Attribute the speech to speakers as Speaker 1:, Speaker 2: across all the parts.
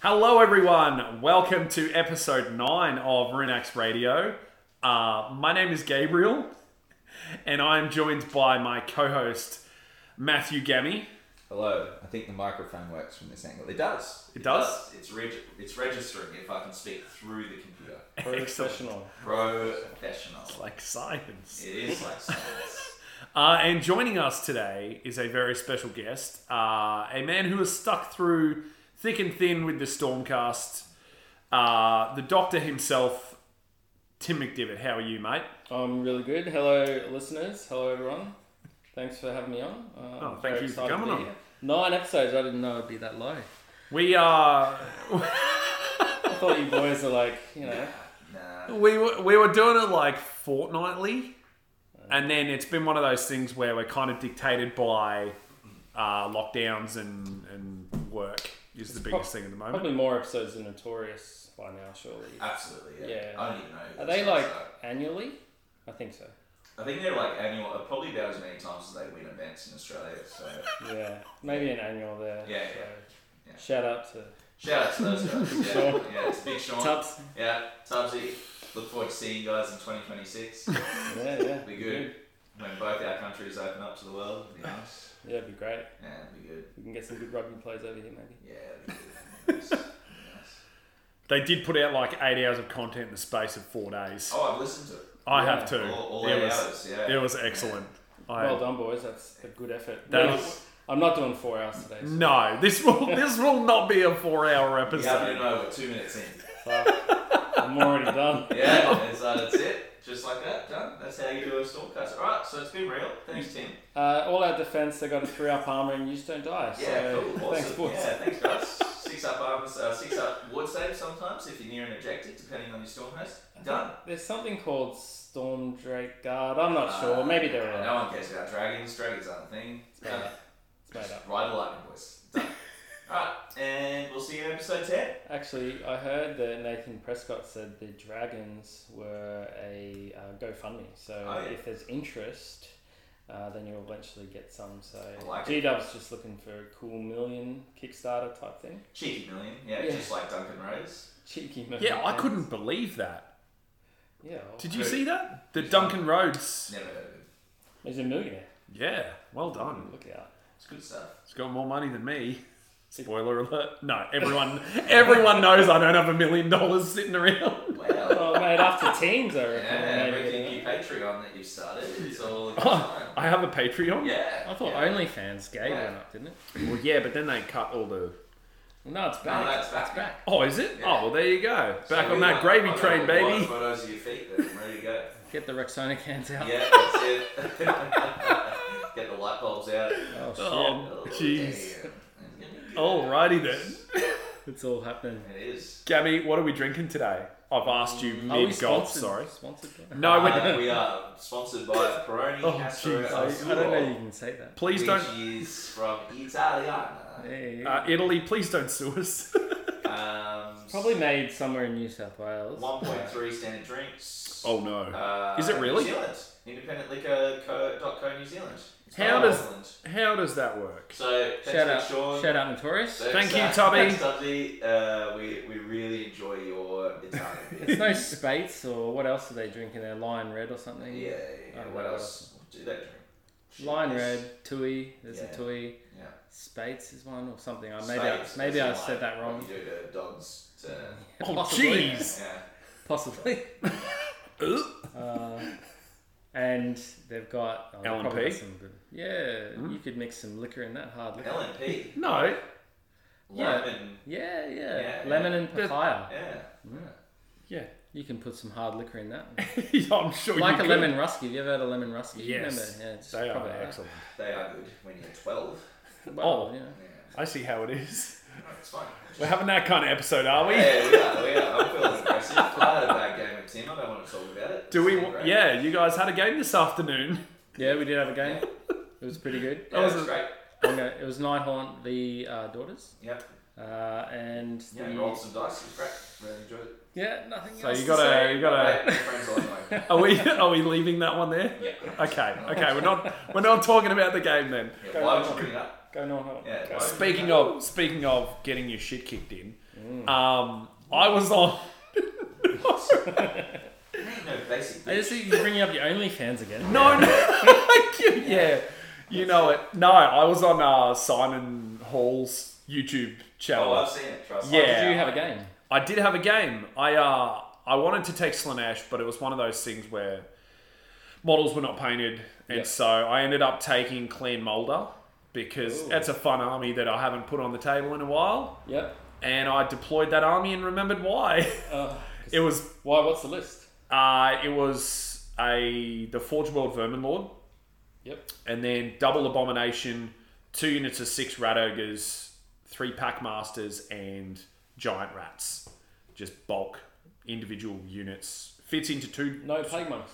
Speaker 1: Hello, everyone. Welcome to episode nine of Runax Radio. Uh, my name is Gabriel, and I am joined by my co-host Matthew Gammy.
Speaker 2: Hello. I think the microphone works from this angle. It does.
Speaker 1: It does?
Speaker 2: It's reg- it's registering if I can speak through the computer.
Speaker 1: Professional,
Speaker 2: Professional.
Speaker 1: like science.
Speaker 2: It is like science.
Speaker 1: Uh, and joining us today is a very special guest, uh, a man who was stuck through thick and thin with the Stormcast. Uh, the Doctor himself, Tim McDivitt. How are you, mate?
Speaker 3: I'm Um, really good. Hello, listeners. Hello, everyone. Thanks for having me on. Uh, I'm
Speaker 1: Oh, thank
Speaker 3: very
Speaker 1: you for
Speaker 3: excited to
Speaker 1: coming
Speaker 3: be
Speaker 1: on.
Speaker 3: here. Nine episodes. I didn't know it'd be that low.
Speaker 1: We are.
Speaker 3: I thought you boys are like, you know,
Speaker 2: nah.
Speaker 1: We were, we were doing it like fortnightly, and then it's been one of those things where we're kind of dictated by uh, lockdowns and, and work is the biggest thing at the moment.
Speaker 3: probably more episodes than Notorious by now, surely.
Speaker 2: Absolutely. Yeah.
Speaker 3: Yeah.
Speaker 2: I don't even know.
Speaker 3: Are
Speaker 2: this
Speaker 3: they
Speaker 2: stuff,
Speaker 3: like
Speaker 2: so-
Speaker 3: annually? I think so.
Speaker 2: I think they're like annual. uh, Probably about as many times as they win events in Australia. So
Speaker 3: Yeah, maybe an annual there.
Speaker 2: Yeah,
Speaker 3: so.
Speaker 2: yeah. Yeah.
Speaker 3: Shout out to
Speaker 2: shout out to those guys. Yeah. yeah. It's Big Sean.
Speaker 3: Tubbs.
Speaker 2: Yeah. Tubbsy. Look forward to seeing you guys in 2026.
Speaker 3: Yeah, yeah.
Speaker 2: Be good. when both our countries open up to the world. It'd be nice.
Speaker 3: Yeah, it'd be great.
Speaker 2: Yeah. It'd be good.
Speaker 3: We can get some good rugby players over here, maybe.
Speaker 2: Yeah. It'd be good. Nice. Nice.
Speaker 1: They did put out like eight hours of content in the space of four days.
Speaker 2: Oh, I've listened to it.
Speaker 1: I
Speaker 3: yeah.
Speaker 1: have too.
Speaker 2: All, all
Speaker 1: it,
Speaker 2: eight
Speaker 1: was,
Speaker 2: hours, yeah.
Speaker 1: it was excellent. I,
Speaker 3: Well done, boys. That's a good effort.
Speaker 1: That
Speaker 3: No,
Speaker 1: was-
Speaker 3: I'm not doing four hours today. So
Speaker 1: no, this will this will not be a four hour
Speaker 2: We haven't
Speaker 1: episode.
Speaker 2: been over two minutes in.
Speaker 3: fuck. I'm already done.
Speaker 2: Yeah, and so that's it. Just like that, done. That's how you do a stormcast. Alright, so it's been real. Thanks, Tim.
Speaker 3: Uh, all out defence, they got a three up armour and you just don't die. So
Speaker 2: Yeah, cool. Awesome.
Speaker 3: thanks, boys.
Speaker 2: Yeah, thanks, guys. Six up arms, uh, six up ward save sometimes if you're near an ejected, depending on your storm host. Done.
Speaker 3: There's something called Storm Drake Guard. I'm
Speaker 2: Uh,
Speaker 3: not sure. Maybe they're
Speaker 2: No
Speaker 3: right.
Speaker 2: one cares about dragons. Dragons aren't a thing.
Speaker 3: made
Speaker 2: Done.
Speaker 3: up. It's made up.
Speaker 2: Ride the lightning, boys. Done. Alright, and we'll see you in episode 10.
Speaker 3: Actually, I heard that Nathan Prescott said the Dragons were a uh, GoFundMe. So
Speaker 2: Oh, yeah.
Speaker 3: if there's interest, uh, then you'll eventually get some. So
Speaker 2: I like it.
Speaker 3: G Dub's just looking for a cool million Kickstarter type thing.
Speaker 2: Cheeky million. Yeah,
Speaker 3: Yeah.
Speaker 2: just like Duncan Rose.
Speaker 3: Cheeky million.
Speaker 1: Yeah, I
Speaker 3: thanks.
Speaker 1: couldn't believe that.
Speaker 3: Yeah, well,
Speaker 1: Did you
Speaker 2: Good.
Speaker 1: see that? The Duncan Rhodes.
Speaker 2: Never heard of him.
Speaker 3: he's a millionaire.
Speaker 1: Yeah, well
Speaker 2: Hmm.
Speaker 1: done.
Speaker 3: Look out.
Speaker 2: It's good stuff.
Speaker 1: It's got more money than me. Spoiler alert. No, everyone everyone knows I don't have a million dollars sitting around.
Speaker 2: Wow.
Speaker 3: Oh, mate, after teens, I reckon.
Speaker 2: Yeah,
Speaker 3: maybe,
Speaker 2: with your
Speaker 3: you know.
Speaker 2: new Patreon that you started, it's all a good time.
Speaker 1: Oh, I have a Patreon.
Speaker 2: Yeah.
Speaker 3: I thought
Speaker 2: yeah.
Speaker 3: OnlyFans gave
Speaker 2: Yeah.
Speaker 3: one up, didn't it?
Speaker 1: Well, yeah, but then they cut all the.
Speaker 3: No, it's
Speaker 2: No,
Speaker 3: back.
Speaker 2: that's back.
Speaker 3: back.
Speaker 1: Oh, is it?
Speaker 2: Yeah.
Speaker 1: Oh, well, there you go.
Speaker 2: So
Speaker 1: Back
Speaker 2: we
Speaker 1: on that
Speaker 2: got-
Speaker 1: gravy
Speaker 2: I got
Speaker 1: train,
Speaker 2: all the
Speaker 1: baby.
Speaker 2: Photos of your feet, then I'm ready to go.
Speaker 3: Get the Rexona cans out.
Speaker 2: Yeah, that's it. Get the light bulbs out.
Speaker 3: Oh, shit.
Speaker 1: Oh, jeez.
Speaker 2: damn. It's gonna be good.
Speaker 1: Alrighty then.
Speaker 3: It's all happening.
Speaker 2: It is.
Speaker 1: Gabby, what are we drinking today? I've asked you
Speaker 3: Are we
Speaker 1: mid golf,
Speaker 3: sponsored-
Speaker 1: sorry.
Speaker 3: Sponsored by-
Speaker 1: No, we-
Speaker 2: Uh, we are sponsored by Peroni
Speaker 1: Oh,
Speaker 2: Castro
Speaker 1: jeez.
Speaker 3: I, I don't know you
Speaker 2: Azzurro,
Speaker 3: can say that.
Speaker 1: please
Speaker 2: which
Speaker 1: don't.
Speaker 2: is from Italiana.
Speaker 3: Hey.
Speaker 1: Uh, Italy, please don't sue us.
Speaker 2: Um,
Speaker 3: Probably made somewhere in New South Wales.
Speaker 2: 1.3 standard drinks.
Speaker 1: oh no.
Speaker 2: Uh,
Speaker 1: Is it really?
Speaker 2: New Zealand. Independent Liquor Co. dot Co. New Zealand. It's
Speaker 1: How
Speaker 2: not
Speaker 1: does-
Speaker 2: Ireland.
Speaker 1: How does that work?
Speaker 2: So thanks
Speaker 3: Shout
Speaker 2: to
Speaker 3: out,
Speaker 2: Sean.
Speaker 3: shout out Notorious.
Speaker 2: Thanks,
Speaker 1: Thank you,
Speaker 2: uh,
Speaker 1: Tubby.
Speaker 2: Thanks, Tubby. Uh, we, we really enjoy your Italian.
Speaker 3: It's no Spates or what else are they drinking there? Lion Red or
Speaker 2: yeah,
Speaker 3: something?
Speaker 2: yeah, yeah.
Speaker 3: Oh,
Speaker 2: what
Speaker 3: no,
Speaker 2: else do they drink? Shit,
Speaker 3: Lion
Speaker 2: this-
Speaker 3: Red, Tui. There's
Speaker 2: Yeah.
Speaker 3: a Tui.
Speaker 2: Yeah.
Speaker 3: Spates is one or something. I maybe I,
Speaker 2: States,
Speaker 3: maybe
Speaker 2: as
Speaker 3: I
Speaker 2: in,
Speaker 3: said
Speaker 2: like,
Speaker 3: that wrong.
Speaker 2: What you do to dogs to.
Speaker 1: Oh,
Speaker 3: Possibly.
Speaker 1: jeez.
Speaker 2: Yeah.
Speaker 3: Possibly.
Speaker 1: Ugh.
Speaker 3: Uh, and they've got oh, they've
Speaker 1: L&P?
Speaker 3: probably got Some good, yeah,
Speaker 1: Hmm.
Speaker 3: you could mix some liquor in that hard liquor.
Speaker 2: LNP.
Speaker 1: No,
Speaker 3: Yeah.
Speaker 2: Lemon.
Speaker 3: Yeah, yeah,
Speaker 2: Yeah,
Speaker 3: lemon
Speaker 2: yeah.
Speaker 3: and papaya.
Speaker 2: Yeah.
Speaker 1: yeah.
Speaker 3: You can put some hard liquor in that.
Speaker 1: I'm sure
Speaker 3: like
Speaker 1: you could.
Speaker 3: a lemon rusky. Have you ever had a lemon rusky? You
Speaker 1: Yes.
Speaker 3: remember? Yeah, it's
Speaker 1: They
Speaker 3: probably
Speaker 1: are
Speaker 3: like that.
Speaker 1: excellent.
Speaker 2: They are good when you're 12.
Speaker 3: Well,
Speaker 1: Oh.
Speaker 3: yeah.
Speaker 2: Yeah.
Speaker 1: I see how it is.
Speaker 2: No, it's fine.
Speaker 1: We're having that kind of episode, are we?
Speaker 2: Yeah, we are, we are. I'm feeling aggressive. I had a bad game with Tim. I don't want to talk about it.
Speaker 1: Do we?
Speaker 2: It's not great.
Speaker 1: Yeah, you guys had a game this afternoon.
Speaker 3: yeah, we did have a game. It was pretty good.
Speaker 2: Yeah,
Speaker 1: was
Speaker 2: it's
Speaker 1: a-
Speaker 2: great.
Speaker 3: I'm gonna- it was Nighthorn, the uh, daughters,
Speaker 2: Yep.
Speaker 3: uh, and
Speaker 2: Yeah,
Speaker 1: Mm.
Speaker 3: the-
Speaker 2: rolled some dice. It was great. Really enjoyed it.
Speaker 3: yeah, nothing
Speaker 1: So
Speaker 3: else.
Speaker 1: you
Speaker 3: to
Speaker 1: gotta-
Speaker 3: say.
Speaker 1: you gotta-
Speaker 2: Mate, friends all the way.
Speaker 1: Are we? Are we leaving that one there?
Speaker 2: Yeah.
Speaker 1: Okay. Okay. We're not. We're not talking about the game then.
Speaker 2: Yeah, why would you bring it up?
Speaker 3: go Nighthorn.
Speaker 2: Yeah, why
Speaker 3: Go.
Speaker 2: would you Mm. bring
Speaker 1: Speaking
Speaker 2: it up?
Speaker 1: of speaking of getting your shit kicked in, Um, I was on.
Speaker 2: ain't no basic
Speaker 3: I just
Speaker 2: bitch.
Speaker 3: think you're bringing up your OnlyFans again.
Speaker 1: No, no. yeah, you know it. No, I was on uh, Simon Hall's YouTube channel.
Speaker 2: Oh, I've seen it. Trust
Speaker 1: Yeah.
Speaker 2: me.
Speaker 3: Did you have a game?
Speaker 1: I did have a game. I uh, I wanted to take Slanesh, but it was one of those things where models were not painted, and
Speaker 3: Yeah.
Speaker 1: so I ended up taking Clean Molder because
Speaker 3: Ooh.
Speaker 1: that's a fun army that I haven't put on the table in a while.
Speaker 3: Yep.
Speaker 1: And I deployed that army and remembered why.
Speaker 3: Oh,
Speaker 1: it was
Speaker 3: why? What's the list?
Speaker 1: uh, it was a the Forge World Vermin Lord,
Speaker 3: Yep.
Speaker 1: and then double abomination, two units of six rat ogres, three pack masters, and giant rats. Just bulk individual units. Fits into two.
Speaker 3: No plague monks.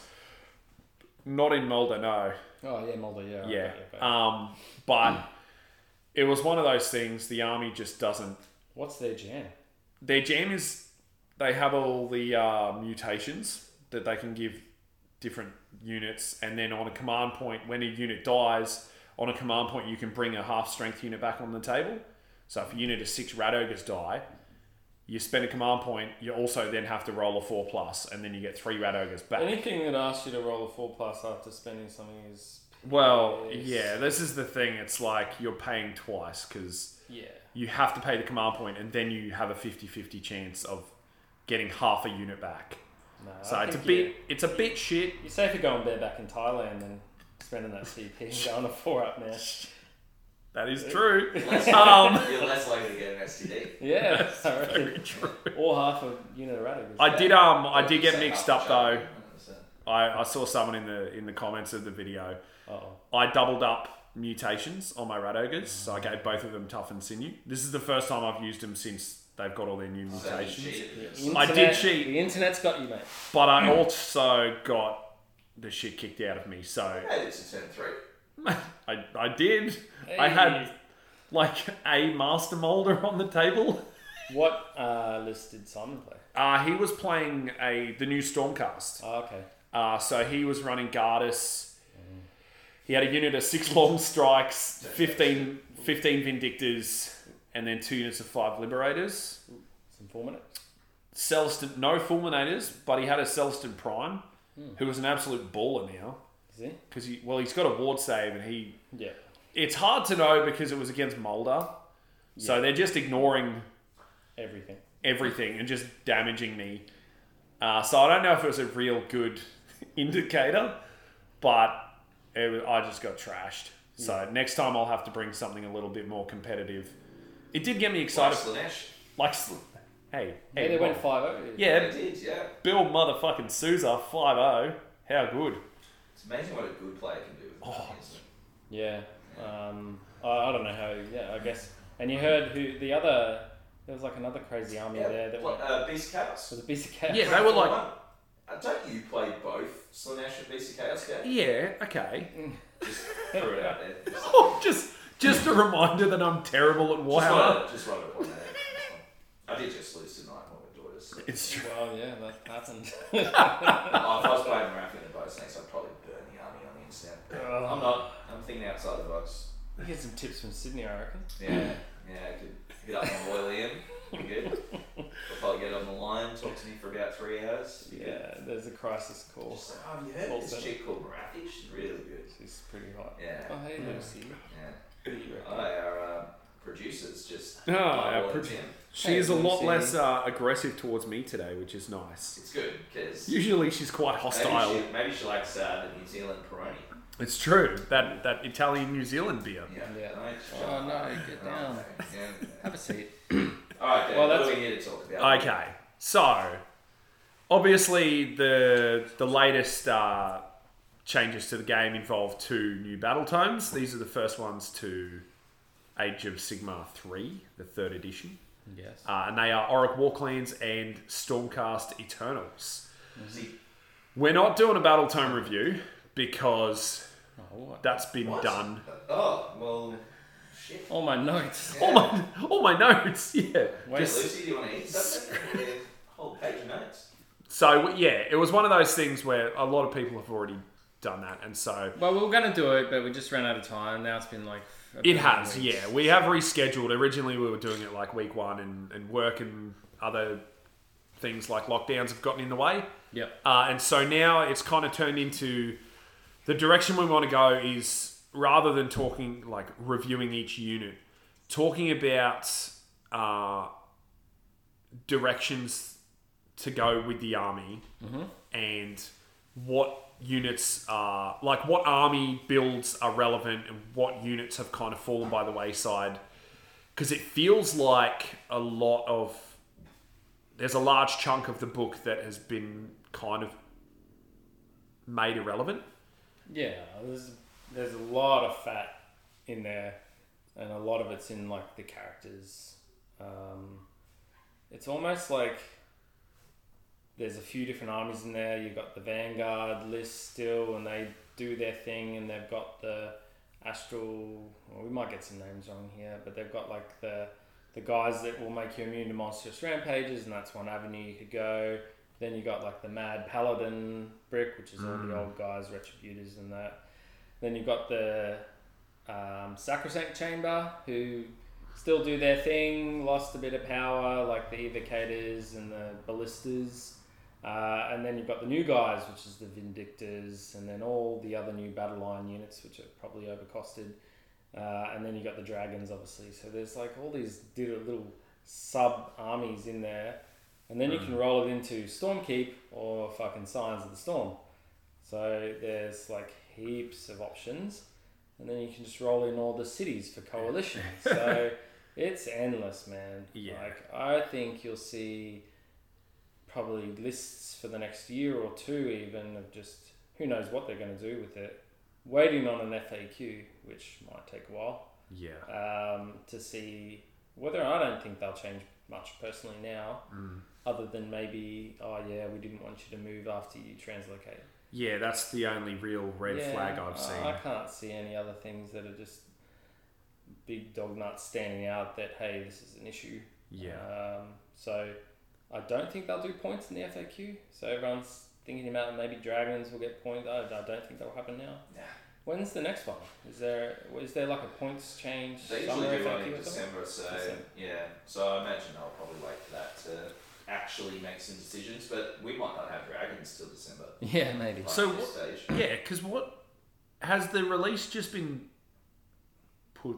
Speaker 1: Not in Mulder, no.
Speaker 3: Oh yeah, Mulder. Yeah.
Speaker 1: yeah.
Speaker 3: right, right.
Speaker 1: Um, but it was one of those things. The army just doesn't.
Speaker 3: What's their jam?
Speaker 1: Their jam is they have all the uh, mutations that they can give different units, and then on a command point, when a unit dies, on a command point, you can bring a half strength unit back on the table. So if a unit of six rat ogres die, you spend a command point. You also then have to roll a four plus, and then you get three rat ogres back.
Speaker 3: Anything that asks you to roll a four plus after spending something is
Speaker 1: well,
Speaker 3: Yes.
Speaker 1: yeah, this is the thing. It's like you're paying twice because
Speaker 3: yeah.
Speaker 1: you have to pay the command point, and then you have a 50-50 chance of getting half a unit back.
Speaker 3: No,
Speaker 1: So
Speaker 3: I
Speaker 1: it's a
Speaker 3: think
Speaker 1: bit, it's a bit shit.
Speaker 3: You're safer going bareback in Thailand than spending that CP and going a four up now.
Speaker 1: That is true.
Speaker 2: Less
Speaker 1: Um,
Speaker 2: You're less likely to get an STD.
Speaker 3: Yeah,
Speaker 1: That's
Speaker 3: all right.
Speaker 1: very true.
Speaker 3: Or half a unit of radicals.
Speaker 1: I did um I did get
Speaker 2: Say
Speaker 1: mixed up
Speaker 2: half the
Speaker 1: though.
Speaker 2: shot. So,
Speaker 1: I, I saw someone in the in the comments of the video.
Speaker 3: Oh,
Speaker 1: I doubled up mutations on my rat ogres, so I gave both of them tough and sinew. This is the first time I've used them since they've got all their new
Speaker 2: so you
Speaker 1: mutations.
Speaker 2: cheated.
Speaker 1: I did cheat.
Speaker 3: The internet's got you, mate.
Speaker 1: But I also got the shit kicked out of me. So
Speaker 2: Hey, it's a turn three.
Speaker 1: I I did. I had like a master molder on the table.
Speaker 3: what uh, list did Simon play?
Speaker 1: Uh, he was playing a the new Stormcast.
Speaker 3: Oh, okay.
Speaker 1: Uh, so he was running Gardas. He had a unit of six long strikes, 15, 15 Vindictors, and then two units of five Liberators.
Speaker 3: Some four minutes.
Speaker 1: Celston, no Fulminators, but he had a Celston Prime, who was an absolute baller now.
Speaker 3: Is he?
Speaker 1: Because, he, well, he's got a ward save, and he.
Speaker 3: Yeah.
Speaker 1: It's hard to know because it was against Mulder. So they're just ignoring
Speaker 3: Everything.
Speaker 1: everything and just damaging me. Uh, so I don't know if it was a real good indicator, but it was, I just got trashed. So next time I'll have to bring something a little bit more competitive. It did get me excited.
Speaker 2: Nice Lanesh.
Speaker 1: Like, sl- hey,
Speaker 3: Yeah,
Speaker 1: hey,
Speaker 3: they went
Speaker 1: Bob.
Speaker 3: five zero.
Speaker 2: They
Speaker 1: yeah,
Speaker 2: did, yeah.
Speaker 1: Bill motherfucking Sousa five zero. How good?
Speaker 2: It's amazing what a good player can do with oh.
Speaker 3: Yeah. Um, I, I don't know how. Yeah, I guess. And you heard who the other? There was like another crazy army
Speaker 2: Yeah,
Speaker 3: there that
Speaker 2: what,
Speaker 3: went,
Speaker 2: uh, Beast Chaos.
Speaker 3: was a busy cat.
Speaker 1: Yeah, they were like-
Speaker 2: Uh, don't you play both Slanesh and Beast Chaos game?
Speaker 1: Yeah, okay.
Speaker 2: Just throw it out there. Just,
Speaker 1: just just a reminder that I'm terrible at
Speaker 2: just
Speaker 1: Warhammer.
Speaker 2: wanted- just wanted to point that out. I did just lose tonight with my daughters. So.
Speaker 1: It's true.
Speaker 3: Well, yeah, that happened.
Speaker 2: Oh, if I was playing Marathi and the Bow Snakes, I'd probably burn the army on the instant. I'm not. I'm thinking outside the box.
Speaker 3: You get some tips from Sydney, I reckon.
Speaker 2: Yeah, yeah, I could hit up my boy Liam. Be good. I'll probably get on the line, talk to me for about three hours. Be good.
Speaker 3: Yeah, there's a crisis call.
Speaker 2: Just like, oh, have you heard of this chick called Marathi? She's really good.
Speaker 3: She's pretty hot.
Speaker 2: Yeah.
Speaker 3: Oh, hey, Lucy.
Speaker 2: Yeah.
Speaker 3: What do you reckon?
Speaker 2: Oh, our um, producers just.
Speaker 1: Oh, our
Speaker 2: eyeballing
Speaker 1: produ-
Speaker 2: him.
Speaker 1: She is a lot
Speaker 3: Lucy.
Speaker 1: less uh, aggressive towards me today, which is nice.
Speaker 2: It's good because.
Speaker 1: Usually she's quite hostile.
Speaker 2: Maybe she, maybe she likes uh, the New Zealand Peroni.
Speaker 1: It's true that that Italian New Zealand beer.
Speaker 2: Yeah.
Speaker 3: Yeah.
Speaker 2: No, it's-
Speaker 3: Oh, no, get
Speaker 2: Oh,
Speaker 3: down.
Speaker 2: okay. Yeah.
Speaker 3: Have a seat.
Speaker 2: All right, then. what
Speaker 3: Well, that's-
Speaker 2: do we need to talk about?
Speaker 1: Okay, so obviously the the latest uh, changes to the game involve two new battle tomes. These are the first ones to Age of Sigma three, the third edition,
Speaker 3: Yes.
Speaker 1: uh, and they are Auric Warclans and Stormcast Eternals.
Speaker 2: See,
Speaker 1: We're not doing a battle tome review because
Speaker 3: Oh, what?
Speaker 1: that's been
Speaker 2: What?
Speaker 1: done.
Speaker 2: Oh, well, shit.
Speaker 3: All Oh my notes.
Speaker 1: All my all my notes, yeah.
Speaker 3: Wait,
Speaker 2: Hey,
Speaker 1: just-
Speaker 2: Lucy, do you want to eat something? We have a whole page of notes.
Speaker 1: So yeah, it was one of those things where a lot of people have already done that, and so
Speaker 3: Well, we were going to do it, but we just ran out of time. Now it's been like
Speaker 1: It has, yeah. We have rescheduled. Originally, we were doing it like week one, and, and work and other things like lockdowns have gotten in the way.
Speaker 3: Yep.
Speaker 1: Uh, and so now it's kind of turned into the direction we want to go is rather than talking like reviewing each unit, talking about uh, directions to go with the army and what units are like what army builds are relevant and what units have kind of fallen by the wayside because it feels like a lot of there's a large chunk of the book that has been kind of made irrelevant.
Speaker 3: Yeah, there's there's a lot of fat in there, and a lot of it's in like the characters. Um, it's almost like there's a few different armies in there. You've got the Vanguard list still, and they do their thing, and they've got the Astral. Well, we might get some names wrong here, but they've got like the the guys that will make you immune to monstrous rampages, and that's one avenue you could go. Then you got like the Mad Paladin brick, which is all the old guys, retributors, and that. Then you've got the um, Sacrosanct Chamber, who still do their thing, lost a bit of power, like the Evocators and the Ballistas. Uh, and then you've got the new guys, which is the Vindictors, and then all the other new battle line units, which are probably overcosted. Uh, and then you got the dragons, obviously. So there's like all these di- little sub armies in there, and then you can roll it into Stormkeep or fucking Signs of the Storm. So there's like heaps of options, and then you can just roll in all the cities for coalition. so it's endless, man.
Speaker 1: Yeah.
Speaker 3: Like I think you'll see probably lists for the next year or two, even of just who knows what they're going to do with it. Waiting on an FAQ, which might take a while
Speaker 1: Yeah.
Speaker 3: um, to see whether I don't think they'll change much personally now,
Speaker 1: Mm.
Speaker 3: other than maybe, oh yeah, we didn't want you to move after you translocate.
Speaker 1: Yeah, that's the only real red
Speaker 3: Yeah, uh,
Speaker 1: flag I've
Speaker 3: I-
Speaker 1: seen.
Speaker 3: I can't see any other things that are just big dog nuts standing out that, hey, this is an issue.
Speaker 1: yeah.
Speaker 3: Um, so I don't think they'll do points in the FAQ. So everyone's thinking about maybe dragons will get points. I, I don't think that'll happen now.
Speaker 2: Nah.
Speaker 3: When's the next one? Is there is there like a points change?
Speaker 2: They
Speaker 3: summer
Speaker 2: usually do
Speaker 3: FAQ
Speaker 2: one in
Speaker 3: or something?
Speaker 2: December, so
Speaker 3: December.
Speaker 2: yeah. So I imagine I'll probably wait for that to actually make some decisions, but we might not have dragons till December.
Speaker 3: Yeah, maybe.
Speaker 2: Like
Speaker 1: So
Speaker 2: this
Speaker 1: what-
Speaker 2: stage.
Speaker 3: Uh,
Speaker 1: Yeah, because what has the release just been put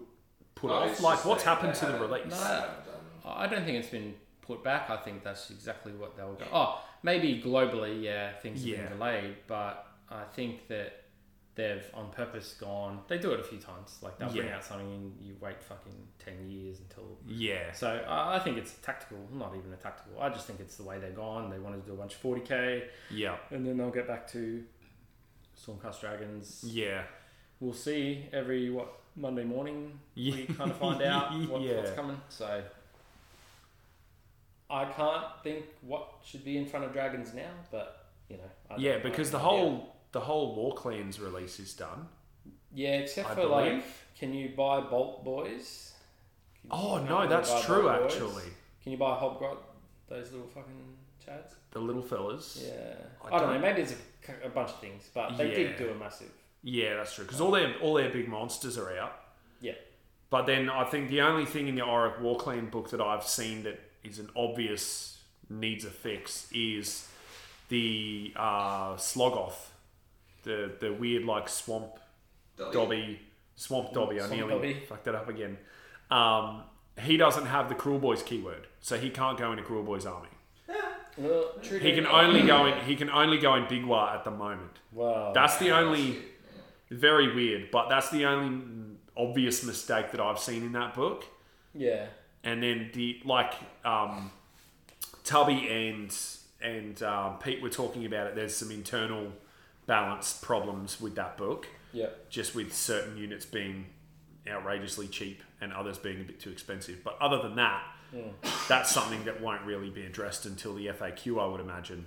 Speaker 1: put
Speaker 3: Oh,
Speaker 2: No,
Speaker 1: off?
Speaker 2: it's
Speaker 1: Like,
Speaker 2: just
Speaker 1: what's
Speaker 2: they- they
Speaker 1: happened to the
Speaker 3: uh,
Speaker 2: haven't-
Speaker 1: release?
Speaker 2: they haven't done-
Speaker 3: I don't think it's been put back. I think that's exactly what they'll go. Oh, maybe globally, yeah, things have
Speaker 1: Yeah.
Speaker 3: been delayed, but I think that they've on purpose gone. They do it a few times. Like they'll bring
Speaker 1: Yeah.
Speaker 3: out something and you wait fucking ten years until.
Speaker 1: Yeah.
Speaker 3: So I I think it's tactical, not even a tactical. I just think it's the way they're gone. They wanted to do a bunch of forty k,
Speaker 1: Yeah.
Speaker 3: and then they'll get back to Stormcast Dragons.
Speaker 1: Yeah.
Speaker 3: We'll see every what Monday morning we
Speaker 1: Yeah.
Speaker 3: kind of find out what, what's
Speaker 1: Yeah.
Speaker 3: coming. So I can't think what should be in front of dragons now, but you know. I don't-
Speaker 1: Yeah,
Speaker 3: I
Speaker 1: because the
Speaker 3: have no idea.
Speaker 1: whole the whole War Clans release is done.
Speaker 3: yeah, except
Speaker 1: I
Speaker 3: for like,
Speaker 1: believe-
Speaker 3: can you buy Bolt Boys? Can you-
Speaker 1: Oh
Speaker 3: can
Speaker 1: no,
Speaker 3: you buy
Speaker 1: that's true
Speaker 3: Bolt Boys?
Speaker 1: actually.
Speaker 3: Can you buy Hobgrot? Those little fucking chads.
Speaker 1: The little fellas.
Speaker 3: Yeah, I
Speaker 1: I
Speaker 3: don't, know.
Speaker 1: don't-
Speaker 3: Maybe it's a, a bunch of things, but they
Speaker 1: Yeah.
Speaker 3: did do a massive.
Speaker 1: Yeah, that's true. Because all their all their big monsters are out.
Speaker 3: Yeah.
Speaker 1: But then I think the only thing in the Auric War Clan book that I've seen that is an obvious needs a fix is the uh, Slogoth, the the weird like swamp
Speaker 2: Dobby.
Speaker 1: Dobby, Swamp Dobby. I
Speaker 3: Swamp
Speaker 1: nearly
Speaker 3: Dobby.
Speaker 1: fucked that up again. Um, he doesn't have the Cruel Boys keyword, so he can't go into Cruel Boys army.
Speaker 3: Well, true
Speaker 1: He can
Speaker 3: to-
Speaker 1: only go in. He can only go in Bigwa at the moment.
Speaker 3: Wow.
Speaker 1: That's the only
Speaker 2: Shit, yeah.
Speaker 1: very weird, but that's the only obvious mistake that I've seen in that book.
Speaker 3: yeah.
Speaker 1: And then the like um, Tubby and and um, Pete were talking about it. There's some internal balance problems with that book,
Speaker 3: Yeah.
Speaker 1: just with certain units being outrageously cheap and others being a bit too expensive. But other than that, that's something that won't really be addressed until the FAQ, I would imagine.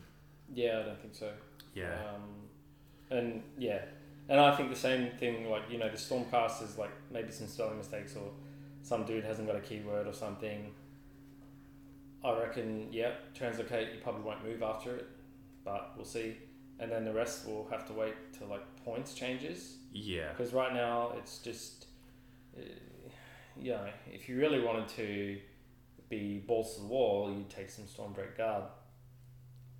Speaker 3: Yeah, I don't think so.
Speaker 1: Yeah.
Speaker 3: Um, and yeah, and I think the same thing. Like you know, the Stormcast is like maybe some spelling mistakes or some dude hasn't got a keyword or something. I reckon, yeah, translocate. You probably won't move after it, but we'll see. And then the rest will have to wait till like points changes
Speaker 1: Yeah.
Speaker 3: because right now it's just uh, you know, if you really wanted to be balls to the wall, you'd take some Stormbreak Guard.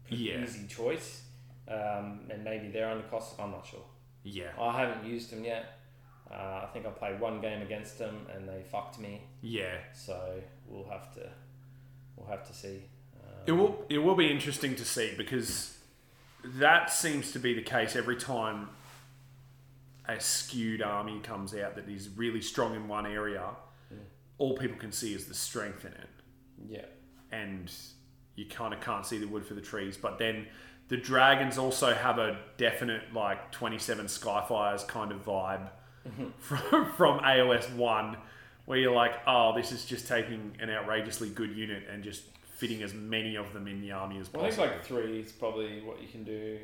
Speaker 3: Pretty
Speaker 1: Yeah.
Speaker 3: Easy choice. Um, and maybe they're undercosted, I'm not sure.
Speaker 1: Yeah.
Speaker 3: I haven't used them yet. Uh, I think I played one game against them and they fucked me.
Speaker 1: Yeah.
Speaker 3: So we'll have to, we'll have to see. Um,
Speaker 1: It will it will be interesting to see because that seems to be the case every time a skewed army comes out that is really strong in one area. All people can see is the strength in it,
Speaker 3: Yeah.
Speaker 1: and you kind of can't see the wood for the trees. But then the dragons also have a definite like twenty seven Skyfires kind of vibe
Speaker 3: Mm-hmm.
Speaker 1: from from AOS one, where you're like, oh, this is just taking an outrageously good unit and just fitting as many of them in the army as
Speaker 3: Well, I
Speaker 1: possible.
Speaker 3: think like three is probably what you can do.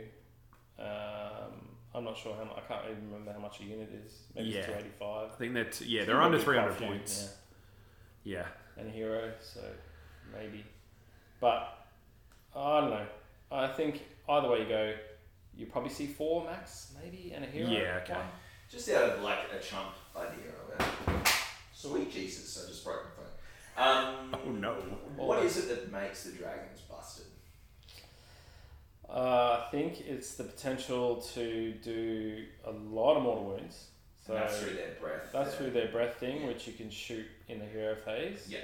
Speaker 3: Um, I'm not sure how much. I can't even remember how much a unit is. Maybe it's
Speaker 1: Yeah.
Speaker 3: 285.
Speaker 1: I think that yeah, they're under
Speaker 3: Maybe
Speaker 1: three hundred
Speaker 3: quite a few,
Speaker 1: points. Yeah.
Speaker 3: Yeah, and hero, so maybe. But I don't know. I think either way you go, you probably see four max, maybe, and a hero.
Speaker 1: Yeah, okay.
Speaker 3: one.
Speaker 2: Just out of like a chump idea of it. Sweet Jesus, I just broke my phone. Um,
Speaker 1: Oh no.
Speaker 2: What is it that makes the dragons busted?
Speaker 3: Uh, I think it's the potential to do a lot of mortal wounds. So
Speaker 2: And that's through their breath.
Speaker 3: that's
Speaker 2: yeah.
Speaker 3: through their breath thing, which you can shoot in the hero phase.
Speaker 2: Yeah.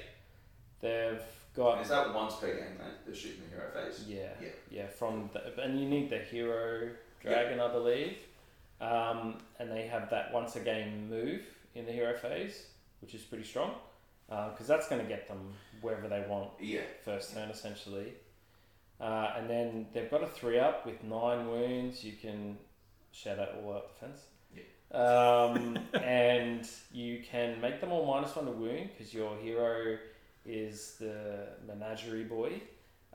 Speaker 3: They've
Speaker 2: Is
Speaker 3: got
Speaker 2: that once per game, mate? They're shooting the hero face?
Speaker 3: yeah,
Speaker 2: Yeah.
Speaker 3: yeah. From the, and you need the hero dragon, I believe, um, and they have that once a game move in the hero phase, which is pretty strong, because that's going to get them wherever they want
Speaker 2: Yeah.
Speaker 3: first turn essentially. Uh, and then they've got a three up with nine wounds. You can shout out all out defense.
Speaker 2: Yeah.
Speaker 3: Um, and you can make them all minus one to wound because your hero is the menagerie boy.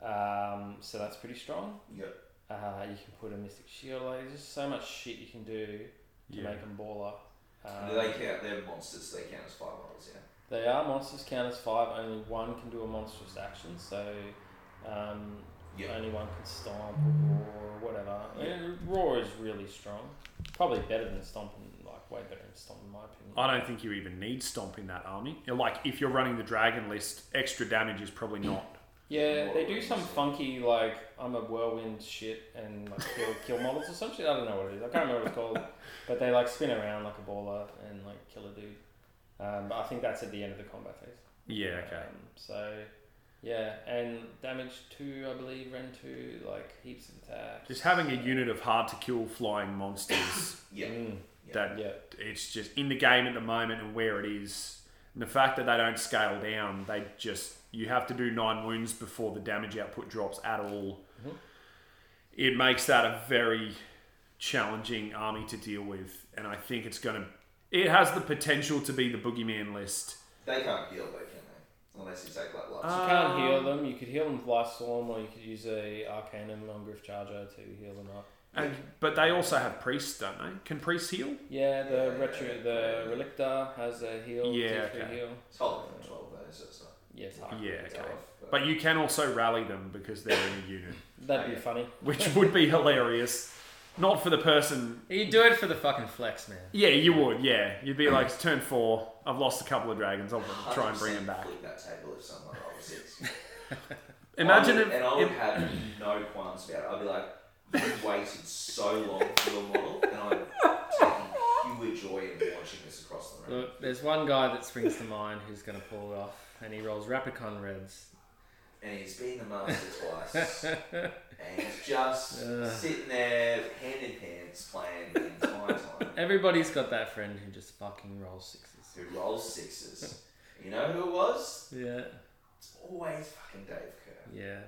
Speaker 3: Um, so that's pretty strong.
Speaker 2: Yeah.
Speaker 3: Uh, you can put a mystic shield. Like, there's just so much shit you can do to
Speaker 1: Yeah.
Speaker 3: make them baller. Um,
Speaker 2: And do they count? They're monsters. They count as five rolls, yeah.
Speaker 3: they are monsters count as five. Only one can do a monstrous action, so um,
Speaker 2: Yeah.
Speaker 3: only one can stomp or roar or whatever. And roar is really strong. Probably better than stomp, and like way better than stomp in my opinion.
Speaker 1: I don't think you even need stomp in that army. You're Like if you're running the dragon list, extra damage is probably not.
Speaker 3: yeah, they do
Speaker 2: Roar
Speaker 3: some
Speaker 2: is-
Speaker 3: funky like I'm a whirlwind shit and like kill kill models or some shit. I don't know what it is. I can't remember what it's called, but they like spin around like a baller and like kill a dude. Um, but I think that's at the end of the combat phase.
Speaker 1: Yeah, okay.
Speaker 3: Um, so, yeah, and damage two, I believe, ren two, like heaps of attacks.
Speaker 1: Just having a unit of hard to kill flying monsters
Speaker 2: Yeah.
Speaker 3: Mm,
Speaker 2: yeah.
Speaker 1: that
Speaker 3: yeah,
Speaker 1: it's just in the game at the moment and where it is. And the fact that they don't scale down, they just you have to do nine wounds before the damage output drops at all.
Speaker 3: Mhm.
Speaker 1: It makes that a very challenging army to deal with, and I think it's going to. It has the potential to be the boogeyman list.
Speaker 2: They can't heal, though, can they? Unless you take like life.
Speaker 1: Uh,
Speaker 3: you can't heal
Speaker 1: Um,
Speaker 3: them. You could heal them with life storm, or you could use a arcanum on Griff Charger to heal them up.
Speaker 1: And, but they also have priests, don't they? Can priests heal?
Speaker 3: Yeah, the
Speaker 2: Yeah,
Speaker 3: retro,
Speaker 2: yeah,
Speaker 3: the
Speaker 2: yeah. support.
Speaker 3: relictor has a heal.
Speaker 1: Yeah,
Speaker 3: tier three
Speaker 1: okay.
Speaker 3: heal.
Speaker 2: it's holding for 12, though, so it's not.
Speaker 3: Yeah, it's hard.
Speaker 1: Yeah,
Speaker 2: it's
Speaker 1: okay.
Speaker 2: tough, but-
Speaker 1: But you can also rally them because they're in a unit,
Speaker 3: That'd be
Speaker 2: Okay.
Speaker 3: funny.
Speaker 1: which would be hilarious. Not for the person
Speaker 3: You do it for the fucking flex, man.
Speaker 1: Yeah, you would. Yeah, you'd be like, it's turn four. I've lost a couple of dragons. I'll br- try and bring them
Speaker 2: 100%
Speaker 1: back.
Speaker 2: Flip that table if someone rolled a six.
Speaker 1: Imagine
Speaker 2: I would,
Speaker 1: if,
Speaker 2: and I would
Speaker 1: if-
Speaker 2: have no qualms about it. I'd be like, you waited so long for your model, and I'm taking huge joy in watching this across the room.
Speaker 4: Look, there's one guy that springs to mind who's going to pull it off, and he rolls Rapicon Reds.
Speaker 2: And he's been the master twice, and he's just sitting there, hand in hands, playing the entire time.
Speaker 4: Everybody's got that friend who just fucking rolls sixes.
Speaker 2: Who rolls sixes? You know who it was?
Speaker 4: Yeah,
Speaker 2: It's always fucking Dave Kerr.
Speaker 4: yeah,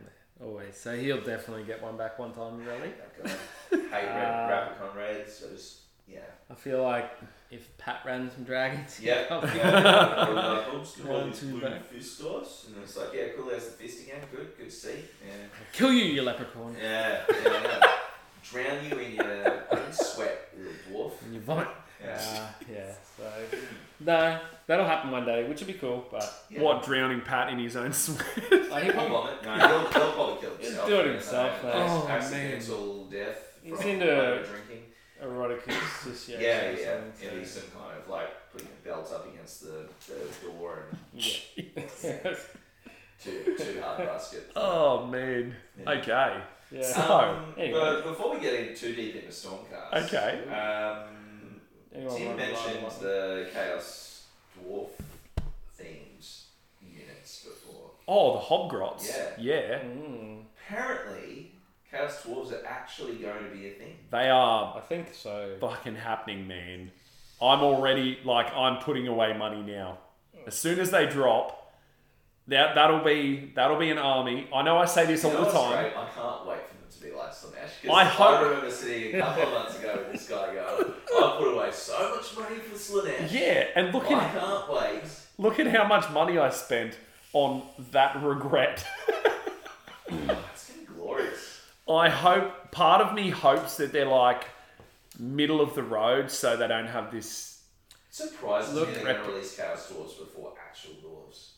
Speaker 4: always. So he'll definitely get one back one time, really.
Speaker 2: That guy. Hate
Speaker 1: Ah.
Speaker 4: Uh,
Speaker 2: Red Rapid Conrad, so just yeah,
Speaker 4: I feel like if Pat ran some dragons, he'd
Speaker 2: yeah.
Speaker 4: probably-
Speaker 2: yeah. Like, I'm just gonna
Speaker 4: One,
Speaker 2: roll these
Speaker 4: two,
Speaker 2: blue
Speaker 4: back.
Speaker 2: fist dice, and it's like, yeah, cool. There's the fist again. Good, good to see. Yeah.
Speaker 4: kill you, you leprechaun,
Speaker 2: Yeah, yeah, yeah. Drown you in your own sweat, little dwarf.
Speaker 4: and you vomit.
Speaker 2: Yeah.
Speaker 3: Uh, yeah. So
Speaker 4: No,
Speaker 3: that'll happen one day, which would be cool. But
Speaker 2: yeah.
Speaker 1: what drowning Pat in his own sweat.
Speaker 3: like, he
Speaker 2: He'll
Speaker 3: probably
Speaker 2: vomit. No, he'll, he'll probably kill
Speaker 3: He'll
Speaker 2: himself.
Speaker 3: do it himself,
Speaker 2: Uh,
Speaker 3: though.
Speaker 4: Oh, man.
Speaker 2: accidental death
Speaker 3: He's
Speaker 2: from
Speaker 3: into-
Speaker 2: drinking.
Speaker 3: erotic association.
Speaker 2: Yeah,
Speaker 3: or
Speaker 2: yeah.
Speaker 3: something,
Speaker 2: It'd be
Speaker 3: so-
Speaker 2: some kind of like putting your belt up against the, the door and
Speaker 3: yeah.
Speaker 2: too too hard basket.
Speaker 1: Oh man.
Speaker 2: Yeah.
Speaker 1: Okay.
Speaker 3: yeah.
Speaker 2: Um,
Speaker 3: Anyway.
Speaker 2: But before we get in too deep into Stormcast,
Speaker 1: Okay.
Speaker 2: Um,
Speaker 3: Anyone
Speaker 2: Tim
Speaker 3: want to
Speaker 2: mentioned
Speaker 3: lie to one?
Speaker 2: the Chaos Dwarf themed units before.
Speaker 1: Oh, the Hobgrots.
Speaker 2: Yeah.
Speaker 1: Yeah.
Speaker 4: Hmm,
Speaker 3: Mm,
Speaker 2: Apparently, Chaos Dwarves are actually going to be a thing.
Speaker 1: They are
Speaker 3: I think so.
Speaker 1: fucking happening, man. I'm already like I'm putting away money now. As soon as they drop, that that'll be that'll be an army. I know I say this all
Speaker 2: You know
Speaker 1: the
Speaker 2: what's
Speaker 1: time.
Speaker 2: great? I can't wait for them to be like some Ash. 'cause
Speaker 1: I hope-
Speaker 2: remember sitting a couple of months ago with this guy going, I put away so much money for Slanesh.
Speaker 1: Yeah, and look
Speaker 2: I
Speaker 1: at
Speaker 2: can't wait.
Speaker 1: look at how much money I spent on that regret.
Speaker 2: It's going to be glorious.
Speaker 1: I hope part of me hopes that they're like middle of the road so they don't have this
Speaker 2: Surprises me
Speaker 1: Look,
Speaker 2: they're going
Speaker 1: Rept-
Speaker 2: to release Chaos Dwarves before actual Dwarves.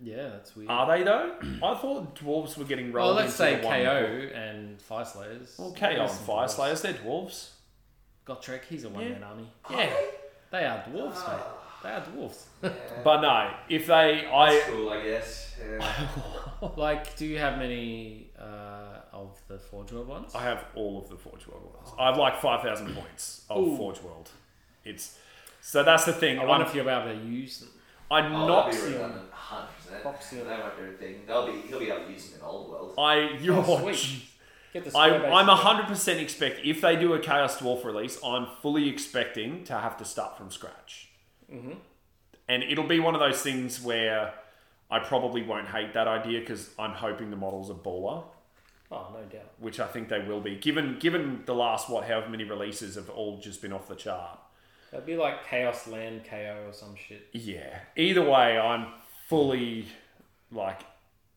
Speaker 4: Yeah, that's weird.
Speaker 1: are they though? I thought dwarves were getting rolled.
Speaker 4: Uh, well, let's say
Speaker 1: into the
Speaker 4: KO
Speaker 1: one-
Speaker 4: and Fire Slayers.
Speaker 1: Well, KO and
Speaker 4: Listen,
Speaker 1: Fire
Speaker 4: boys.
Speaker 1: Slayers, they're dwarves.
Speaker 4: Gotrek, he's a one-man army.
Speaker 1: Yeah.
Speaker 4: They are dwarfs, mate. They are dwarfs.
Speaker 1: But no, if they
Speaker 2: That's
Speaker 1: I
Speaker 2: cool, I guess. Yeah.
Speaker 4: like, do you have many uh, of the Forge World ones?
Speaker 1: I have all of the Forge World ones. I have like five thousand points of
Speaker 4: Ooh.
Speaker 1: Forge World. It's so that's the thing.
Speaker 4: I wonder
Speaker 1: I'm,
Speaker 4: if you're able to use them.
Speaker 1: I'm
Speaker 2: Oh,
Speaker 1: not
Speaker 2: that'd be redundant, 100%.
Speaker 3: Proxion.
Speaker 2: They won't do a thing. They'll be, he'll be able to use them in Old World.
Speaker 1: I you're
Speaker 4: Oh, sweet. Get the
Speaker 1: I,
Speaker 4: square base
Speaker 1: I'm
Speaker 4: again.
Speaker 1: 100% expect if they do a Chaos Dwarf release, I'm fully expecting to have to start from scratch.
Speaker 4: Mm-hmm.
Speaker 1: And it'll be one of those things where I probably won't hate that idea because I'm hoping the model's a baller,
Speaker 3: Oh, no doubt.
Speaker 1: which I think they will be. Given given the last what however many releases have all just been off the chart.
Speaker 3: That'd be like Chaos Land KO or some shit.
Speaker 1: Yeah. Either way, I'm fully like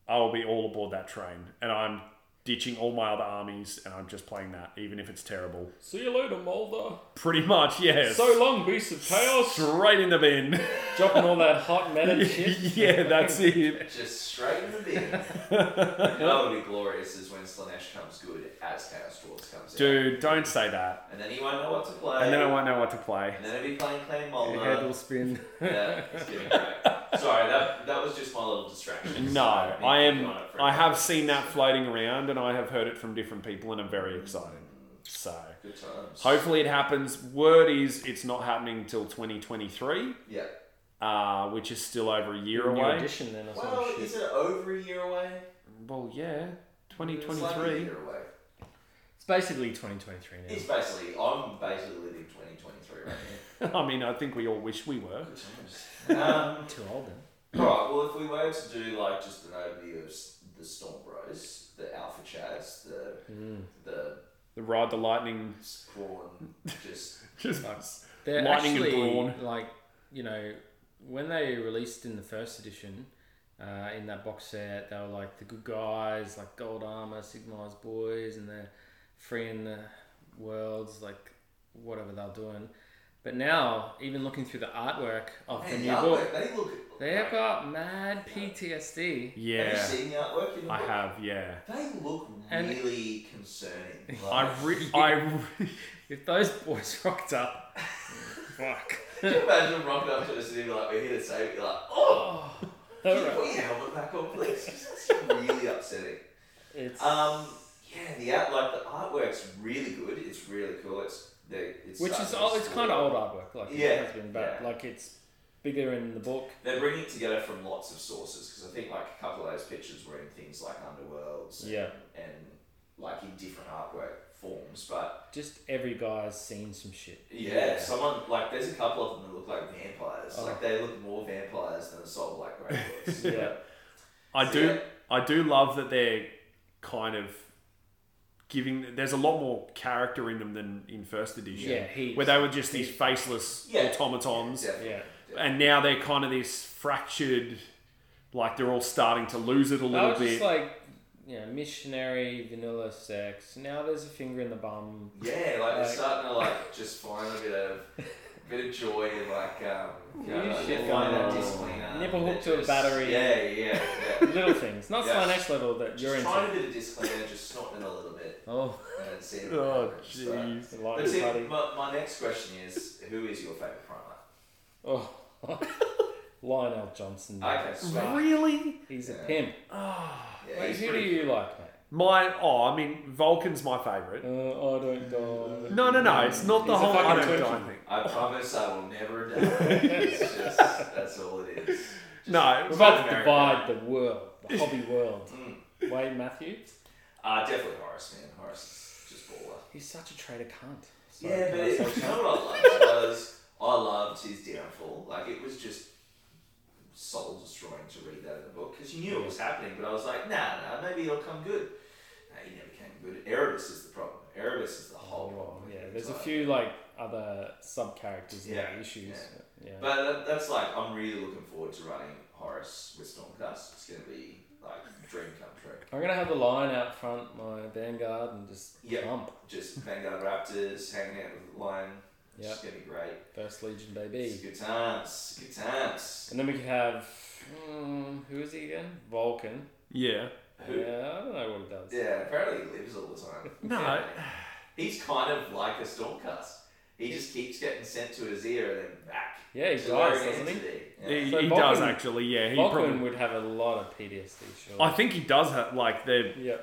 Speaker 1: I will be all aboard that train, and I'm ditching all my other armies, and I'm just playing that, even if it's terrible.
Speaker 3: See you later, Mulder.
Speaker 1: Pretty much, yes.
Speaker 3: So long, Beast of Chaos.
Speaker 1: Straight in the bin.
Speaker 3: Dropping all that hot meta shit.
Speaker 1: yeah, that's it.
Speaker 2: Just straight in the bin. you know what would be glorious is when Slanesh comes good as Chaos Dwarves comes out.
Speaker 1: Dude, don't say that.
Speaker 2: And then he won't know what to play.
Speaker 1: And then I won't know what to play.
Speaker 2: And then he'll be playing Clay Mulder.
Speaker 4: Head will spin.
Speaker 2: Yeah, it's getting great. Sorry, that, that was just my little distraction.
Speaker 1: No,
Speaker 2: Sorry, me
Speaker 1: I am.
Speaker 2: picking on it for a
Speaker 1: I
Speaker 2: couple
Speaker 1: have
Speaker 2: of
Speaker 1: seen that
Speaker 2: minutes.
Speaker 1: floating around, and I have heard it from different people, and I'm very excited. So
Speaker 2: Good times.
Speaker 1: hopefully it happens. Word is it's not happening till 2023,
Speaker 2: Yeah.
Speaker 1: uh, which is still over a year
Speaker 3: New
Speaker 1: away.
Speaker 3: edition then or some
Speaker 2: Well,
Speaker 3: shit.
Speaker 2: is it over a year away?
Speaker 1: Well, yeah,
Speaker 2: It's like a
Speaker 1: 2023.
Speaker 2: year away.
Speaker 4: It's basically 2023 now.
Speaker 2: It's basically, I'm basically living 2023 right
Speaker 1: I mean, I think we all wish we were.
Speaker 2: now. um,
Speaker 4: Too old then.
Speaker 2: Alright, well, if we were to do like just an overview of s- the Storm Bros, the Alpha Chaz, the
Speaker 4: Mm.
Speaker 2: the
Speaker 1: The ride the lightning,
Speaker 2: Spawn, just
Speaker 1: just
Speaker 4: They're
Speaker 1: lightning and
Speaker 4: actually,
Speaker 1: brawn.
Speaker 4: Like, you know, when they released in the first edition, uh, in that box set, they were like the good guys, like gold armor, Sigmar's boys, and they're freeing the worlds, like whatever they're doing. But now, even looking through the artwork of the
Speaker 2: man, the
Speaker 4: new book,
Speaker 2: artwork, they look.
Speaker 4: they've got mad PTSD.
Speaker 2: Have you
Speaker 1: Yeah,
Speaker 2: seen the artwork in the
Speaker 1: I
Speaker 2: book?
Speaker 1: have. Yeah,
Speaker 2: They look
Speaker 4: And-
Speaker 2: really concerning.
Speaker 1: I
Speaker 2: Like,
Speaker 1: re- I. Re-
Speaker 4: If those boys rocked up, fuck.
Speaker 2: can you imagine rocking up to a city like we're here to save you? Like, oh, can you put your helmet back on, please? 'Cause That's really upsetting.
Speaker 4: It's
Speaker 2: Um, yeah, the art, like the artwork's really good. It's really cool. It's the it's
Speaker 4: which
Speaker 2: starting
Speaker 4: is
Speaker 2: to
Speaker 4: old, it's
Speaker 2: explore.
Speaker 4: kind of old artwork, like it
Speaker 2: Yeah,
Speaker 4: has been, but
Speaker 2: yeah.
Speaker 4: like it's bigger in the book.
Speaker 2: They're bringing it together from lots of sources because I think like a couple of those pictures were in things like Underworlds and,
Speaker 4: Yeah.
Speaker 2: and like in different artwork forms. But
Speaker 4: Just every guy's seen some shit.
Speaker 2: yeah, someone like there's a couple of them that look like vampires. Like they look more vampires than the soul like Grey Lords.
Speaker 4: Yeah.
Speaker 1: I
Speaker 2: So,
Speaker 1: do
Speaker 2: yeah.
Speaker 1: I do love that they're kind of giving there's a lot more character in them than in first edition.
Speaker 4: Yeah, heaps.
Speaker 1: Where they were just these faceless
Speaker 2: Yeah.
Speaker 1: automatons.
Speaker 2: Definitely.
Speaker 4: Yeah.
Speaker 1: And now they're kind of this fractured like they're all starting to lose it a
Speaker 4: I
Speaker 1: little
Speaker 4: was
Speaker 1: bit.
Speaker 4: just like, you know, missionary, vanilla sex. Now there's a finger in the bum.
Speaker 2: Yeah, like they're
Speaker 4: Like-
Speaker 2: starting to like just find a bit of bit of joy and like um, you
Speaker 3: You
Speaker 2: know, like
Speaker 3: shit
Speaker 2: find that
Speaker 5: on-
Speaker 2: discipline.
Speaker 3: nipple hook
Speaker 2: that
Speaker 3: to a
Speaker 2: just-
Speaker 3: battery.
Speaker 2: Yeah, yeah, yeah.
Speaker 3: Little things, not
Speaker 2: Yeah.
Speaker 3: yeah. next level that
Speaker 2: just
Speaker 3: you're into.
Speaker 2: trying a bit of discipline and just snotting a little bit
Speaker 3: Oh,
Speaker 2: and seeing what
Speaker 1: Oh,
Speaker 2: happens. So-
Speaker 1: jeez.
Speaker 5: The light
Speaker 2: But see,
Speaker 5: buddy.
Speaker 2: my, my next question is, who is your favourite Primark?
Speaker 5: Oh,
Speaker 4: Oh.
Speaker 3: Lionel Johnson.
Speaker 2: Okay, sweet.
Speaker 1: Really?
Speaker 3: He's
Speaker 2: Yeah.
Speaker 3: a pimp.
Speaker 2: Yeah,
Speaker 5: Wait,
Speaker 2: he's
Speaker 5: who do
Speaker 2: pretty-
Speaker 5: you like, mate?
Speaker 1: My oh, I mean Vulcan's my favorite.
Speaker 4: Oh,
Speaker 3: Uh, I don't die.
Speaker 1: No, no, no. It's not the
Speaker 5: He's a
Speaker 1: whole I
Speaker 5: fucking
Speaker 1: don't die
Speaker 5: twinkie.
Speaker 1: thing.
Speaker 2: I promise I will never die. It's just, that's all it is. Just-
Speaker 1: No,
Speaker 3: We're about to
Speaker 2: America.
Speaker 3: divide the world, the hobby world.
Speaker 2: Mm.
Speaker 3: Wade Matthew,
Speaker 2: Uh, definitely Horace, man. Horace is just baller.
Speaker 3: he's such a traitor cunt. So
Speaker 2: yeah,
Speaker 3: can
Speaker 2: but
Speaker 3: I
Speaker 2: it,
Speaker 3: say
Speaker 2: you know what I loved was I loved his downfall. Like it was just soul destroying to read that in the book because you knew it was happening. But I was like, nah, nah, maybe it'll come good. Nah, he never came good. Erebus is the problem. Erebus is the whole
Speaker 3: Oh,
Speaker 2: problem.
Speaker 3: yeah,
Speaker 2: It's
Speaker 3: there's a
Speaker 2: like-
Speaker 3: few like other sub characters and
Speaker 2: Yeah,
Speaker 3: issues.
Speaker 2: yeah.
Speaker 3: Yeah.
Speaker 2: But that, that's like I'm really looking forward to running Horace with Stormcast. It's gonna be like dream come true.
Speaker 3: I'm gonna have the line out front, my vanguard, and just
Speaker 2: Yeah.
Speaker 3: pump.
Speaker 2: Just Vanguard Raptors hanging out with Lion. It's
Speaker 3: Yeah,
Speaker 2: gonna be great.
Speaker 3: first legion
Speaker 2: It's
Speaker 3: baby.
Speaker 2: good times. Good times.
Speaker 3: And then we could have mm, who is he again? Vulcan.
Speaker 1: Yeah.
Speaker 2: Who?
Speaker 3: Yeah, I don't know what he does.
Speaker 2: Yeah, apparently he lives all the time.
Speaker 1: No.
Speaker 2: He's kind of like a Stormcast. He just keeps getting sent to his ear and then back.
Speaker 3: Yeah, he
Speaker 2: to
Speaker 3: dies,
Speaker 2: where
Speaker 3: doesn't he?
Speaker 2: entity. Yeah.
Speaker 1: He,
Speaker 3: So
Speaker 1: he
Speaker 3: Vulcan-
Speaker 1: does actually. Yeah, he
Speaker 3: Vulcan
Speaker 1: probably.
Speaker 3: would have a lot of PTSD. Surely.
Speaker 1: I think he does have like the
Speaker 3: Yeah.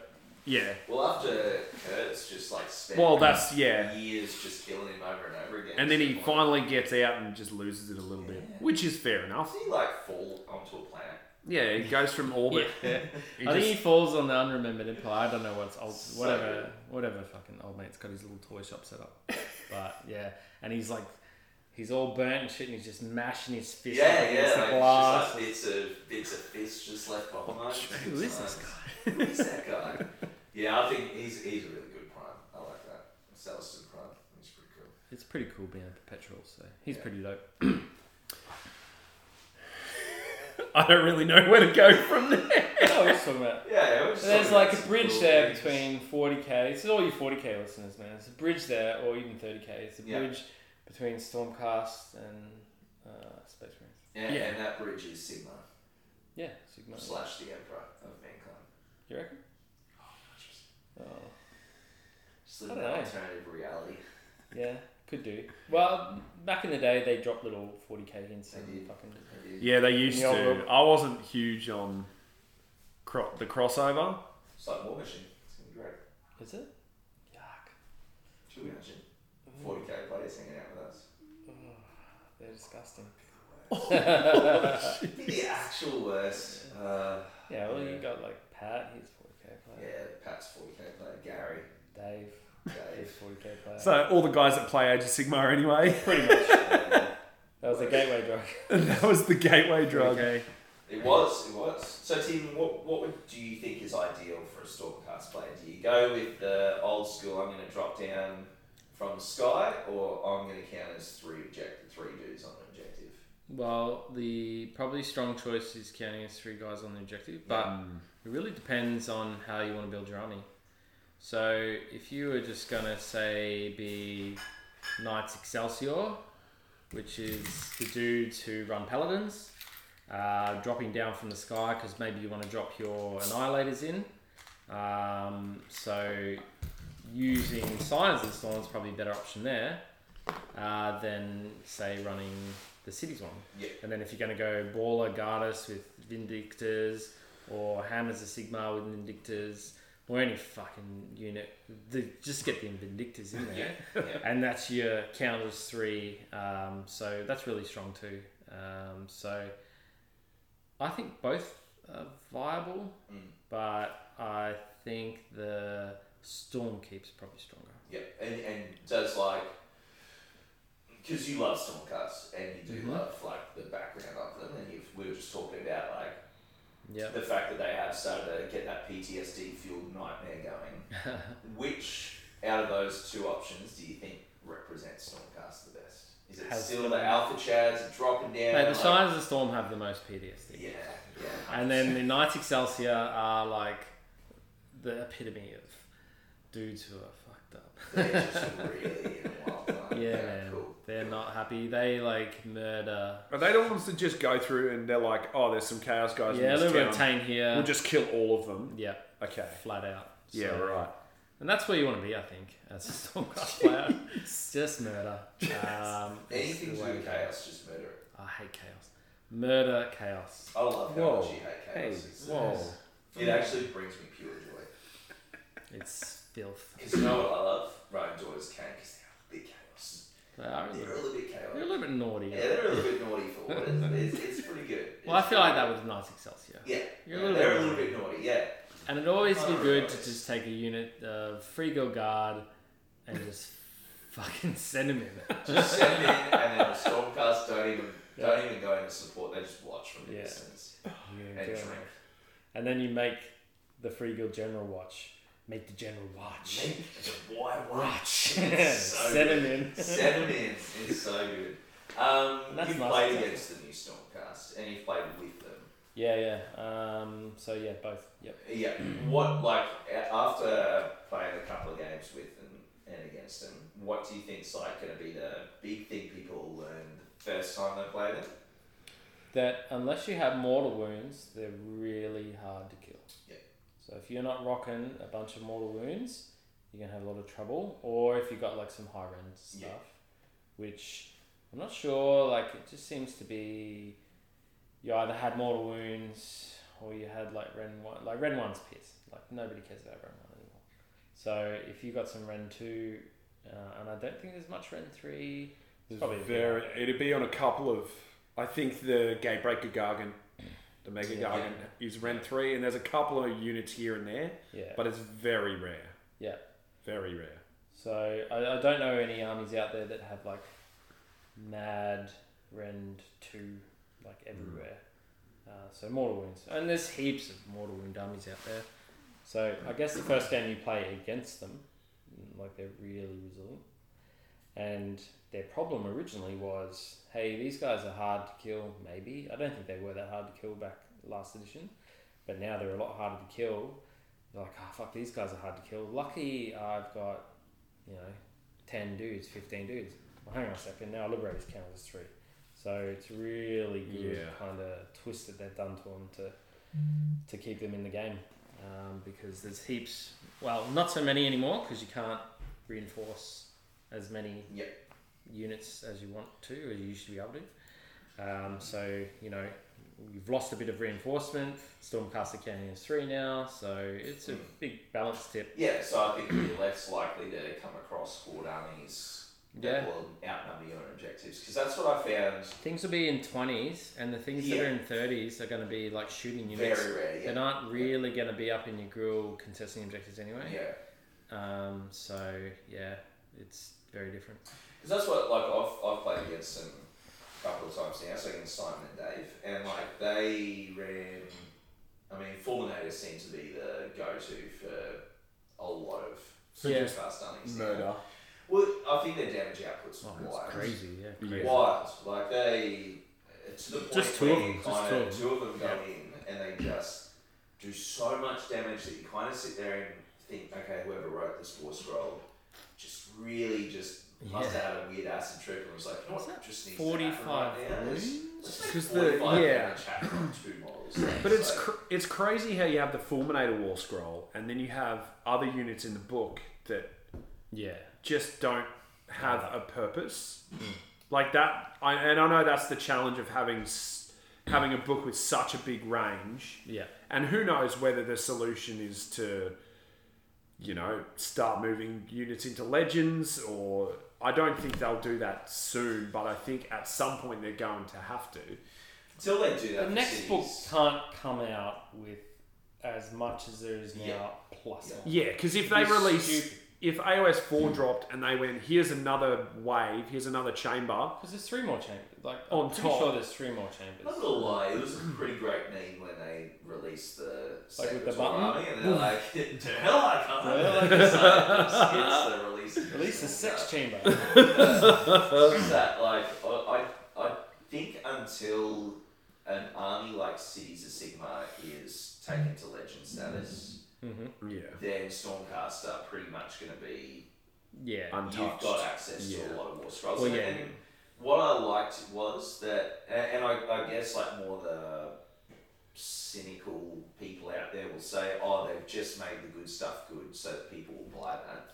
Speaker 1: yeah.
Speaker 2: Well, after Kurt's just like spent
Speaker 1: Well, that's yeah.
Speaker 2: years just killing him over and over again.
Speaker 1: And then he
Speaker 2: Like,
Speaker 1: finally gets out and just loses it a little bit,
Speaker 2: Yeah.
Speaker 1: which is fair enough.
Speaker 2: Does he like fall onto a planet?
Speaker 1: Yeah, he goes from orbit. He
Speaker 3: I
Speaker 1: just-
Speaker 3: think he falls on the unremembered empire. I don't know what's old,
Speaker 2: So
Speaker 3: whatever, whatever. Fucking old mate's got his little toy shop set up, but yeah, and he's like, he's all burnt and shit, and he's just mashing his fist up
Speaker 2: yeah, yeah.
Speaker 3: against
Speaker 2: Like,
Speaker 3: the glass.
Speaker 2: Just like bits of bits of fists just left behind.
Speaker 1: Oh, who is this
Speaker 2: guy? Who is that guy? yeah, I think he's he's a really good prime. I like that. Celestin prime. He's pretty cool.
Speaker 3: It's pretty cool being a perpetual, so he's
Speaker 2: Yeah.
Speaker 3: pretty dope.
Speaker 1: I don't really know where to go from there.
Speaker 3: oh, we're talking about.
Speaker 2: Yeah, it was
Speaker 3: There's
Speaker 2: something
Speaker 3: like a
Speaker 2: that's
Speaker 3: bridge
Speaker 2: cool
Speaker 3: there
Speaker 2: things.
Speaker 3: between 40k. This is all you 40k listeners, man. It's a bridge there, or even 30k. It's a
Speaker 2: Yeah.
Speaker 3: bridge between Stormcast and uh, Space Marines.
Speaker 2: Yeah,
Speaker 1: Yeah.
Speaker 2: and that bridge is Sigma
Speaker 3: Yeah, Sigma.
Speaker 2: slash the Emperor of Mankind.
Speaker 3: You reckon? Oh.
Speaker 2: Just living
Speaker 3: I
Speaker 2: an
Speaker 3: don't know.
Speaker 2: alternative reality.
Speaker 3: Yeah, could do. Well, back in the day, they dropped little 40k hints
Speaker 2: They
Speaker 3: and
Speaker 2: did.
Speaker 3: fucking.
Speaker 1: Yeah, they used
Speaker 3: Yeah,
Speaker 1: to.
Speaker 3: well-
Speaker 1: I wasn't huge on cro- the crossover.
Speaker 2: It's like War Machine. It's gonna be great.
Speaker 3: Is it? Yuck.
Speaker 2: Should we imagine?
Speaker 3: Mm-hmm.
Speaker 2: 40k players hanging out with us.
Speaker 3: They're disgusting.
Speaker 2: It'd be the actual worst. Uh,
Speaker 3: Yeah, well,
Speaker 2: Yeah.
Speaker 3: you got like Pat, he's 40k
Speaker 2: yeah,
Speaker 3: player.
Speaker 2: Pat's 40k player. Gary.
Speaker 3: Dave, he's
Speaker 2: Dave.
Speaker 3: 40k player.
Speaker 1: So all the guys that play Age of Sigmar anyway.
Speaker 3: pretty much.
Speaker 2: uh,
Speaker 3: That was a gateway drug.
Speaker 1: that was the gateway drug.
Speaker 3: Okay.
Speaker 2: It was, it was. So, Tim, what, what would, do you think is ideal for a Stormcast player? Do you go with the old school, I'm going to drop down from the sky, or I'm going to count as three objective, three dudes on an objective?
Speaker 3: Well, the probably strong choice is counting as three guys on the objective, but it really depends on how you want to build your army. So if you were just gonna say be Knights Excelsior, which is the dudes who run paladins, uh, dropping down from the sky because maybe you want to drop your annihilators in. Um, so using Science and Storm is probably a better option there uh, than say running the cities one.
Speaker 2: Yeah.
Speaker 3: And then if you're going to go Baller Gardas with Vindictors or Hammers of Sigma with Vindictors or any fucking unit, the, just get the Vindictors in there.
Speaker 2: yeah.
Speaker 3: And that's your counters three. Um, so that's really strong too. Um, so I think both are viable,
Speaker 2: Mm.
Speaker 3: but I think the Storm keeps probably stronger.
Speaker 2: Yeah, and and does like because you love Stormcast and you do
Speaker 3: Mhm.
Speaker 2: love like the background of them, and you've, we were just talking about like
Speaker 3: Yeah.
Speaker 2: the fact that they have started to get that PTSD fueled nightmare going. Which out of those two options do you think represents Stormcast the best? Is it
Speaker 3: Has-
Speaker 2: still the Alpha Chads and dropping down?
Speaker 3: Mate, the
Speaker 2: like-
Speaker 3: Shines of the Storm have the most PTSD.
Speaker 2: Yeah, yeah.
Speaker 3: And then the Knights Excelsior are like the epitome of dudes who are fucked up.
Speaker 2: They're just really in a wild card.
Speaker 3: Yeah, man.
Speaker 2: Cool.
Speaker 3: They're not happy. They like murder.
Speaker 1: Are they the ones that just go through and they're like, oh, there's some chaos guys
Speaker 3: Yeah, a
Speaker 1: in this
Speaker 3: little bit
Speaker 1: town.
Speaker 3: of tame here.
Speaker 1: We'll just kill all of them.
Speaker 3: yeah,
Speaker 1: Okay.
Speaker 3: flat out.
Speaker 1: Yeah,
Speaker 3: So-
Speaker 1: right.
Speaker 3: And that's where you want to be, I think, as a Stormcast player. Just murder. Um, it's the
Speaker 2: Anything to do
Speaker 3: way
Speaker 2: with
Speaker 3: to go.
Speaker 2: chaos, just murder it.
Speaker 3: I hate chaos. Murder, chaos.
Speaker 2: I love how
Speaker 1: Whoa.
Speaker 2: much you hate
Speaker 1: Hey,
Speaker 2: chaos. It's-
Speaker 1: whoa.
Speaker 2: It actually brings me pure joy.
Speaker 3: It's filth.
Speaker 2: Because you know what I love? Ryan Joy's can because they're a bit chaos.
Speaker 3: They are a
Speaker 2: They're a
Speaker 3: little,
Speaker 2: little bit
Speaker 3: they're a
Speaker 2: chaotic.
Speaker 3: little bit naughty.
Speaker 2: Yeah, they're a little bit naughty for what it is. It's, it's pretty good.
Speaker 3: Well, I
Speaker 2: It's
Speaker 3: feel like
Speaker 2: pretty-
Speaker 3: that with Nice Excelsior.
Speaker 2: Yeah,
Speaker 3: You're a
Speaker 2: yeah,
Speaker 3: little
Speaker 2: they're
Speaker 3: bit
Speaker 2: a little bit naughty. Yeah,
Speaker 3: And it'd always be
Speaker 2: Oh,
Speaker 3: good
Speaker 2: nice.
Speaker 3: to just take a unit of Free Girl Guard and just fucking send him in.
Speaker 2: just send in, and then the stormcast don't even don't even go into support. They just watch from a
Speaker 3: Yeah.
Speaker 2: distance
Speaker 3: Yeah,
Speaker 2: and
Speaker 3: go on.
Speaker 2: drink.
Speaker 3: And then you make the Free Girl General watch. Make the General watch.
Speaker 2: Mate, Why watch? It's so
Speaker 3: Send
Speaker 2: good.
Speaker 3: him in.
Speaker 2: Seven in. It's so good. Um,
Speaker 3: That's
Speaker 2: you've
Speaker 3: nice,
Speaker 2: played
Speaker 3: isn't it?
Speaker 2: against the new Stormcast, and you've played with them.
Speaker 3: Yeah, yeah. Um, so yeah, both. Yep.
Speaker 2: Yeah. What like a- after playing a couple of games with and, and against them, what do you think's like going to be the big thing people learn the first time they play them?
Speaker 3: That unless you have mortal wounds, they're really hard to kill.
Speaker 2: Yeah.
Speaker 3: So if you're not rocking a bunch of mortal wounds, you're gonna have a lot of trouble. Or if you got like some high end stuff,
Speaker 2: Yeah.
Speaker 3: which I'm not sure. Like it just seems to be, you either had mortal wounds or you had like ren one. Like ren one's piss. Like nobody cares about ren one anymore. So if you got some ren two, uh, and I don't think there's much ren three. There's probably a few.
Speaker 1: Very, it'd be on a couple of. I think the Gatebreaker Gargan, the Mega
Speaker 3: Yeah.
Speaker 1: Gargan, is Ren 3, and there's a couple of units here and there,
Speaker 3: Yeah.
Speaker 1: but it's very rare.
Speaker 3: Yeah.
Speaker 1: Very rare.
Speaker 3: So I, I don't know any armies out there that have like mad rend two like everywhere. Uh, so mortal wounds, and there's heaps of mortal wound armies out there. So I guess the first game you play against them, like they're really resilient, and their problem originally was, hey, these guys are hard to kill. Maybe I don't think they were that hard to kill back last edition, but now they're a lot harder to kill. They're like, ah, fuck, these guys are hard to kill. Lucky I've got you know, 10 dudes, 15 dudes. Well, hang on a second, now Liberators count as three. So it's really good
Speaker 1: Yeah.
Speaker 3: kind of twist that they've done to them to, to keep them in the game um, because there's heaps, well, not so many anymore because you can't reinforce as many
Speaker 2: Yep.
Speaker 3: units as you want to, or you used to be able to. Um, so, you know, you've lost a bit of reinforcement. Stormcaster Canyon is three now, so it's a
Speaker 2: Hmm.
Speaker 3: big balance tip.
Speaker 2: Yeah, so I think you're less likely to come across horde armies
Speaker 3: Yeah.
Speaker 2: that will outnumber your objectives because that's what I found
Speaker 3: Things will be in twenties, and the things
Speaker 2: Yeah.
Speaker 3: that are in thirties are going to be like shooting units.
Speaker 2: very rare.
Speaker 3: They're
Speaker 2: Yeah,
Speaker 3: not really going to be up in your grill contesting objectives anyway.
Speaker 2: yeah,
Speaker 3: Um, so yeah, it's very different.
Speaker 2: because that's what like I've, I've played against them a couple of times now, so against Simon and Dave, and like they ran. I mean, Fulminator seems to be the go-to for a lot of
Speaker 1: So
Speaker 3: Yeah.
Speaker 1: just
Speaker 2: fast dummies. now.
Speaker 1: murder.
Speaker 2: Well, I think their damage outputs
Speaker 3: Oh,
Speaker 2: were
Speaker 3: it's
Speaker 2: wild.
Speaker 3: crazy. Yeah.
Speaker 1: Yeah.
Speaker 2: Wild. Like they, to the point
Speaker 3: Just two
Speaker 2: where
Speaker 3: of
Speaker 2: you
Speaker 3: them,
Speaker 2: kind
Speaker 3: just two
Speaker 2: of
Speaker 3: of them.
Speaker 2: two of them go in and they just do so much damage that you kind of sit there and think, okay, whoever wrote this war scroll just really just must
Speaker 3: Yeah.
Speaker 2: have had a weird acid trip and was like, you know
Speaker 3: What's
Speaker 2: what,
Speaker 3: that?
Speaker 2: just needs to
Speaker 3: Forty-five.
Speaker 2: happen right now. Let's- let's make
Speaker 1: 'Cause the-
Speaker 2: 45
Speaker 1: yeah.
Speaker 2: damage happen on two models.
Speaker 1: But it's
Speaker 2: So-
Speaker 1: cr- it's crazy how you have the Fulminator War Scroll, and then you have other units in the book that
Speaker 3: Yeah.
Speaker 1: just don't have a purpose like that. I, and I know that's the challenge of having s- having a book with such a big range.
Speaker 3: Yeah.
Speaker 1: And who knows whether the solution is to, you know, start moving units into legends or. I don't think they'll do that soon, but I think at some point they're going to have to.
Speaker 2: until they do that,
Speaker 3: The
Speaker 2: for
Speaker 3: next book
Speaker 2: cities,
Speaker 3: can't come out with as much as there is now
Speaker 2: Yeah.
Speaker 3: plus.
Speaker 2: Yeah.
Speaker 3: one.
Speaker 1: Yeah, because if they
Speaker 3: It'd be
Speaker 1: release.
Speaker 3: stupid.
Speaker 1: If AOS 4 dropped and they went, here's another wave, here's another chamber,
Speaker 3: Because there's three more chambers. Like
Speaker 1: On
Speaker 3: I'm pretty
Speaker 1: top.
Speaker 3: sure there's three more
Speaker 2: I'm not
Speaker 3: chambers.
Speaker 2: gonna lie, it was a pretty great name when they released the
Speaker 3: Like with the
Speaker 2: Secretary
Speaker 3: button?
Speaker 2: Army, and they're like, to hell I can't.
Speaker 3: Yeah, like
Speaker 2: And it's like, it's the release.
Speaker 3: At least the sex chamber.
Speaker 2: It's that like I, I I think until an army like Cities of Sigma is taken to legend status,
Speaker 3: mm-hmm.
Speaker 1: yeah.
Speaker 2: then Stormcast are pretty much going to be
Speaker 4: yeah,
Speaker 2: you've
Speaker 1: untouched.
Speaker 2: got access to
Speaker 4: Yeah.
Speaker 2: a lot of more scrolls.
Speaker 4: Well,
Speaker 2: And-
Speaker 4: yeah.
Speaker 2: And what I liked was that, a- and I, I guess like more the cynical people out there will say, oh, they've just made the good stuff good, so that people will buy that,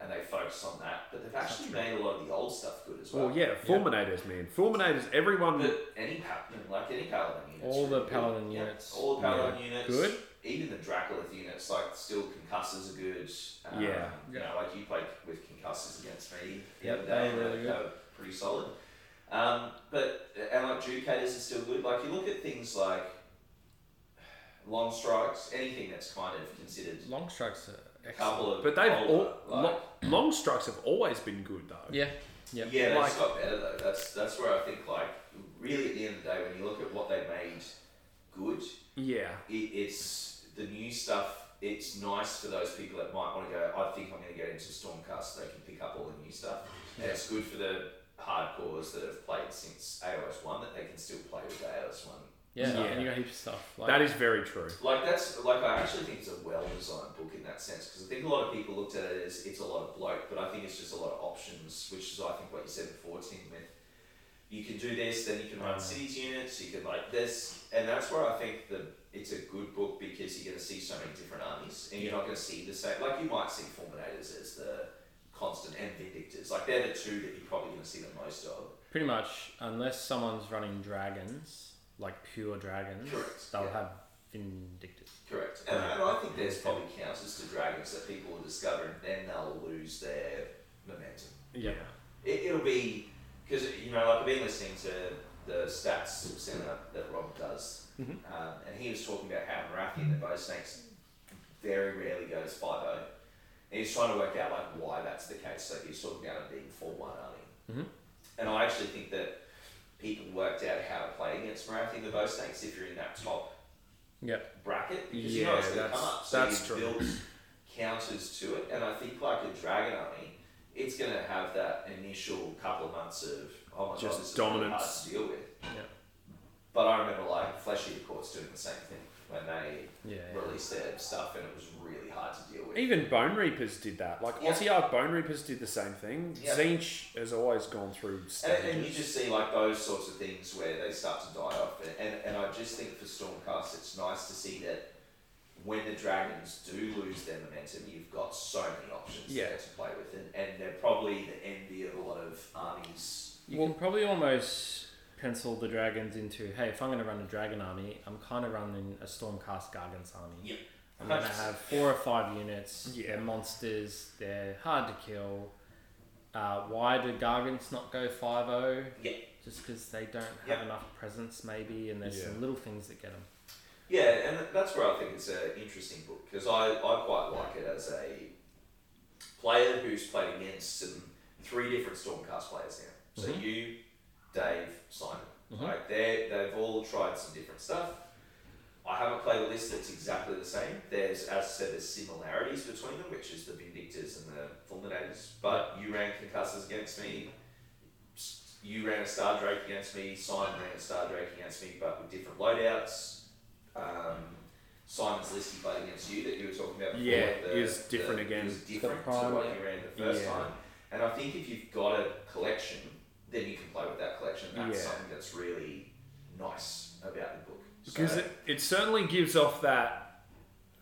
Speaker 2: and they focus on that. But they've actually made a lot of the old stuff good as well.
Speaker 1: Well, yeah, Fulminators, man. Fulminators, everyone.
Speaker 2: But any paladin, like any paladin units,
Speaker 4: All the
Speaker 2: really good.
Speaker 4: paladin
Speaker 2: Yeah,
Speaker 4: units.
Speaker 2: all the paladin units,
Speaker 4: Good.
Speaker 2: Even the Dracolith units, like still concussors are good. Um,
Speaker 1: Yeah.
Speaker 2: you know, like you played with concussors against me the
Speaker 4: Yep,
Speaker 2: other
Speaker 4: they
Speaker 2: day,
Speaker 4: were
Speaker 2: and
Speaker 4: really
Speaker 2: they-
Speaker 4: good.
Speaker 2: they were pretty solid. Um, but and like Judicators are still good. Like you look at things like long strikes, anything that's kind of considered
Speaker 4: long strikes are
Speaker 2: a
Speaker 4: excellent.
Speaker 2: couple of
Speaker 1: But they've all.
Speaker 2: older, like,
Speaker 1: lo- long strikes have always been good, though.
Speaker 4: Yeah, yeah,
Speaker 2: Yeah, they
Speaker 1: Like-
Speaker 2: just got better though. That's that's where I think like really at the end of the day when you look at what they made good,
Speaker 1: Yeah.
Speaker 2: it, it's the new stuff. It's nice for those people that might want to go. I think I'm going to get into Stormcast. So they can pick up all the new stuff, and it's good for the hardcores that have played since AOS one that they can still play with the AOS one.
Speaker 4: yeah.
Speaker 1: Yeah.
Speaker 4: And you got heaps of stuff. Like,
Speaker 1: That is very true.
Speaker 2: Like that's like I actually think it's a well designed book in that sense because I think a lot of people looked at it as it's a lot of bloke, but I think it's just a lot of options, which is I think what you said before, Tim. With you can do this, then you can run cities units, you can like this, and that's where I think the it's a good book because you're going to see so many different armies, and you're not going to see the same. Like you might see Fulminators as the constant and Vindictors, like they're the two that you're probably going to see the most of.
Speaker 4: pretty much unless someone's running dragons, like pure dragons,
Speaker 2: Correct,
Speaker 4: they'll
Speaker 2: yeah.
Speaker 4: have vindictors.
Speaker 2: Correct. And, and I think there's probably counters to dragons that people will discover, and then they'll lose their momentum.
Speaker 1: Yeah.
Speaker 2: It, it'll be because you know, like I've been listening to the stats center that Rob does,
Speaker 1: Mm-hmm.
Speaker 2: um, and he was talking about how Marathian, the bow snakes, very rarely goes five zero. And he's trying to work out like why that's the case. So he's talking about it being four one army,
Speaker 1: Mm-hmm.
Speaker 4: Mhm.
Speaker 2: and I actually think that people worked out how to play against Marathian, the bow snakes, if you're in that top
Speaker 4: Yep.
Speaker 2: bracket because you know
Speaker 1: Yeah,
Speaker 2: it's going to
Speaker 1: that's-
Speaker 2: come up. So
Speaker 1: that's
Speaker 2: you
Speaker 1: true.
Speaker 2: build counters to it, and I think like a dragon army, it's going to have that initial couple of months of oh my
Speaker 1: Just
Speaker 2: god, this is really hard
Speaker 1: dominance.
Speaker 2: to deal with.
Speaker 4: Yeah.
Speaker 2: But I remember like Flesh Eater Court's doing the same thing when they
Speaker 4: Yeah.
Speaker 2: released their stuff, and it was really hard to deal with.
Speaker 1: Even Bone Reapers did that. Like
Speaker 2: Yeah.
Speaker 1: Aussie Art Bone Reapers did the same thing.
Speaker 2: Yeah.
Speaker 1: Zinch has always gone through stages.
Speaker 2: And, and you just see like those sorts of things where they start to die off, and, and, and I just think for Stormcast, it's nice to see that when the dragons do lose their momentum, you've got so many options
Speaker 1: Yeah.
Speaker 2: there to play with, and, and they're probably the envy of a lot of armies.
Speaker 4: You can probably almost pencil the dragons into hey, if I'm going to run a dragon army, I'm kind of running a stormcast gargants army.
Speaker 2: Yep.
Speaker 4: I'm going to have four or five units.
Speaker 1: Yeah.
Speaker 4: They're monsters. They're hard to kill. Uh, why do gargants not go 5-0?
Speaker 2: Yeah.
Speaker 4: Just because they don't have
Speaker 2: Yeah.
Speaker 4: enough presence, maybe, and there's
Speaker 1: Yeah.
Speaker 4: some little things that get them.
Speaker 2: Yeah, and that's where I think it's an interesting book because I, I quite like it as a player who's played against some three different Stormcast players now. So you, Dave, Simon, right? They they've all tried some different stuff. I haven't played a list that's exactly the same. There's, as I said, there's similarities between them, which is the Vindictors and the Fulminators. But you ran Concussors against me. s- You ran a Star Drake against me. Simon ran a Star Drake against me, but with different loadouts um, Simon's list he played against you that you were talking about before.
Speaker 1: Yeah,
Speaker 2: the,
Speaker 1: he was different
Speaker 2: the,
Speaker 1: again.
Speaker 2: He was different
Speaker 4: The
Speaker 2: to
Speaker 4: prime,
Speaker 2: what
Speaker 4: yeah.
Speaker 2: you ran the first
Speaker 1: Yeah.
Speaker 2: time. And I think if you've got a collection, then you can play with that collection. That's
Speaker 1: Yeah.
Speaker 2: something that's really nice about the book. So-
Speaker 1: Because it, it certainly gives off that,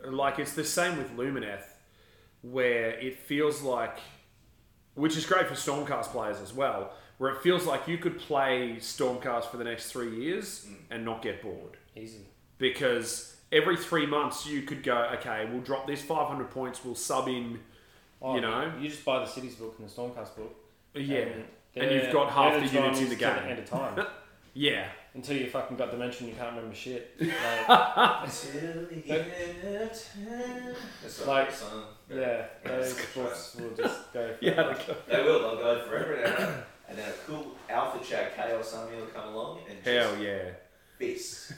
Speaker 1: like, it's the same with Lumineth, where it feels like, which is great for Stormcast players as well, where it feels like you could play Stormcast for the next three years
Speaker 2: Mm.
Speaker 1: and not get bored.
Speaker 4: Easy.
Speaker 1: Because every three months you could go, okay, we'll drop this 500 points, we'll sub in,
Speaker 3: Oh,
Speaker 1: you know?
Speaker 3: you just buy the cities book and the Stormcast book.
Speaker 1: Yeah.
Speaker 3: and,
Speaker 1: And you've
Speaker 3: they're-
Speaker 1: got half
Speaker 3: they're
Speaker 1: the units in
Speaker 3: Chinese
Speaker 1: the
Speaker 3: to
Speaker 1: game.
Speaker 3: end of time
Speaker 1: Yeah.
Speaker 3: until you fucking got dimension. You can't remember shit. Like,
Speaker 2: Till the end of time. That's
Speaker 3: Like-
Speaker 2: like, song.
Speaker 3: yeah, those books will just go. For
Speaker 1: Yeah. like-
Speaker 2: They will, they'll go forever and ever. And then a cool Alpha Chad Chaos Army will come along and just
Speaker 1: Hell yeah.
Speaker 2: fist.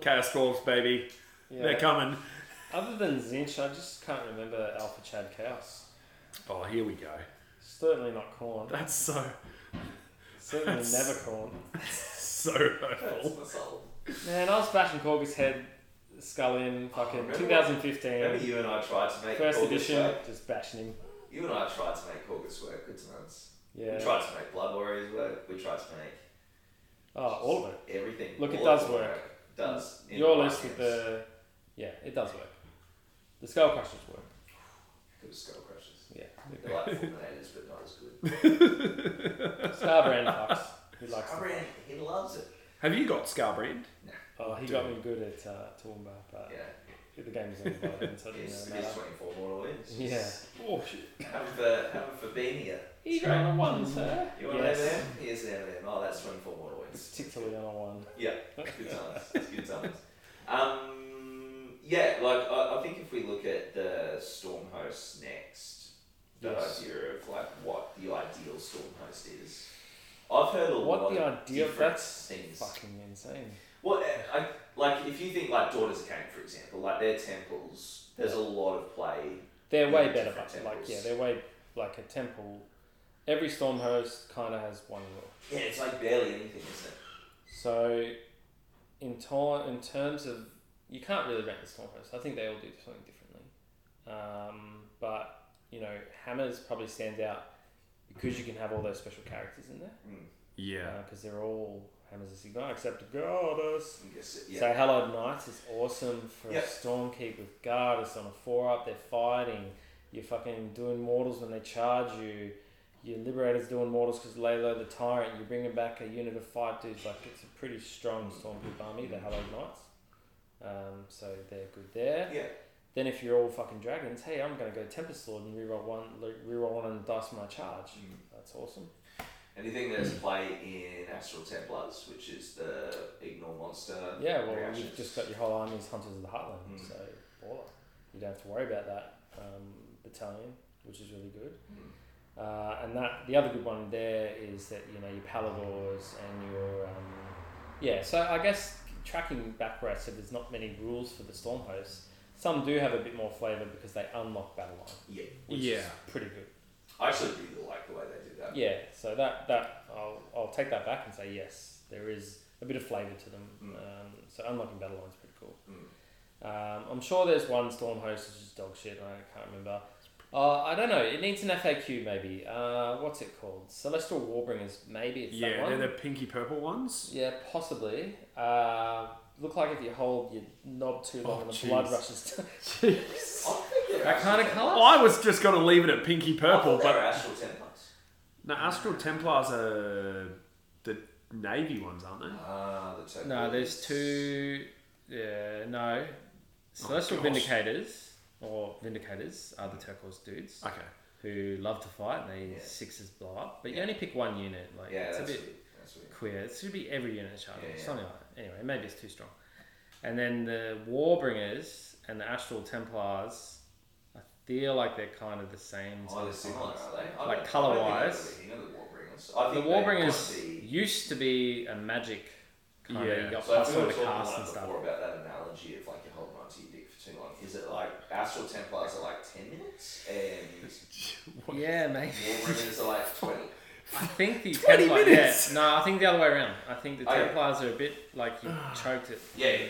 Speaker 1: Chaos Dwarfs, baby.
Speaker 3: yeah.
Speaker 1: They're coming.
Speaker 3: Other than Zinch, I just can't remember Alpha Chad Chaos.
Speaker 1: Oh, here we go.
Speaker 3: Certainly not corn.
Speaker 1: That's so,
Speaker 3: Certainly
Speaker 1: That's-
Speaker 3: never corn.
Speaker 1: so
Speaker 2: That's
Speaker 1: hurtful.
Speaker 2: my soul.
Speaker 3: Man, I was bashing Corgis head, skull in,
Speaker 2: Oh,
Speaker 3: fucking
Speaker 2: remember- Remember
Speaker 3: 2015.
Speaker 2: you and I tried to make
Speaker 3: First
Speaker 2: all this
Speaker 3: edition,
Speaker 2: work?
Speaker 3: just bashing him.
Speaker 2: You and I tried to make August work. Good times. We
Speaker 3: Yeah.
Speaker 2: tried to make Blood Warriors work. We tried to make
Speaker 3: Oh, all of it.
Speaker 2: everything.
Speaker 3: Look, it
Speaker 2: all
Speaker 3: does
Speaker 2: of
Speaker 3: work.
Speaker 2: It does. in
Speaker 3: Your
Speaker 2: my
Speaker 3: list with
Speaker 2: hands.
Speaker 3: the. Yeah, it does work. The Skull Crushers work.
Speaker 2: Good skull crushes.
Speaker 3: Yeah.
Speaker 2: They're like fulminators, but not as good.
Speaker 3: Starbrand fucks. He likes it.
Speaker 2: Scarbrand, Oh, he loves it.
Speaker 1: Have you got Scarbrand?
Speaker 3: Oh, he got me good at uh, Toowoomba, but
Speaker 2: Yeah.
Speaker 3: the game was over by then, so it
Speaker 2: His,
Speaker 3: didn't really
Speaker 2: his
Speaker 3: matter.
Speaker 2: 24 mortal wins.
Speaker 3: Yeah.
Speaker 1: Oh shit!
Speaker 2: Have him for, have him for being here.
Speaker 3: He's on a one, sir.
Speaker 2: You want
Speaker 3: Yes.
Speaker 2: an M&M? Here's an M&M. Oh, that's 24 mortal wins.
Speaker 3: Particularly on a one.
Speaker 2: Yeah, good times. It's good times. Um, yeah, like I, I think if we look at the storm host next, that
Speaker 3: Yes.
Speaker 2: idea of like what the ideal storm host is. I've heard a
Speaker 3: What
Speaker 2: lot
Speaker 3: the
Speaker 2: of
Speaker 3: ideal-
Speaker 2: different
Speaker 3: that's
Speaker 2: things.
Speaker 3: Fucking insane.
Speaker 2: Well, eh, I, I- like if you think like Daughters of Cain, for example, like their temples, there's a lot of play.
Speaker 3: They're
Speaker 2: Yeah,
Speaker 3: way better,
Speaker 2: different
Speaker 3: but like,
Speaker 2: temples.
Speaker 3: yeah, they're way like a temple. Every storm host kind of has one rule.
Speaker 2: Yeah, it's like barely anything, isn't it?
Speaker 3: So, in tor- in terms of you can't really rank the storm hosts. I think they all do something differently. Um, but you know, hammers probably stands out because you can have all those special characters in there
Speaker 1: Yeah.
Speaker 3: because they're all hammers of Sigma except a goddess.
Speaker 2: I guess it, yeah.
Speaker 3: So Hallowed Knights is awesome for
Speaker 2: Yeah.
Speaker 3: a storm keep with Gardas on a four up. They're fighting. You're fucking doing mortals when they charge you. Your Liberator's doing mortals because Lalo the Tyrant. You're bringing back a unit of five dudes. Like it's a pretty strong storm keep army. The Hallowed Knights. Um, so they're good there.
Speaker 2: yeah.
Speaker 3: Then if you're all fucking dragons, hey, I'm gonna go Tempest Lord and reroll one, reroll one and dice my charge.
Speaker 2: Mm.
Speaker 3: That's awesome.
Speaker 2: Anything that's play in Astral Templars, which is the ignore monster.
Speaker 3: Yeah, well,
Speaker 2: reactions.
Speaker 3: you've just got your whole army as Hunters of the Heartland,
Speaker 2: Mm.
Speaker 3: so baller. You don't have to worry about that um, battalion, which is really good.
Speaker 2: Mm.
Speaker 3: Uh, and that the other good one there is that you know your Paladors and your um, yeah. So I guess tracking back where I said there's not many rules for the Storm Hosts. Some do have a bit more flavour because they unlock battle line,
Speaker 2: Yeah,
Speaker 3: which is
Speaker 1: Yeah.
Speaker 3: pretty good.
Speaker 2: I actually really like the way they did that.
Speaker 3: Yeah, so that that I'll, I'll take that back and say yes, there is a bit of flavour to them.
Speaker 2: Mm.
Speaker 3: Um, so unlocking battle lines pretty cool.
Speaker 1: Mm.
Speaker 3: Um, I'm sure there's one storm host that's just dog shit. and I can't remember. Uh, I don't know. It needs an FAQ maybe. Uh, what's it called? Celestial Warbringers. Maybe it's that
Speaker 1: Yeah,
Speaker 3: one.
Speaker 1: they're the pinky purple ones.
Speaker 3: Yeah, possibly. Uh, look like if you hold your knob too long
Speaker 1: Oh,
Speaker 3: and the
Speaker 1: jeez.
Speaker 3: blood rushes. To-
Speaker 1: Jeez.
Speaker 2: I think they're
Speaker 3: that
Speaker 2: Astral
Speaker 3: kind of
Speaker 2: Templars.
Speaker 3: colour.
Speaker 1: I was just gonna leave it at pinky purple,
Speaker 2: I thought they were
Speaker 1: but
Speaker 2: Astral Templars.
Speaker 1: no, Astral Templars are the navy ones, aren't they?
Speaker 2: Ah, the Templars.
Speaker 4: No, there's two. Yeah, no. Celestial
Speaker 2: Oh,
Speaker 1: gosh.
Speaker 4: Vindicators or Vindicators are the turquoise dudes
Speaker 1: Okay.
Speaker 4: who love to fight. and They
Speaker 2: Yeah.
Speaker 4: sixes blow up, but you
Speaker 2: Yeah.
Speaker 4: only pick one unit. Like
Speaker 2: Yeah,
Speaker 4: it's a
Speaker 2: that's
Speaker 4: bit
Speaker 2: weird. That's weird.
Speaker 4: queer. It should be every unit charter,
Speaker 2: Yeah, yeah.
Speaker 4: something like that. Anyway, maybe it's too strong. And then the Warbringers and the Astral Templars, I feel like they're kind of the same.
Speaker 2: Oh,
Speaker 4: sort
Speaker 2: they're
Speaker 4: of
Speaker 2: similar, are
Speaker 4: things.
Speaker 2: they? I
Speaker 4: Like
Speaker 2: don't-
Speaker 4: colour-wise.
Speaker 2: I don't think I've ever been into the Warbringers. I
Speaker 4: The
Speaker 2: think they might
Speaker 4: Warbringers
Speaker 2: be-
Speaker 4: used to be a magic kind
Speaker 1: Yeah.
Speaker 4: of. You got
Speaker 2: So
Speaker 4: plus
Speaker 2: if we
Speaker 4: on
Speaker 2: were
Speaker 4: the
Speaker 2: talking
Speaker 4: cast
Speaker 2: like
Speaker 4: and stuff.
Speaker 2: before about that analogy of like you hold on to your dick for too long, is it like Astral Templars are like ten minutes and
Speaker 4: Yeah, maybe.
Speaker 2: Warbringers are like twenty?
Speaker 4: I think the
Speaker 1: 20
Speaker 4: Templar-
Speaker 1: minutes!
Speaker 4: Yeah, no, I think the other way around. I think the
Speaker 2: Oh, yeah.
Speaker 4: Templars are a bit like you choked it.
Speaker 2: Yeah, yeah, yeah.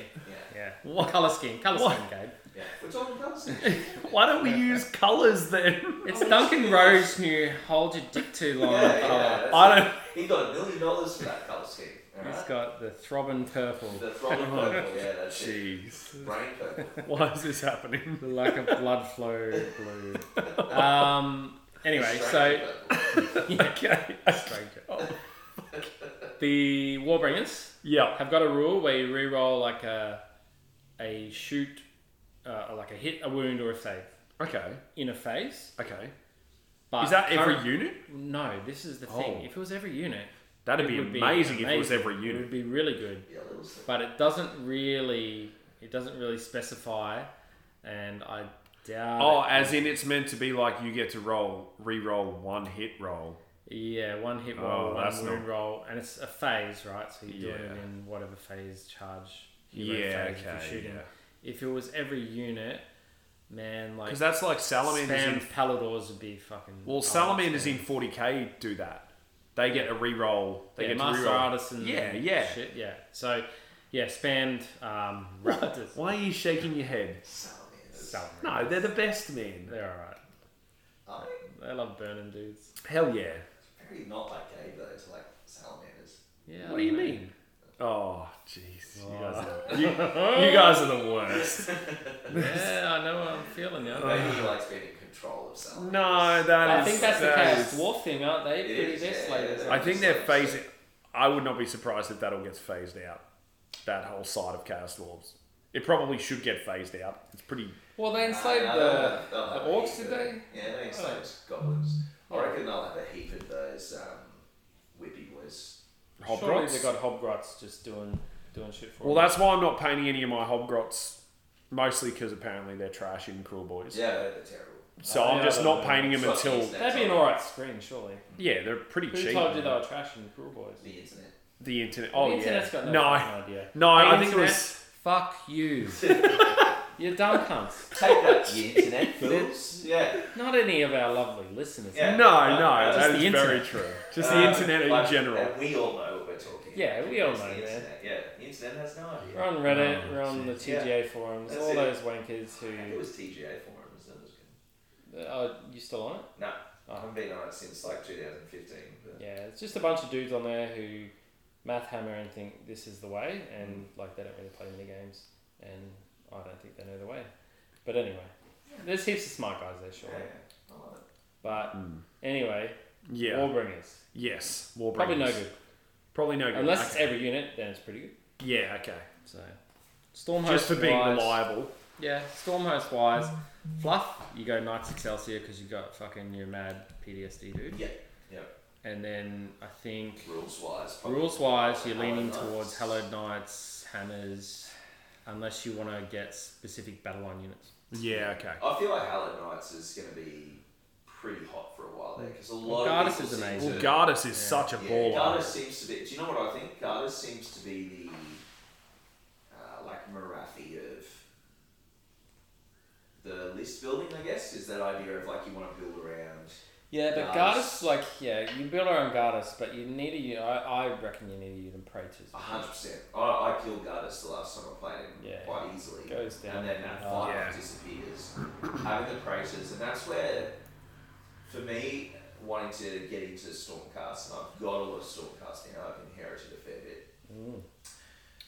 Speaker 4: Yeah.
Speaker 1: What?
Speaker 4: Color scheme, color
Speaker 1: What?
Speaker 4: scheme, Gabe.
Speaker 2: yeah. We're talking about
Speaker 1: Why don't we use colours then?
Speaker 4: It's Duncan Rose who hold your dick too long.
Speaker 2: Yeah, yeah,
Speaker 4: colour.
Speaker 2: that's
Speaker 1: I
Speaker 2: it.
Speaker 1: don't.
Speaker 2: He got a million dollars for that colour scheme.
Speaker 4: He's
Speaker 2: Alright?
Speaker 4: got the throbbing purple,
Speaker 2: The throbbing purple, yeah, that's it.
Speaker 1: Jeez.
Speaker 2: Brain purple.
Speaker 1: Why is this happening?
Speaker 4: like a blood flow blue. Um, anyway, so
Speaker 2: Strange purple.
Speaker 1: Okay.
Speaker 4: stranger.
Speaker 1: Oh,
Speaker 4: the Warbringers
Speaker 1: Yeah.
Speaker 4: have got a rule where you reroll like a a shoot, uh, or like a hit, a wound, or a save
Speaker 1: Okay.
Speaker 4: in a phase.
Speaker 1: Okay.
Speaker 4: But
Speaker 3: Uh,
Speaker 1: Is that every
Speaker 4: current-
Speaker 1: unit?
Speaker 4: No, this is the thing.
Speaker 1: Oh.
Speaker 4: If it was every unit,
Speaker 1: That'd
Speaker 4: it
Speaker 1: be
Speaker 4: would
Speaker 1: amazing, if it was every
Speaker 4: It would
Speaker 1: unit.
Speaker 4: be really good.
Speaker 2: Yeah, little slip.
Speaker 4: but it doesn't really it doesn't really specify and i doubt
Speaker 1: Oh,
Speaker 4: it-
Speaker 1: as in it's meant to be like you get to roll, re-roll one hit roll.
Speaker 4: yeah one hit
Speaker 1: Oh,
Speaker 4: roll one
Speaker 1: that's
Speaker 4: wound roll and it's a phase right so you're doing it
Speaker 1: Yeah.
Speaker 4: in whatever phase charge hero
Speaker 1: Yeah.
Speaker 4: phase if you're
Speaker 1: Okay.
Speaker 4: shooting. if it was every unit man like
Speaker 1: Because that's like salamanders
Speaker 4: spam
Speaker 1: in.
Speaker 4: paladors would be fucking
Speaker 1: Well,
Speaker 4: oh,
Speaker 1: salamanders
Speaker 4: spam.
Speaker 1: in 40k do that. They get a re-roll. They
Speaker 4: yeah,
Speaker 1: get to
Speaker 4: master
Speaker 1: re-roll.
Speaker 4: artists and
Speaker 1: Yeah, yeah.
Speaker 4: shit yeah so yeah spammed um raptors
Speaker 1: Why are you shaking your head?
Speaker 2: Salamanders.
Speaker 4: salamanders
Speaker 1: No, they're the best, man.
Speaker 4: they're all right
Speaker 2: Are they?
Speaker 4: They love burning dudes.
Speaker 1: Hell yeah.
Speaker 2: Very not like gay though to like salamanders.
Speaker 4: Yeah.
Speaker 1: What
Speaker 4: I
Speaker 1: do you
Speaker 4: don't know.
Speaker 1: mean? Oh, jeez. You, guys are,
Speaker 4: you,
Speaker 1: you guys are the worst.
Speaker 4: yeah, I know what I'm feeling. Yeah.
Speaker 2: Maybe he likes being in control of salamanders.
Speaker 1: No, that
Speaker 4: I
Speaker 1: is-
Speaker 4: think that's the
Speaker 1: that
Speaker 4: chaos
Speaker 1: is-
Speaker 4: dwarf thing, aren't they?
Speaker 2: It
Speaker 4: Pretty
Speaker 2: is,
Speaker 4: this
Speaker 2: yeah,
Speaker 4: lady.
Speaker 2: yeah,
Speaker 1: I
Speaker 2: yeah.
Speaker 1: think they're phasing. I would not be surprised if that all gets phased out. That whole side of Chaos Dwarves. It probably should get phased out. It's pretty.
Speaker 4: Well, they enslaved
Speaker 2: Nah,
Speaker 4: the,
Speaker 2: they'll
Speaker 4: the
Speaker 2: have a
Speaker 4: orcs, did
Speaker 2: heap of-
Speaker 4: they? Oh.
Speaker 2: Yeah, they enslaved goblins. I reckon they'll have a heap of those um, whippy boys.
Speaker 3: Surely
Speaker 1: Hobgrots.
Speaker 3: they got Hobgrots just doing doing shit for
Speaker 1: well,
Speaker 3: them.
Speaker 1: that's why I'm not painting any of my Hobgrots. Mostly because apparently they're trash in Cruel Boys.
Speaker 2: Yeah, they're terrible.
Speaker 1: So
Speaker 3: Oh,
Speaker 1: I'm
Speaker 3: yeah,
Speaker 1: just
Speaker 3: I
Speaker 1: not
Speaker 3: know.
Speaker 1: painting them
Speaker 2: It's like
Speaker 1: until.
Speaker 2: these days.
Speaker 3: That'd be an alright screen, surely.
Speaker 1: Yeah, they're pretty
Speaker 3: Who
Speaker 1: cheap.
Speaker 3: told you they were trash and cruel boys?
Speaker 2: The internet.
Speaker 1: The internet. Oh,
Speaker 3: the internet's
Speaker 1: yeah.
Speaker 3: got no,
Speaker 1: no,
Speaker 3: fucking idea.
Speaker 1: no, I
Speaker 4: The
Speaker 1: think it
Speaker 4: internet,
Speaker 1: was.
Speaker 4: Fuck you. you dumb cunts.
Speaker 2: Take that, the internet, fools. Yeah.
Speaker 4: Not any of our lovely listeners.
Speaker 2: Yeah.
Speaker 1: No, no,
Speaker 2: Uh,
Speaker 1: that
Speaker 4: just
Speaker 1: is
Speaker 4: the
Speaker 1: very
Speaker 4: internet.
Speaker 1: true. Just the
Speaker 2: Um,
Speaker 1: internet in
Speaker 2: like,
Speaker 1: general.
Speaker 2: And we all know what we're talking
Speaker 4: Yeah,
Speaker 2: about.
Speaker 4: we all
Speaker 2: It's
Speaker 4: know
Speaker 2: the
Speaker 4: that.
Speaker 2: internet. Yeah, the internet has no idea.
Speaker 3: We're on Reddit,
Speaker 1: Oh,
Speaker 3: we're on the
Speaker 2: geez.
Speaker 3: TGA forums,
Speaker 2: That's
Speaker 3: all
Speaker 2: it.
Speaker 3: those wankers
Speaker 2: I think it
Speaker 3: who.
Speaker 2: was TGA forums. That was good.
Speaker 3: Oh, you still on it?
Speaker 2: No,
Speaker 3: Oh.
Speaker 2: I haven't been on it since like 2015. But
Speaker 3: Yeah, it's just a bunch of dudes on there who math hammer and think this is the way, and
Speaker 2: Mm.
Speaker 3: like they don't really play mini games, and I don't think they know the way. But anyway, there's heaps of smart guys there,
Speaker 2: yeah,
Speaker 3: surely.
Speaker 2: yeah. I like
Speaker 3: But anyway,
Speaker 1: Hmm. Yeah.
Speaker 3: Warbringers.
Speaker 1: yes. Warbringers.
Speaker 3: Probably no good.
Speaker 1: Probably no good.
Speaker 3: Unless it's
Speaker 1: Okay.
Speaker 3: every unit, then it's pretty good.
Speaker 1: yeah. Okay.
Speaker 4: So, Stormhost
Speaker 1: Just for being
Speaker 4: wise,
Speaker 1: reliable.
Speaker 4: Yeah, Stormhost wise. Fluff, you go Knights Excelsior because you got fucking your mad PTSD
Speaker 2: it.
Speaker 4: dude.
Speaker 2: Yeah,
Speaker 4: And then I think
Speaker 2: rules wise.
Speaker 4: rules wise, you're
Speaker 2: Hallowed
Speaker 4: leaning
Speaker 2: Knights.
Speaker 4: towards Hallowed Knights, Hammers, unless you want to get specific battle line units.
Speaker 1: Yeah. Okay.
Speaker 2: I feel like Hallowed Knights is going to be pretty hot for a while there because a lot
Speaker 4: Well,
Speaker 2: of
Speaker 4: Gardas
Speaker 2: people
Speaker 4: is
Speaker 2: seem
Speaker 4: amazing.
Speaker 1: Well,
Speaker 2: to-
Speaker 1: Gardas is such a
Speaker 2: yeah,
Speaker 1: baller.
Speaker 2: Gardas seems to be. Do you know what I think? Gardas seems to be the uh, like Marathi of the list building. I guess is that idea of like you want to build around.
Speaker 3: Yeah, but
Speaker 2: Nice.
Speaker 3: Gardas, like, yeah, you build around Gardas, but you need a unit. I, I reckon you need a unit prey
Speaker 2: A
Speaker 3: to.
Speaker 2: hundred percent. I, I killed Gardas the last time I played him
Speaker 3: Yeah.
Speaker 2: quite easily.
Speaker 3: Goes down
Speaker 2: And then
Speaker 3: pretty
Speaker 2: that
Speaker 3: hard.
Speaker 2: fire
Speaker 1: Yeah.
Speaker 2: disappears. Having the prices, and that's where, for me, wanting to get into Stormcast, and I've got a lot of Stormcast now. I've inherited a fair bit.
Speaker 3: Mm.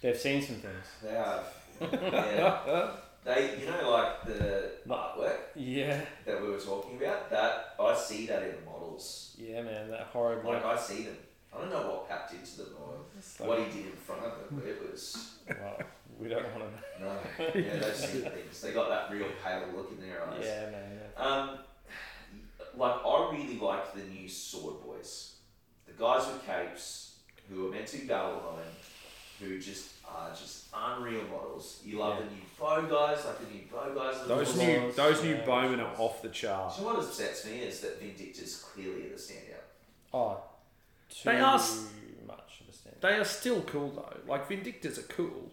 Speaker 3: They've seen some things.
Speaker 2: They have. yeah. They, you know, like the artwork
Speaker 3: Yeah,
Speaker 2: that we were talking about. That I see that in the models.
Speaker 3: yeah, man, that horrid
Speaker 2: Like
Speaker 3: work.
Speaker 2: I see them. I don't know what Pat did to them or
Speaker 3: It's
Speaker 2: what
Speaker 3: like,
Speaker 2: he did in front of them, but it was.
Speaker 3: well, we don't want to.
Speaker 2: No, yeah, they've seen things. They got that real pale look in their eyes.
Speaker 3: Yeah, man. yeah.
Speaker 2: Um, like I really liked the new sword boys, the guys with capes who are meant to be battle line, who just are just unreal models. You love the new bow guys, like the new bow guys. are
Speaker 1: Those
Speaker 2: awesome.
Speaker 1: new
Speaker 3: Laws,
Speaker 1: those new
Speaker 3: yeah.
Speaker 1: bowmen are off the chart.
Speaker 2: So what upsets me is that Vindictors clearly are the standout.
Speaker 3: Oh, too
Speaker 1: They asked-
Speaker 3: much of a standard.
Speaker 1: They are still cool though. Like Vindictors are cool.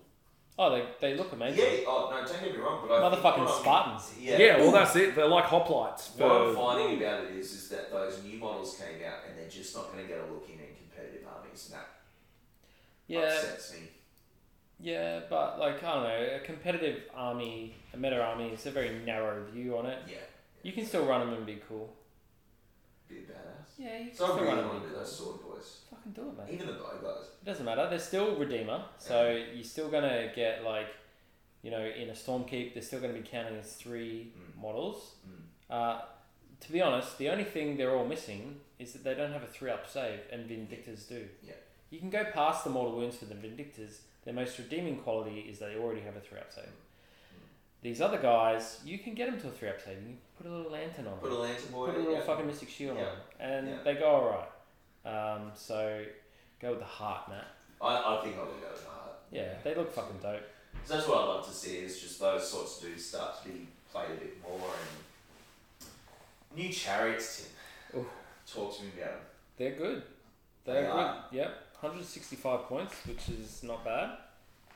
Speaker 3: Oh, they, they look amazing.
Speaker 2: Yeah. Oh no, don't get me wrong, but I think
Speaker 3: Motherfucking
Speaker 2: what I'm-
Speaker 3: Spartans.
Speaker 2: Yeah.
Speaker 1: Yeah. well, that's it. They're like hoplites.
Speaker 2: What I'm
Speaker 1: For,
Speaker 2: finding about it is, is that those new models came out and they're just not going to get a look in in competitive armies, and that
Speaker 3: Yeah,
Speaker 2: upsets me.
Speaker 3: yeah, but like, I don't know, a competitive army, a meta army, it's a very narrow view on it.
Speaker 2: Yeah,
Speaker 3: You can still run them and be cool.
Speaker 2: be badass.
Speaker 3: Yeah, you can
Speaker 2: So
Speaker 3: still
Speaker 2: I
Speaker 3: run
Speaker 2: really
Speaker 3: them
Speaker 2: want
Speaker 3: and
Speaker 2: to
Speaker 3: be
Speaker 2: do
Speaker 3: cool.
Speaker 2: those sword boys,
Speaker 3: Fucking do it, mate.
Speaker 2: even the bow guys.
Speaker 3: It doesn't matter. They're still Redeemer, so you're still gonna get like, you know, in a Stormkeep, they're still gonna be counting as three
Speaker 2: Mm.
Speaker 3: models.
Speaker 2: Mm.
Speaker 3: Uh, to be honest, the only thing they're all missing is that they don't have a three-up save, and Vindictors do.
Speaker 2: Yeah.
Speaker 3: You can go past the mortal wounds for the Vindictors. Their most redeeming quality is they already have a three-up save.
Speaker 2: Mm.
Speaker 3: These other guys, you can get them to a three-up save. You can put a little lantern on.
Speaker 2: Put
Speaker 3: them
Speaker 2: a lantern boy.
Speaker 3: put a little
Speaker 2: yeah.
Speaker 3: fucking mystic shield
Speaker 2: Yeah.
Speaker 3: on, and
Speaker 2: Yeah.
Speaker 3: they go all right. Um, so go with the heart, Matt.
Speaker 2: I, I think I would go with the heart.
Speaker 3: Yeah, they look fucking dope.
Speaker 2: 'Cause that's what I love to see is just those sorts of dudes start to be played a bit more and new chariots. Tim,
Speaker 3: Ooh.
Speaker 2: talk to me about them.
Speaker 3: They're good.
Speaker 2: They
Speaker 3: They're good.
Speaker 2: are.
Speaker 3: Yep, 165 points, which is not bad.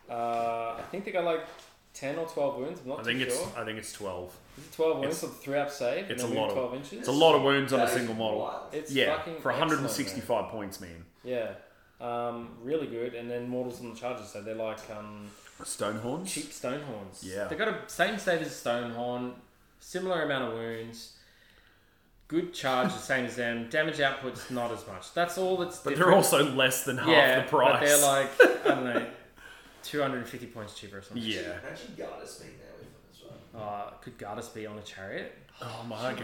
Speaker 3: Uh, I think they got like 10 or 12 wounds. I'm not
Speaker 1: I think
Speaker 3: too
Speaker 1: it's
Speaker 3: sure.
Speaker 1: I think it's twelve.
Speaker 3: Is it 12 wounds
Speaker 1: it's-
Speaker 3: with three up save?
Speaker 1: it's
Speaker 3: and
Speaker 1: a
Speaker 3: then
Speaker 1: lot of-
Speaker 3: 12 inches.
Speaker 1: It's a lot of wounds on a
Speaker 2: That is
Speaker 1: single model.
Speaker 2: wild.
Speaker 3: It's
Speaker 1: yeah,
Speaker 3: fucking
Speaker 1: for
Speaker 3: excellent,
Speaker 1: 165 points, man.
Speaker 3: man. yeah, um, really good. And then mortals on the charges, so they're like um,
Speaker 1: Stonehorns.
Speaker 3: cheap stone horns.
Speaker 1: Yeah.
Speaker 4: They got a same save as Stonehorn, similar amount of wounds.
Speaker 3: Good charge, the same as them. Damage output's not as much. That's all that's
Speaker 1: But
Speaker 3: different.
Speaker 1: they're also less than half the
Speaker 3: But
Speaker 1: price.
Speaker 3: they're like, I don't know, 250 points cheaper or something.
Speaker 1: yeah.
Speaker 2: Imagine Gardas being there with them as well.
Speaker 3: Uh, could Gardas be on a chariot?
Speaker 1: Oh my god,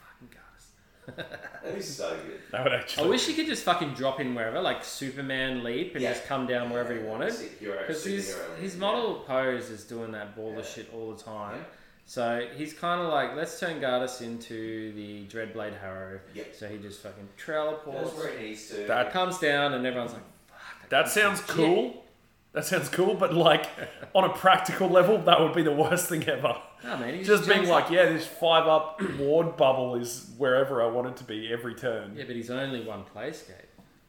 Speaker 3: Fucking Gardas.
Speaker 2: That'd be so good.
Speaker 1: that would
Speaker 3: I
Speaker 1: actually.
Speaker 3: wish he could just fucking drop in wherever, like Superman leap and
Speaker 2: Yeah.
Speaker 3: just come down wherever he wanted.
Speaker 2: Sick hero,
Speaker 3: Because his,
Speaker 2: superhero,
Speaker 3: his
Speaker 2: yeah.
Speaker 3: model pose is doing that baller
Speaker 2: Yeah.
Speaker 3: shit all the time.
Speaker 2: Yeah.
Speaker 3: So he's kind of like, let's turn Gardas into the Dreadblade Harrow.
Speaker 2: Yeah.
Speaker 3: So he just fucking
Speaker 2: That's
Speaker 3: teleports,
Speaker 2: where he needs to.
Speaker 1: That-
Speaker 3: comes down, and everyone's like,
Speaker 1: That sounds cool. That sounds cool, but like on a practical level, that would be the worst thing ever.
Speaker 3: no, man. He
Speaker 1: Just being
Speaker 3: jumps
Speaker 1: like,
Speaker 3: up."
Speaker 1: yeah, this five up ward bubble is wherever I want it to be every turn.
Speaker 3: yeah, but he's only one playscape.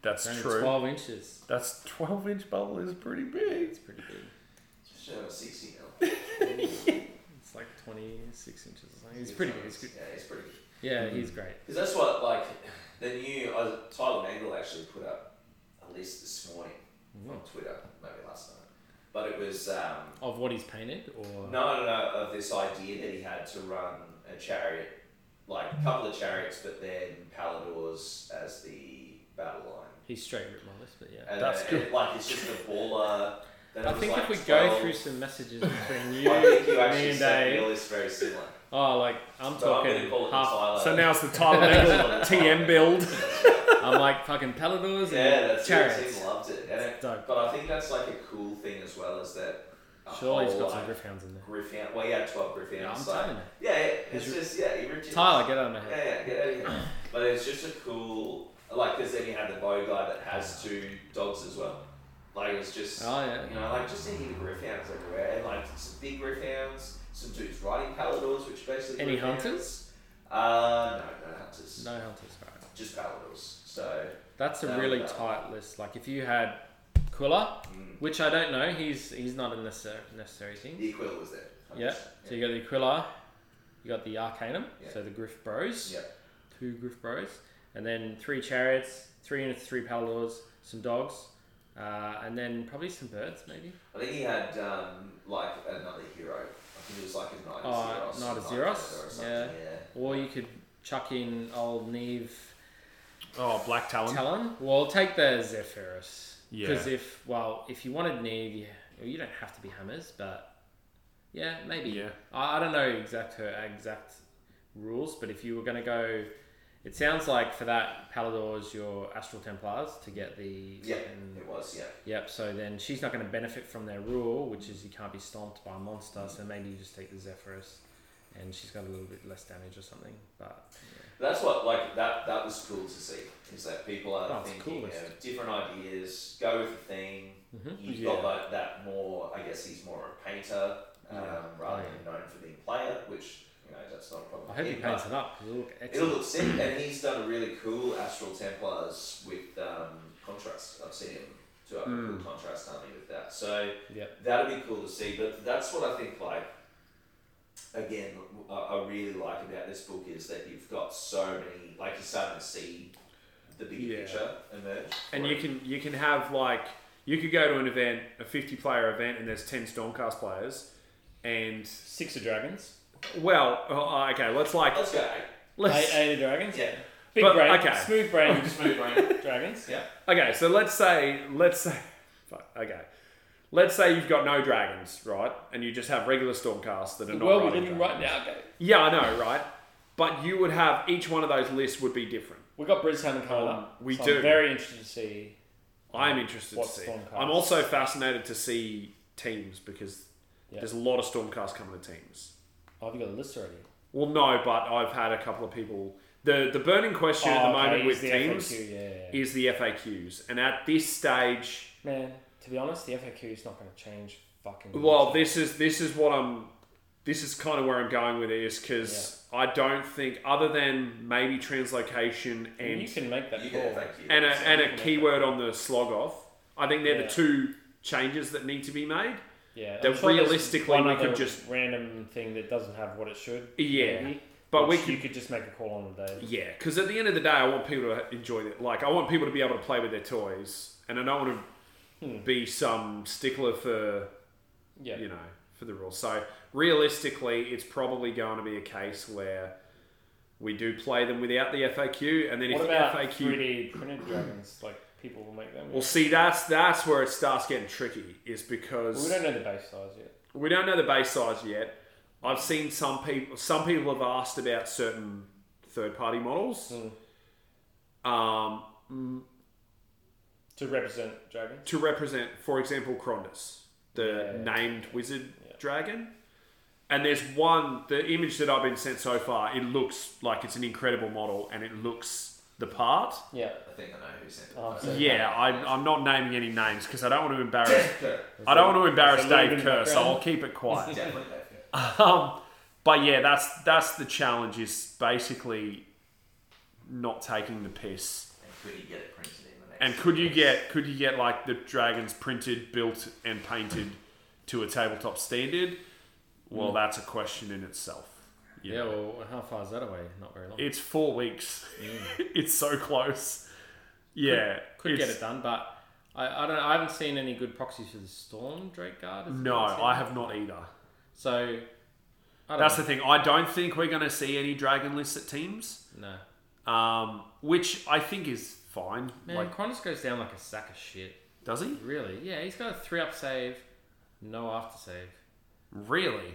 Speaker 1: That's
Speaker 3: Only
Speaker 1: true.
Speaker 3: 12 inches.
Speaker 1: That's twelve inch bubble is pretty big.
Speaker 3: It's pretty big.
Speaker 2: Should have a 60 now.
Speaker 3: It's like 26 inches or something. He's pretty good. He's good.
Speaker 2: Yeah, he's pretty good.
Speaker 3: Yeah, he's great.
Speaker 2: Because that's what, like, the new. Uh, Tyler Mangle actually put up a list this morning on Twitter, maybe last night. But it was. Um,
Speaker 3: Of what he's painted, or
Speaker 2: No, no, no, of this idea that he had to run a chariot, like a couple of chariots, but then Paladors as the battle line.
Speaker 3: he's straight ripped my list, but yeah.
Speaker 2: And
Speaker 1: That's
Speaker 2: uh,
Speaker 1: good.
Speaker 2: Like, it's just a baller. That
Speaker 3: I
Speaker 2: was
Speaker 3: think
Speaker 2: like
Speaker 3: if we
Speaker 2: 12
Speaker 3: go through some messages between you,
Speaker 2: I think you
Speaker 3: me,
Speaker 2: actually
Speaker 3: and
Speaker 2: said
Speaker 3: Dave,
Speaker 2: Neil is very similar.
Speaker 3: oh, like I'm
Speaker 2: So I'm going to
Speaker 3: talking
Speaker 2: call it the
Speaker 3: half.
Speaker 2: Tyler.
Speaker 1: So now's the Tyler Mangle TM build.
Speaker 3: I'm like fucking paladors
Speaker 2: yeah,
Speaker 3: and
Speaker 2: that's it.
Speaker 3: chariots.
Speaker 2: Tim loved it. And it-
Speaker 3: Dope.
Speaker 2: But I think that's like a cool thing as well is that. a
Speaker 3: Surely he's
Speaker 2: whole,
Speaker 3: got some
Speaker 2: oh, like,
Speaker 3: griffhounds in there.
Speaker 2: Griffin. Well, yeah, 12 Griffin.
Speaker 3: Yeah, I'm
Speaker 2: so-
Speaker 3: telling you.
Speaker 2: Yeah, yeah, it's
Speaker 3: He's-
Speaker 2: just, yeah, he ripped it.
Speaker 3: Tyler, get out of my head.
Speaker 2: Yeah, yeah, get out of here. But it's just a cool, like, because then you have the bow guy that has two dogs as well. Like, it's just,
Speaker 3: Oh yeah.
Speaker 2: you know, like, just any of the griffhounds everywhere. And, like, some big griffhounds, some dudes riding paladors, which basically.
Speaker 3: Any
Speaker 2: griffhounds.
Speaker 3: hunters?
Speaker 2: Uh, no, no hunters.
Speaker 3: No hunters, right?
Speaker 2: Just paladors. So,
Speaker 3: That's a
Speaker 2: No,
Speaker 3: really
Speaker 2: no.
Speaker 3: tight list. Like if you had Quilla,
Speaker 2: mm,
Speaker 3: which I don't know, he's he's not a necessary necessary thing.
Speaker 2: the Aquila was there.
Speaker 3: Yeah. So you got the Aquila, you got the Arcanum,
Speaker 2: Yeah.
Speaker 3: so the Griff Bros,
Speaker 2: Yeah.
Speaker 3: two Griff Bros, and then three chariots, three units, three Paladors, some dogs, uh, and then probably some birds, maybe.
Speaker 2: I think he had, um, like, another hero. I think it was like a Knight of
Speaker 3: Oh,
Speaker 2: Zeros.
Speaker 3: Knight of
Speaker 2: Knight Rider
Speaker 3: Zeros,
Speaker 2: Or something,
Speaker 3: yeah.
Speaker 2: yeah.
Speaker 3: Or you could chuck in old Neve
Speaker 1: Oh, Black Talon.
Speaker 3: Talon. Well, take the Zephyrus.
Speaker 1: Yeah.
Speaker 3: Because if, well, if you wanted Neve, you, well, you don't have to be hammers, but yeah, maybe.
Speaker 1: Yeah.
Speaker 3: I, I don't know exact her exact rules, but if you were going to go, it sounds like for that Palador's your Astral Templars to get the
Speaker 2: Yeah,
Speaker 3: fucking-
Speaker 2: it was, yeah.
Speaker 3: Yep. So then she's not going to benefit from their rule, which is you can't be stomped by a monster. So maybe you just take the Zephyrus, and she's got a little bit less damage or something. But
Speaker 2: That's what like that that was cool to see is that people are
Speaker 3: That's
Speaker 2: thinking
Speaker 3: coolest.
Speaker 2: of different ideas, go with the theme.
Speaker 3: Mhm.
Speaker 2: You've
Speaker 1: Yeah.
Speaker 2: got like that more. I guess he's more a painter um,
Speaker 3: Yeah.
Speaker 2: rather
Speaker 3: Oh, yeah.
Speaker 2: than known for being a player, which you know that's not a problem.
Speaker 3: I hope he
Speaker 2: with him, but
Speaker 3: paints it up. It'll look
Speaker 2: It'll
Speaker 3: excellent.
Speaker 2: look sick, and he's done a really cool Astral Templars with um, contrast. I've seen him do a
Speaker 1: Hmm.
Speaker 3: Mm.
Speaker 2: cool contrast army with that. So
Speaker 3: Yep.
Speaker 2: that'd be cool to see. But that's what I think. Like again, I, I really like about this book is that you've got so many. Like you're starting to see the big
Speaker 1: Yeah.
Speaker 2: picture emerge.
Speaker 1: And you can you can have like you could go to an event, a fifty player event, and there's ten Stormcast players, and
Speaker 6: Six of Dragons.
Speaker 1: well, oh, okay, let's like
Speaker 2: Let's go.
Speaker 1: let's
Speaker 6: Eight, eight of Dragons.
Speaker 2: Yeah.
Speaker 6: Big
Speaker 1: But,
Speaker 6: brain.
Speaker 1: okay.
Speaker 6: Smooth brain
Speaker 2: Just move around.
Speaker 6: dragons.
Speaker 2: Yeah.
Speaker 1: okay. So let's say let's say fuck, okay, let's say you've got no dragons, right? And you just have regular Stormcasts that are not.
Speaker 6: Well, we
Speaker 1: riding
Speaker 6: live in
Speaker 1: dragons.
Speaker 6: right now. Okay.
Speaker 1: Yeah, I know, right? But you would have each one of those lists would be different.
Speaker 6: We got Brisbane coming up.
Speaker 1: Um, we
Speaker 6: so
Speaker 1: do.
Speaker 6: I'm very interested to see.
Speaker 1: I'm interested
Speaker 6: What's
Speaker 1: to see.
Speaker 6: Stormcast?
Speaker 1: I'm also fascinated to see teams because
Speaker 6: Yeah.
Speaker 1: there's a lot of Stormcasts coming to teams.
Speaker 6: Oh, have you got a list already?
Speaker 1: Well, no, but I've had a couple of people. The the burning question at
Speaker 6: Oh,
Speaker 1: the
Speaker 6: okay,
Speaker 1: moment
Speaker 6: is
Speaker 1: with
Speaker 6: the
Speaker 1: teams
Speaker 6: FAQ, yeah, yeah, yeah.
Speaker 1: is the FAQs, and at this stage,
Speaker 6: Man, to be honest, the FAQ is not going to change fucking.
Speaker 1: well,
Speaker 6: much.
Speaker 1: this is this is what I'm. This is kind of where I'm going with this because I don't think, other than maybe translocation
Speaker 6: And you
Speaker 1: and
Speaker 6: can make that
Speaker 2: You
Speaker 6: call.
Speaker 2: can thank you.
Speaker 1: and uh, a, and
Speaker 6: you can
Speaker 1: a
Speaker 6: make
Speaker 1: keyword on the slog off, I think they're
Speaker 6: Yeah.
Speaker 1: the two changes that need to be made.
Speaker 6: Yeah,
Speaker 1: That
Speaker 6: I'm sure there's
Speaker 1: realistically
Speaker 6: one
Speaker 1: we could
Speaker 6: other
Speaker 1: just-
Speaker 6: random thing that doesn't have what it should.
Speaker 1: Yeah,
Speaker 6: maybe,
Speaker 1: but we
Speaker 6: which
Speaker 1: could-
Speaker 6: you could just make a call on the day.
Speaker 1: Yeah, because at the end of the day, I want people to enjoy it. Like, I want people to be able to play with their toys, and I don't want to
Speaker 6: Hmm.
Speaker 1: be some stickler for
Speaker 6: Yeah,
Speaker 1: you know for the rules. So realistically, it's probably going to be a case where We do play them without the FAQ, and then
Speaker 3: What
Speaker 1: if
Speaker 3: about
Speaker 1: the FAQ
Speaker 3: 3D printed dragons? Like people will make them.
Speaker 1: Well, see, that's that's where it starts getting tricky, is because
Speaker 3: we don't know the base size yet.
Speaker 1: we don't know the base size yet. I've seen some people. Some people have asked about certain third-party models um,
Speaker 3: To represent dragons.
Speaker 1: to represent, for example, Cronus, the
Speaker 3: Yeah.
Speaker 1: named wizard dragon. And there's one. The image that I've been sent so far, it looks like it's an incredible model, and it looks the part.
Speaker 3: Yeah.
Speaker 2: I think I know who sent it.
Speaker 3: Oh, so-
Speaker 1: Yeah, I, I'm not naming any names because I don't want to embarrass.
Speaker 2: Kirk.
Speaker 1: I don't want to embarrass
Speaker 3: there's a little
Speaker 1: Dave
Speaker 3: bit of
Speaker 1: Kerr, so
Speaker 3: background.
Speaker 1: I'll keep it quiet.
Speaker 2: Definitely Dave Kirk.
Speaker 1: Um, but yeah, that's that's the challenge is basically not taking the piss.
Speaker 2: And could he get it printed in the next
Speaker 1: And could you get could you get like the dragons printed, built, and painted to a tabletop standard?
Speaker 4: Mm.
Speaker 1: Well, that's a question in itself. you
Speaker 4: Yeah,
Speaker 1: know.
Speaker 4: well, how far is that away? Not very long.
Speaker 1: it's four weeks. it's so close. Yeah,
Speaker 4: Could get
Speaker 1: it's-
Speaker 4: it done, but I, I don't. I haven't seen any good proxies for the Storm Drake Guard. has
Speaker 1: No,
Speaker 4: anyone seen
Speaker 1: I
Speaker 4: it?
Speaker 1: have not either.
Speaker 4: So I don't
Speaker 1: That's the
Speaker 4: know.
Speaker 1: thing. I don't think we're going to see any dragon lists at teams,
Speaker 4: no.
Speaker 1: um, which I think is fine.
Speaker 4: Man,
Speaker 1: Like,
Speaker 4: Cronus goes down like a sack of shit.
Speaker 1: does he
Speaker 4: Really? Yeah, he's got a three up save, no after save.
Speaker 1: really?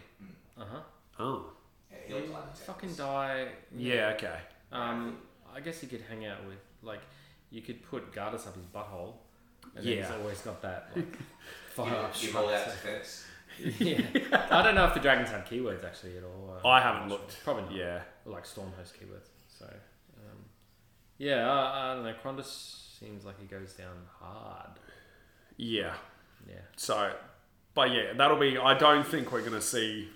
Speaker 4: Uh huh.
Speaker 1: Oh.
Speaker 2: Yeah, he'll die in
Speaker 4: Fucking
Speaker 2: Texas.
Speaker 4: die.
Speaker 1: Yeah, okay.
Speaker 4: Um, I guess he could hang out with like you could put Gardas up his butthole. And then
Speaker 1: Yeah.
Speaker 4: he's always got that like
Speaker 2: Give-
Speaker 4: fire up
Speaker 2: Give
Speaker 4: shot,
Speaker 2: all that
Speaker 4: so-
Speaker 2: defense.
Speaker 4: yeah. I don't know if the dragons have keywords actually at all. Uh,
Speaker 1: I haven't looked.
Speaker 4: Probably not.
Speaker 1: Yeah.
Speaker 4: Like storm host keywords. So um, yeah, I, I don't know. Cronus seems like he goes down hard.
Speaker 1: Yeah.
Speaker 4: Yeah.
Speaker 1: So, but yeah, that'll be. I don't think we're going to see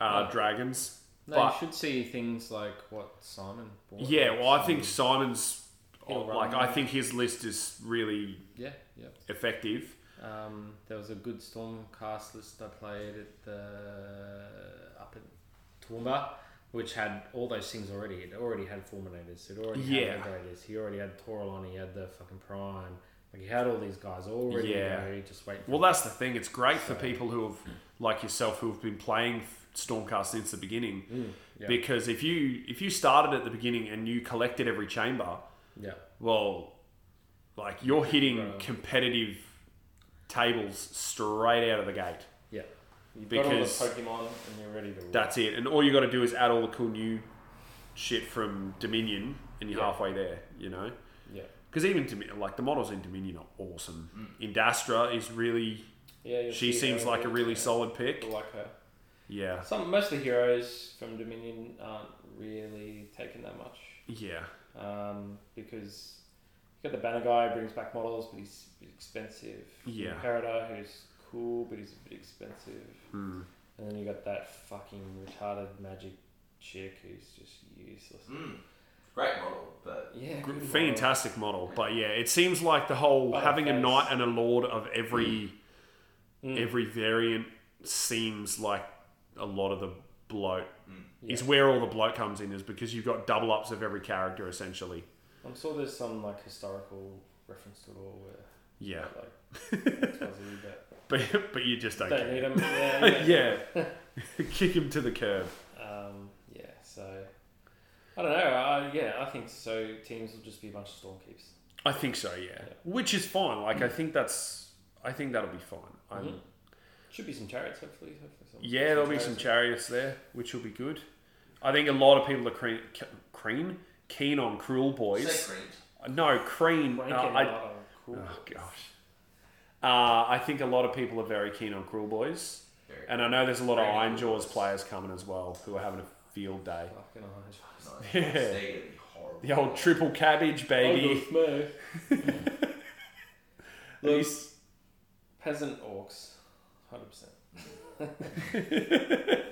Speaker 1: uh, dragons.
Speaker 4: No,
Speaker 1: But-
Speaker 4: you should see things like what Simon. Bought,
Speaker 1: Yeah, well, I think Simon's.
Speaker 4: He'll run
Speaker 1: like,
Speaker 4: them.
Speaker 1: I think his list is really
Speaker 4: Yeah. Yeah.
Speaker 1: effective.
Speaker 4: Um, there was a good Stormcast list I played at the uh, up at Toowoomba, which had all those things already. It already had Fulminators. It already
Speaker 1: Yeah.
Speaker 4: had Regulators. He already had Toralon. He had the fucking Prime. Like he had all these guys already.
Speaker 1: Yeah.
Speaker 4: Already just waiting. For
Speaker 1: Well, that's the thing. It's great for people who have, like yourself, who have been playing Stormcast since the beginning.
Speaker 4: Mm, yeah.
Speaker 1: Because if you if you started at the beginning and you collected every chamber,
Speaker 4: yeah.
Speaker 1: well, like you're hitting
Speaker 4: Right.
Speaker 1: competitive tables straight out of the gate.
Speaker 4: Yeah.
Speaker 3: You've
Speaker 1: Because-
Speaker 3: got all the Pokemon and you're ready to. rock.
Speaker 1: That's it. And all you got to do is add all the cool new shit from Dominion, and you're
Speaker 4: Yeah.
Speaker 1: halfway there. You know,
Speaker 3: Yeah.
Speaker 1: because even Domin- like the models in Dominion are awesome. Indastra is really.
Speaker 3: Yeah. you'll
Speaker 1: She
Speaker 3: see
Speaker 1: seems
Speaker 3: her
Speaker 1: like a
Speaker 3: and-
Speaker 1: really
Speaker 3: yeah,
Speaker 1: solid pick.
Speaker 3: people like her.
Speaker 1: Yeah,
Speaker 3: Some most of the heroes from Dominion aren't really taken that much
Speaker 1: yeah,
Speaker 3: um, because you got the banner guy who brings back models, but he's a bit expensive.
Speaker 1: Yeah.
Speaker 3: Imperator who's cool, but he's a bit expensive.
Speaker 1: Hmm.
Speaker 3: And then you got that fucking retarded magic chick who's just useless.
Speaker 2: Mm. Great model, but
Speaker 3: Yeah.
Speaker 1: Gr-
Speaker 3: good model.
Speaker 1: fantastic model. But yeah, it seems like the whole
Speaker 3: But
Speaker 1: having a
Speaker 3: that's-
Speaker 1: knight and a lord of every
Speaker 3: Mm.
Speaker 1: every variant seems like a lot of the bloat.
Speaker 3: Yeah.
Speaker 1: Is where all the bloat comes in, is because you've got double ups of every character essentially.
Speaker 3: I'm sure there's some like historical reference to it all where
Speaker 1: Yeah,
Speaker 3: like it's fuzzy, but
Speaker 1: but but you just don't.
Speaker 3: don't
Speaker 1: care.
Speaker 3: need them. Yeah. yeah.
Speaker 1: yeah. Kick him to the curb.
Speaker 3: Um, yeah, so I don't know. I, yeah, I think so. Teams will just be a bunch of storm keeps.
Speaker 1: I think so, yeah. Which is fine. Like I think that's I think that'll be fine. I'm,
Speaker 3: Mhm. Should be some chariots, hopefully. hopefully some,
Speaker 1: Yeah, there'll be Mm-hmm. some
Speaker 3: chariots.
Speaker 1: chariots there, which will be good. I think a lot of people are creen, ke- creen keen on cruel
Speaker 2: Is
Speaker 1: boys.
Speaker 2: that green?
Speaker 1: No, creen.
Speaker 3: Rankin
Speaker 1: uh,
Speaker 3: and
Speaker 1: I,
Speaker 3: Otto, cool.
Speaker 1: oh gosh. Uh, I think a lot of people are very keen on cruel boys,
Speaker 2: Very
Speaker 1: and I know there's a lot of
Speaker 2: Crane
Speaker 1: Iron
Speaker 2: Cruel
Speaker 1: Jaws
Speaker 2: Boys.
Speaker 1: players coming as well who are having a field day.
Speaker 3: Fucking Elijah.
Speaker 2: nice.
Speaker 1: Yeah.
Speaker 2: They're gonna be horrible.
Speaker 1: The old triple
Speaker 2: Oh,
Speaker 1: cabbage
Speaker 3: Uncle
Speaker 1: baby.
Speaker 3: Smurf. Those
Speaker 1: These-
Speaker 3: peasant orcs, hundred percent.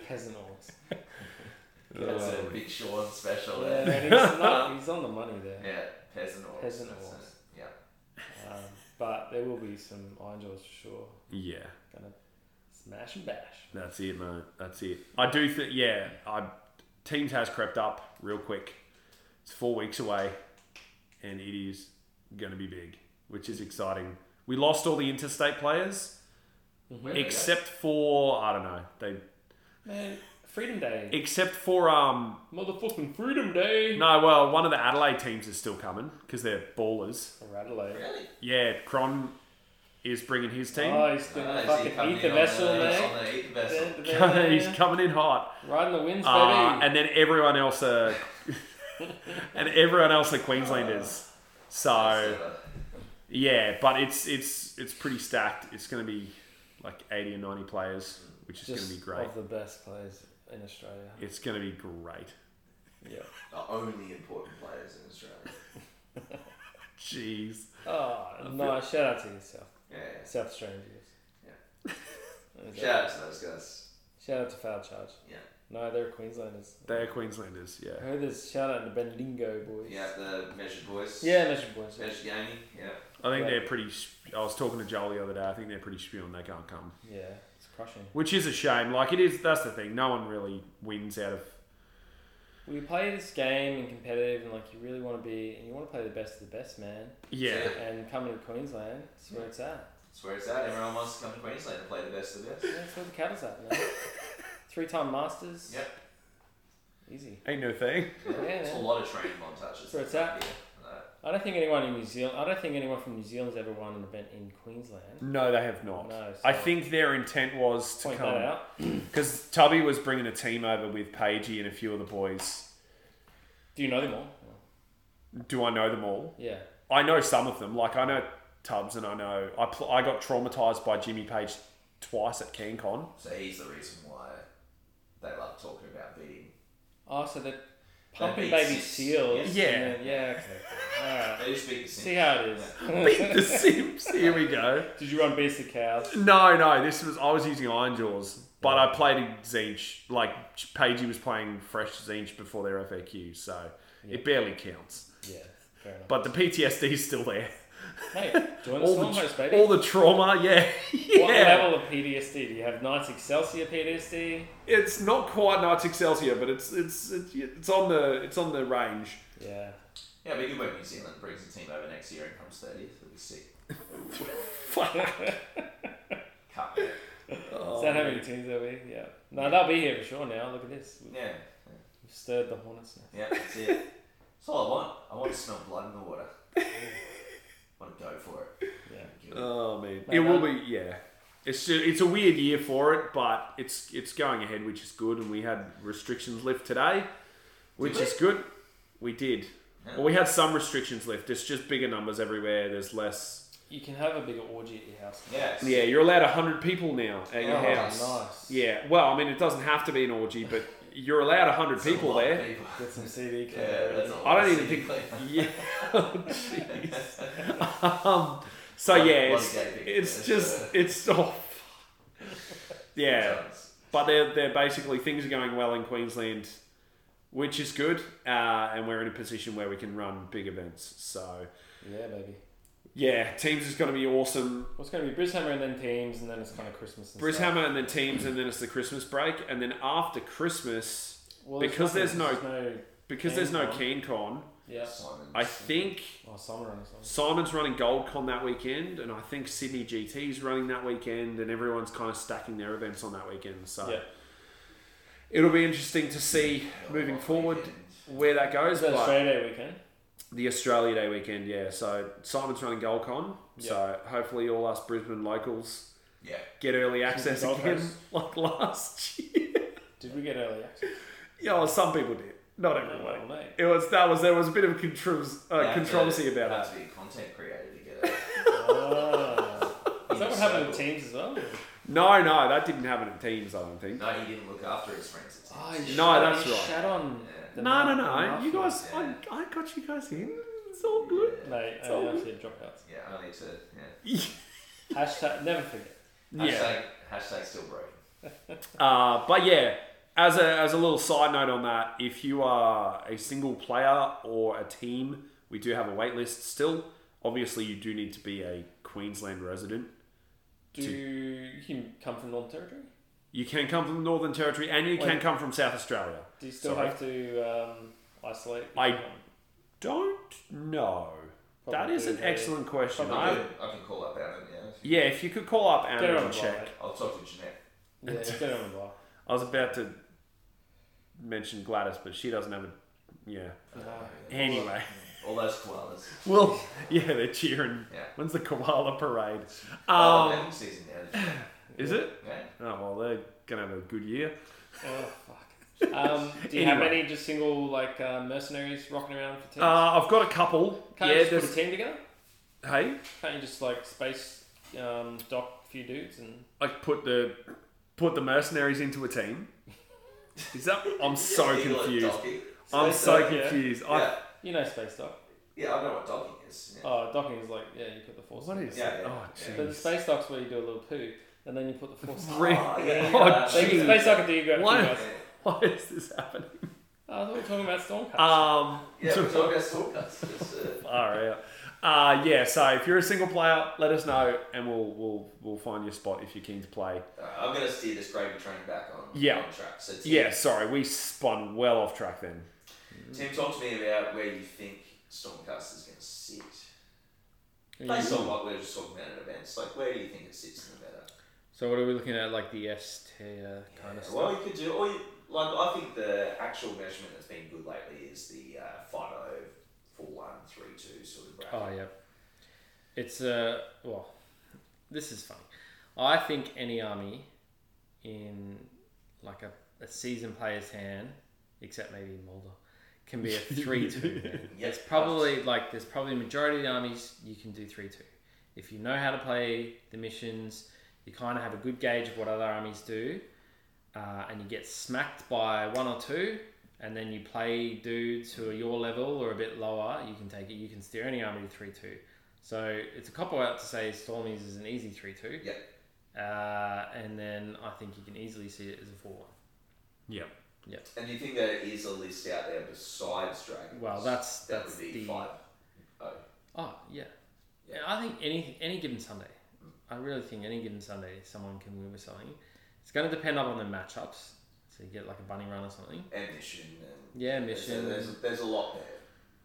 Speaker 3: Peasant orcs.
Speaker 2: That's a Big Sean special.
Speaker 3: Yeah,
Speaker 2: there.
Speaker 3: he's, not, he's on the money there.
Speaker 2: Yeah, peasant orcs.
Speaker 3: Peasant
Speaker 2: that's
Speaker 3: orcs.
Speaker 2: it. Yeah.
Speaker 3: Um, but there will be some Iron Jaws for sure.
Speaker 1: yeah.
Speaker 3: Gonna smash and bash.
Speaker 1: That's it, mate. That's it. I do think, yeah, I, teams has crept up real quick. It's four weeks away, and it is going to be big, which is exciting. We lost all the interstate players
Speaker 2: Where they go?
Speaker 1: except for I don't know. They
Speaker 3: Man, Freedom Day.
Speaker 1: Except for um,
Speaker 3: Motherfucking Freedom Day.
Speaker 1: no, well, one of the Adelaide teams is still coming because they're ballers.
Speaker 3: Or Adelaide.
Speaker 2: Really?
Speaker 1: Yeah, Cron is bringing his team.
Speaker 3: Oh, he's doing
Speaker 2: Uh,
Speaker 3: the
Speaker 2: is he
Speaker 3: fucking
Speaker 2: coming
Speaker 3: ether
Speaker 2: in
Speaker 3: vessel
Speaker 2: on the,
Speaker 3: there.
Speaker 2: on the ether vessel.
Speaker 1: He's coming in hot,
Speaker 3: Riding the winds,
Speaker 1: uh,
Speaker 3: baby.
Speaker 1: and then everyone else are, and everyone else are Queenslanders. So
Speaker 2: So,
Speaker 1: yeah, but it's it's it's pretty stacked. It's going to be like eighty or ninety players, which is going to
Speaker 3: Just
Speaker 1: be great.
Speaker 3: Of the best players in Australia.
Speaker 1: It's going to be great.
Speaker 2: the only important players in Australia.
Speaker 1: Jeez.
Speaker 3: Oh, no, shout out to yourself.
Speaker 2: Yeah.
Speaker 3: South Australian viewers.
Speaker 2: yeah.
Speaker 3: Is that-
Speaker 2: Shout out to those guys.
Speaker 3: Shout out to Foul Charge.
Speaker 2: Yeah.
Speaker 3: No, they're Queenslanders.
Speaker 1: They are Queenslanders, yeah.
Speaker 3: I heard this shout out to Bendigo boys.
Speaker 2: Yeah, the measured voice.
Speaker 3: Yeah, Mission Boys.
Speaker 2: Measured gaming. Yeah.
Speaker 1: I think
Speaker 3: Right.
Speaker 1: they're pretty. sp- I was talking to Joel the other day. I think they're pretty spiel and they can't come,
Speaker 3: Yeah, it's crushing.
Speaker 1: which is a shame. Like it is. That's the thing. No one really wins out of.
Speaker 3: We play this game and competitive, and like you really want to be, and you want to play the best of the best, man.
Speaker 1: Yeah,
Speaker 3: And coming to Queensland, that's where it's at.
Speaker 2: That's where it's at. Everyone wants to come to Queensland and play the best of the best.
Speaker 3: That's where the cattle's at, man. Three-time Masters.
Speaker 2: Yep.
Speaker 3: Easy.
Speaker 1: ain't no thing.
Speaker 3: Yeah,
Speaker 2: It's a
Speaker 3: man.
Speaker 2: lot of training montages.
Speaker 3: That's where it's at.
Speaker 2: Yeah. Uh,
Speaker 3: I don't think anyone in New Zealand. I don't think anyone from New Zealand's ever won an event in Queensland.
Speaker 1: No, they have not.
Speaker 3: No,
Speaker 1: I
Speaker 3: so-
Speaker 1: think their intent was to
Speaker 3: Point that
Speaker 1: come
Speaker 3: out.
Speaker 1: because Tubby was bringing a team over with Pagey and a few of the boys.
Speaker 3: Do you know them all?
Speaker 1: Do I know them all?
Speaker 3: Yeah.
Speaker 1: I know some of them. Like I know Tubbs and I know I pl- I got traumatized by Jimmy Page twice at CanCon.
Speaker 2: so he's the reason why they love talking about beating.
Speaker 3: Oh, so they're pumping
Speaker 2: That makes
Speaker 3: baby
Speaker 2: sense.
Speaker 3: seals. and
Speaker 1: Yeah.
Speaker 3: then- yeah. Okay. All right.
Speaker 2: They just speak the
Speaker 3: See
Speaker 2: same.
Speaker 3: how it is.
Speaker 1: Beat the Sims. Here we go.
Speaker 3: Did you run Beast of Cows?
Speaker 1: No, no. This was I was using Iron Jaws, but I played a Zinch. Like Pagey was playing fresh Zinch before their FAQ, so it barely counts.
Speaker 3: Yeah, fair enough.
Speaker 1: But the PTSD is still there.
Speaker 3: Hey, join the
Speaker 1: All the,
Speaker 3: Stormhost,
Speaker 1: tr-
Speaker 3: baby.
Speaker 1: all the trauma, yeah,
Speaker 3: What
Speaker 1: yeah.
Speaker 3: level of PTSD? Do you have Knights Excelsior PTSD?
Speaker 1: It's not quite Knights Excelsior, but it's it's it's it's on the it's on the range.
Speaker 3: Yeah.
Speaker 2: Yeah, but good when New Zealand brings a team over next year and comes 30th. It'll be sick.
Speaker 1: Fuck.
Speaker 2: Cut. Yeah.
Speaker 3: Is
Speaker 1: Oh.
Speaker 3: that how many teams there be? Yeah. No, they'll be here for sure now. Look at this. We've
Speaker 2: Yeah.
Speaker 3: stirred the hornet's nest.
Speaker 2: Yeah, that's it. That's all I want. I want to smell blood in the water. I want to go for it.
Speaker 3: Yeah.
Speaker 2: Give it
Speaker 1: Oh man,
Speaker 3: Mate,
Speaker 1: it
Speaker 2: um,
Speaker 1: will
Speaker 3: I'm-
Speaker 1: be. Yeah, it's ju- it's a weird year for it, but it's it's going ahead, which is good. And we had restrictions lift today, which
Speaker 2: we?
Speaker 1: is good. We did.
Speaker 2: Yeah.
Speaker 1: Well, we had some restrictions lift. It's just bigger numbers everywhere. There's less.
Speaker 3: You can have a bigger orgy at your house. Oh,
Speaker 2: Yes. Oh.
Speaker 1: Yeah, you're allowed hundred people now at your
Speaker 2: Yeah.
Speaker 1: house.
Speaker 3: Nice.
Speaker 1: Yeah. Well, I mean, it doesn't have to be an orgy, but you're allowed hundred
Speaker 2: It's a
Speaker 1: people
Speaker 2: lot of
Speaker 1: there.
Speaker 2: people.
Speaker 3: Get some CD.
Speaker 2: Yeah,
Speaker 3: cover.
Speaker 2: that's a
Speaker 1: I
Speaker 2: lot
Speaker 1: don't
Speaker 2: of
Speaker 1: even think.
Speaker 2: CD player.
Speaker 1: Yeah. Oh, jeez. um, so
Speaker 2: Bloody-
Speaker 1: yeah,
Speaker 2: bloody
Speaker 1: it's,
Speaker 2: gay people.
Speaker 1: it's
Speaker 2: That's,
Speaker 1: just
Speaker 2: uh,
Speaker 1: it's off. Yeah.
Speaker 2: Sounds-
Speaker 1: But they're, they're basically things are going well in Queensland, which is good, uh, and we're in a position where we can run big events. So
Speaker 3: Yeah, baby.
Speaker 1: yeah, teams is going to be awesome.
Speaker 3: What's going to be Brishammer and then teams, and then it's kind of Christmas. And
Speaker 1: Brishammer
Speaker 3: stuff.
Speaker 1: and then teams, and then it's the Christmas break, and then after Christmas,
Speaker 3: Well,
Speaker 1: because there's
Speaker 3: nothing,
Speaker 1: no-
Speaker 3: there's no.
Speaker 1: because there's no
Speaker 3: Keen
Speaker 1: KeenCon,
Speaker 3: Yeah.
Speaker 2: Simon's-
Speaker 1: I think
Speaker 3: Oh, summer and something.
Speaker 1: Simon's running GoldCon that weekend, and I think Sydney GT's running that weekend, and everyone's kind of stacking their events on that weekend. So
Speaker 3: Yeah.
Speaker 1: it'll be interesting to see moving forward where that goes.
Speaker 3: Is that
Speaker 1: but-
Speaker 3: Australia Day weekend?
Speaker 1: the Australia Day weekend, yeah. So Simon's running GoldCon, so hopefully all us Brisbane locals
Speaker 2: Yeah.
Speaker 1: get early access
Speaker 3: Gold
Speaker 1: again,
Speaker 3: Coast.
Speaker 1: like last year.
Speaker 3: Did we get early access?
Speaker 1: yeah, well, some people did, not everyone.
Speaker 3: Well, mate.
Speaker 1: It was that was there was a bit of controvers- uh,
Speaker 2: That's
Speaker 1: controversy
Speaker 2: it.
Speaker 1: about
Speaker 3: Uh,
Speaker 2: That's
Speaker 1: that.
Speaker 2: being content creator to get it.
Speaker 3: Ah. Is that what happened
Speaker 2: Circle.
Speaker 3: with teams as well?
Speaker 1: No, no, that didn't happen in teams. I don't think.
Speaker 2: No, he didn't look after his friends at
Speaker 3: Oh,
Speaker 2: times.
Speaker 3: you
Speaker 1: No,
Speaker 3: shat-
Speaker 1: that's
Speaker 3: you
Speaker 1: right.
Speaker 3: Shat on.
Speaker 2: Yeah.
Speaker 3: the
Speaker 1: no, no,
Speaker 3: mouth-
Speaker 1: no.
Speaker 3: the mouth
Speaker 1: You
Speaker 3: noise.
Speaker 1: guys, I, I got you guys in. It's all good.
Speaker 2: Yeah.
Speaker 3: Mate,
Speaker 1: It's
Speaker 3: I
Speaker 1: all
Speaker 3: actually dropped out.
Speaker 2: Yeah, I need to. Yeah.
Speaker 3: Hashtag never forget.
Speaker 1: Yeah.
Speaker 2: Hashtag, hashtag still broken.
Speaker 1: Uh, but yeah, as a, as a little side note on that, if you are a single player or a team, we do have a wait list still. Obviously, you do need to be a Queensland resident.
Speaker 3: Do you can come from Northern Territory?
Speaker 1: You can come from the Northern Territory and you can
Speaker 3: Wait.
Speaker 1: come from South Australia.
Speaker 3: Do you still
Speaker 1: Sorry.
Speaker 3: have to um, isolate? if
Speaker 1: I-
Speaker 3: you come?
Speaker 1: Don't know. that
Speaker 3: Probably
Speaker 1: is an
Speaker 3: do, yeah.
Speaker 1: excellent question.
Speaker 2: I,
Speaker 1: I,
Speaker 2: can- I can call up Adam, yeah.
Speaker 1: yeah, if you could call up
Speaker 3: Get
Speaker 1: Anna
Speaker 3: her on
Speaker 1: and
Speaker 3: the
Speaker 1: check.
Speaker 3: block.
Speaker 2: I'll talk to Jeanette.
Speaker 3: mate. Yeah, get her on the block.
Speaker 1: I was about to mention Gladys, but she doesn't have a. Yeah. Ah,
Speaker 2: Uh,
Speaker 1: Anyway.
Speaker 2: All those koalas.
Speaker 1: Well, yeah, they're cheering.
Speaker 2: Yeah.
Speaker 1: When's the koala parade?
Speaker 2: Oh,
Speaker 1: Um,
Speaker 2: mating season now.
Speaker 1: is it?
Speaker 2: Yeah.
Speaker 1: Oh, well, they're going to have a good year.
Speaker 3: Oh fuck. Um, do you have
Speaker 1: Anyway.
Speaker 3: any just single like uh, mercenaries rocking around for teams?
Speaker 1: Uh, I've got a couple.
Speaker 3: Can't
Speaker 1: yeah,
Speaker 3: you just
Speaker 1: there's.
Speaker 3: put a team together?
Speaker 1: Hey,
Speaker 3: Can't you just like space um, dock a few dudes and
Speaker 1: I put the put the mercenaries into a team. Is that? I'm so
Speaker 2: Eagle and
Speaker 1: confused.
Speaker 2: doggy. uh,
Speaker 1: I'm
Speaker 3: Space
Speaker 1: so
Speaker 3: dock, yeah.
Speaker 1: confused. I,
Speaker 2: Yeah.
Speaker 3: you know space dock.
Speaker 2: yeah, I know what dogging is. Yeah.
Speaker 3: Oh, docking is like yeah, you put the force.
Speaker 1: What
Speaker 3: in.
Speaker 1: is
Speaker 2: Yeah,
Speaker 1: that?
Speaker 2: yeah,
Speaker 1: Oh,
Speaker 2: yeah.
Speaker 3: But the
Speaker 1: jeez.
Speaker 3: space dock's where you do a little poo and then you put the force. in.
Speaker 1: Re-
Speaker 2: Oh, yeah,
Speaker 1: Oh,
Speaker 2: yeah.
Speaker 3: They can
Speaker 1: jeez.
Speaker 3: space dock it to you guys.
Speaker 1: What?
Speaker 3: guys.
Speaker 2: Yeah.
Speaker 1: Why is this happening?
Speaker 3: Oh, I thought we were talking about Stormcast.
Speaker 1: Um,
Speaker 2: Yeah,
Speaker 1: so-
Speaker 2: we're talking about sawcuts. It's, uh,
Speaker 1: all right. Uh, yeah, so if you're a single player, let us know and we'll we'll we'll find your spot if you're keen to play.
Speaker 2: uh, I'm going to steer this gravy train back on,
Speaker 1: Yeah.
Speaker 2: on track. So Tim,
Speaker 1: Yeah, sorry, we spun well off track then.
Speaker 2: Tim, talk to me about where you think Stormcast is going to sit.
Speaker 4: Are you-
Speaker 2: Based on what we were just talking about at events, like where do you think it sits in the meta?
Speaker 4: So what are we looking at? Like the S tier kind of
Speaker 2: Yeah,
Speaker 4: stuff.
Speaker 2: Well, you could do, or you, like I think the actual measurement that's been good lately is the uh, Fido four one three two sort of bracket.
Speaker 4: Oh yeah, it's uh well, this is funny. I think any army in like a, a seasoned player's hand, except maybe Mulder, can be a three two.
Speaker 2: Yeah,
Speaker 4: It's probably like there's probably a majority of the armies you can do three two. If you know how to play the missions, you kind of have a good gauge of what other armies do, uh, and you get smacked by one or two, and then you play dudes who are your level or a bit lower, you can take it. You can steer any army to three two. So it's a cop out to say Stormies is an easy three two.
Speaker 2: Yeah.
Speaker 4: Uh, and then I think you can easily see it as a four one.
Speaker 1: Yeah.
Speaker 2: And do you think there is a list out there besides dragons?
Speaker 4: Well, that's-
Speaker 2: that
Speaker 4: that's
Speaker 2: would be
Speaker 4: the-
Speaker 2: five. Oh,
Speaker 4: Oh yeah, yeah. I think any any given Sunday, I really think any given Sunday someone can win with something. It's going to depend up on the matchups. So you get like a bunny run or something.
Speaker 2: and mission and
Speaker 4: Yeah,
Speaker 2: there's-
Speaker 4: mission.
Speaker 2: There's, there's, a lot there.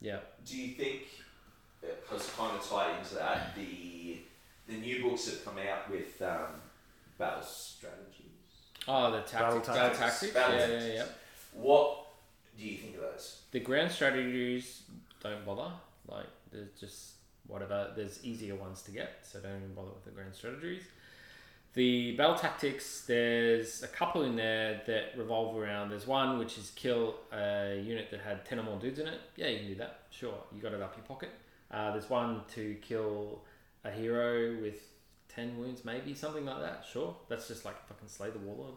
Speaker 4: yeah,
Speaker 2: Do you think? Because kind of tied into that, the the new books have come out with um, battle strategies.
Speaker 4: oh the
Speaker 1: Battle
Speaker 4: tactics, battle
Speaker 1: tactics.
Speaker 4: tactics.
Speaker 2: Battle
Speaker 4: yeah,
Speaker 2: tactics.
Speaker 4: yeah, yeah.
Speaker 2: What do you think of those?
Speaker 4: The grand strategies don't bother. Like there's just whatever. There's easier ones to get, so don't even bother with the grand strategies. The battle tactics, there's a couple in there that revolve around. There's one which is kill a unit that had 10 or more dudes in it. Yeah, you can do that. Sure, you got it up your pocket. Uh, there's one to kill a hero with 10 wounds, maybe, something like that. Sure, that's just like fucking slay the warlord.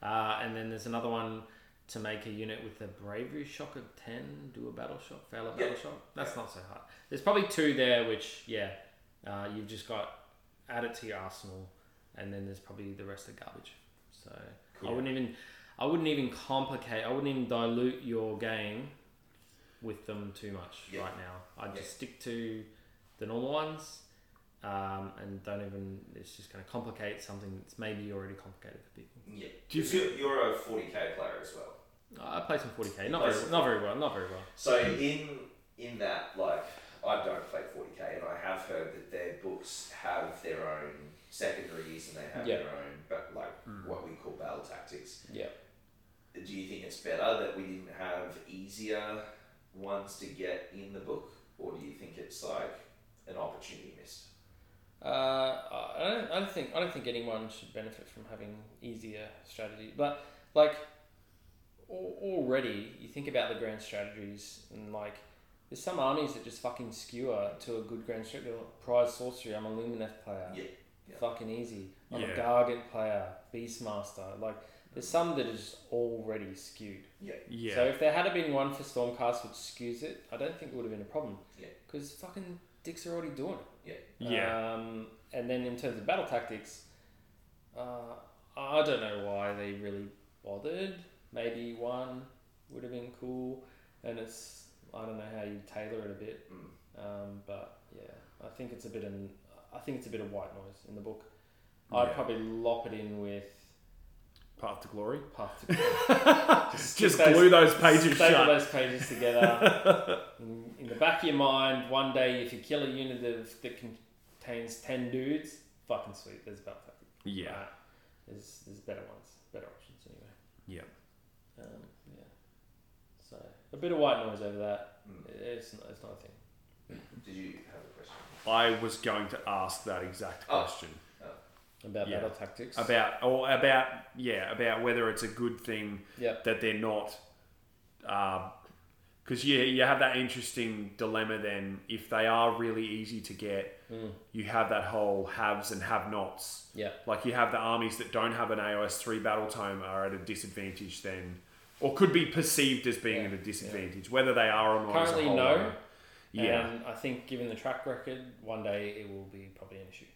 Speaker 4: Uh, and then there's another one to make a unit with a bravery shock of 10 do a battle shock, fail a battle
Speaker 2: Yeah.
Speaker 4: shock. That's not so hard. There's probably two there which, yeah, uh, you've just got add it to your arsenal and then there's probably the rest of garbage. So I
Speaker 2: Cool.
Speaker 4: wouldn't even I wouldn't even complicate I wouldn't even dilute your game with them too much
Speaker 2: Yeah.
Speaker 4: right now. I'd
Speaker 2: Yeah.
Speaker 4: just stick to the normal ones. Um, and don't even it's just gonna complicate something that's maybe already complicated for people.
Speaker 2: Yeah.
Speaker 1: Do you
Speaker 2: You're- You're a 40k player as well.
Speaker 4: I play some forty K, not
Speaker 2: Play
Speaker 4: very
Speaker 2: some
Speaker 4: not very well, not very well.
Speaker 2: So in in that, like, I don't play 40k, and I have heard that their books have their own secondaries and they have
Speaker 4: Yeah.
Speaker 2: their own, but like what we call battle tactics.
Speaker 4: Yeah.
Speaker 2: Do you think it's better that we didn't have easier ones to get in the book, or do you think it's like an opportunity missed?
Speaker 3: Uh, I don't, I don't think I don't think anyone should benefit from having easier strategy. But like al- already, you think about the grand strategies and like there's some armies that just fucking skewer to a good grand strategy. Prize sorcery. I'm a Lumineth player.
Speaker 2: Yeah, yeah.
Speaker 3: Fucking easy. I'm
Speaker 1: Yeah.
Speaker 3: a Gargant player. Beastmaster. Like there's some that is already skewed.
Speaker 2: Yeah.
Speaker 1: Yeah.
Speaker 3: So if there had been one for Stormcast which skews it, I don't think it would have been a problem.
Speaker 2: Yeah.
Speaker 3: Because fucking dicks are already doing it.
Speaker 2: Yeah.
Speaker 1: yeah.
Speaker 3: Um, and then in terms of battle tactics, uh, I don't know why they really bothered. Maybe one would have been cool, and it's I don't know how you tailor it a bit.
Speaker 2: Mm.
Speaker 3: Um, but yeah, I think it's a bit of I think it's a bit of white noise in the book. I'd
Speaker 1: Yeah.
Speaker 3: probably lop it in with
Speaker 1: Path to glory.
Speaker 3: Path to
Speaker 1: Just,
Speaker 3: those-
Speaker 1: glue those pages
Speaker 3: staple
Speaker 1: shut.
Speaker 3: those pages together. in, in the back of your mind, one day if you kill a unit of, that contains ten dudes, fucking sweet. There's about that.
Speaker 1: Yeah.
Speaker 3: Right. There's there's better ones, better options anyway.
Speaker 1: Yeah.
Speaker 3: Um, yeah. A bit of white noise over that.
Speaker 1: Hmm.
Speaker 2: Mm.
Speaker 3: It's not, it's not a thing.
Speaker 2: Did you have a question?
Speaker 1: I was going to ask that exact
Speaker 2: Oh.
Speaker 1: question
Speaker 3: About
Speaker 1: Yeah.
Speaker 3: battle tactics.
Speaker 1: about or about yeah about whether it's a good thing
Speaker 3: Yep.
Speaker 1: that they're not because you, you have that interesting dilemma then if they are really easy to get
Speaker 3: Hmm.
Speaker 1: you have that whole haves and have nots
Speaker 3: Yeah.
Speaker 1: like you have the armies that don't have an AOS 3 battle tome are at a disadvantage then or could be perceived as being
Speaker 3: Yeah,
Speaker 1: at a disadvantage whether they are or not is a
Speaker 3: Currently,
Speaker 1: whole
Speaker 3: no.
Speaker 1: other- yeah
Speaker 3: And I think, given the track record, one day it will be probably an issue.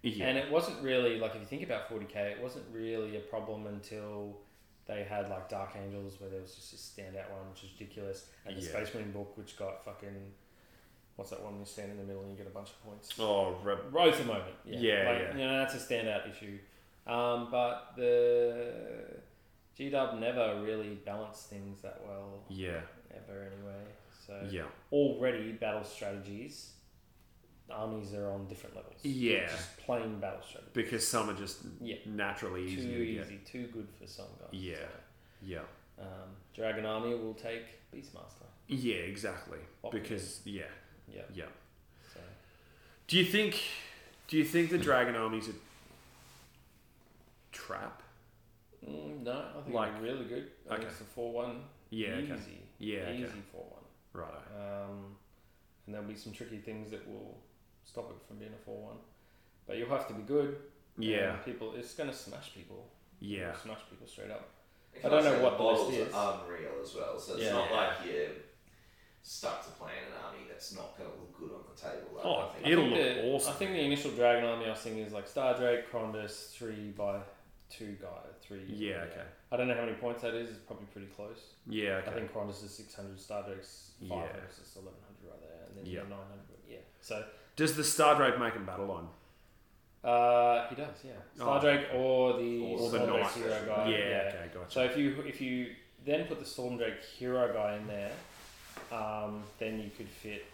Speaker 1: yeah
Speaker 3: And it wasn't really like if you think about 40k, it wasn't really a problem until they had like Dark Angels, where there was just this standout one, which is ridiculous, and the
Speaker 1: Yeah.
Speaker 3: Space Marine book, which got fucking what's that one? where You stand in the middle and you get a bunch of points.
Speaker 1: oh re-
Speaker 3: Right at the moment. Yeah.
Speaker 1: Yeah,
Speaker 3: Like,
Speaker 1: yeah.
Speaker 3: You know, that's a standout issue. Um, but the G Dub never really balanced things that well,
Speaker 1: yeah
Speaker 3: ever anyway. So
Speaker 1: yeah
Speaker 3: already battle strategies, armies are on different levels.
Speaker 1: Yeah.
Speaker 3: Just plain battle strategies.
Speaker 1: because some are just
Speaker 3: Yeah.
Speaker 1: naturally
Speaker 3: Too
Speaker 1: easy to
Speaker 3: easy,
Speaker 1: get
Speaker 3: too good for some guys.
Speaker 1: Yeah. yeah
Speaker 3: So, um, Dragon Army will take Beastmaster.
Speaker 1: yeah exactly
Speaker 3: Lock it
Speaker 1: because yeah
Speaker 3: Yeah.
Speaker 1: yeah
Speaker 3: So
Speaker 1: Do you think? Do you think the dragon army's a trap?
Speaker 3: mm, no, I think
Speaker 1: Like-
Speaker 3: it'll be really good. I
Speaker 1: Okay.
Speaker 3: think it's a four one.
Speaker 1: Yeah.
Speaker 3: Easy.
Speaker 1: Okay. Yeah.
Speaker 3: Easy
Speaker 1: Okay.
Speaker 3: four one.
Speaker 1: Right.
Speaker 3: Um, and there'll be some tricky things that will stop it from being a four one. But you'll have to be good. and
Speaker 1: Yeah.
Speaker 3: People it's gonna smash people.
Speaker 1: Yeah.
Speaker 3: It'll smash people straight up.
Speaker 2: It
Speaker 3: I don't
Speaker 2: comes
Speaker 3: know
Speaker 2: with
Speaker 3: what the list
Speaker 2: bottles
Speaker 3: is.
Speaker 2: are unreal as well, so it's
Speaker 3: Yeah.
Speaker 2: not like you're stuck to playing an army that's not going to look good on the table. Like,
Speaker 1: Oh,
Speaker 2: I
Speaker 3: I
Speaker 2: think
Speaker 1: It'll
Speaker 3: think
Speaker 1: look
Speaker 3: the,
Speaker 1: awesome.
Speaker 3: I think the initial Dragon Army I was thinking is like Star Drake, Crondas, three by two guy, three.
Speaker 1: Yeah, okay.
Speaker 3: I don't know how many points that is. It's probably pretty close.
Speaker 1: Yeah.
Speaker 3: I
Speaker 1: Okay.
Speaker 3: think Crondas is six hundred, Star Drake's five
Speaker 1: Yeah.
Speaker 3: hundred, so it's eleven hundred right there, and then
Speaker 1: Yeah.
Speaker 3: nine hundred. Yeah. So
Speaker 1: Does the star drake make him battle line?
Speaker 3: uh, he does, yeah. Star
Speaker 1: Oh.
Speaker 3: Drake or the
Speaker 2: Or
Speaker 1: the
Speaker 3: Storm Drake
Speaker 1: Knight.
Speaker 3: hero
Speaker 1: Uh, Yeah.
Speaker 3: guy.
Speaker 1: Okay. Gotcha.
Speaker 3: So if you if you then put the Storm Drake hero guy in there, um, then you could fit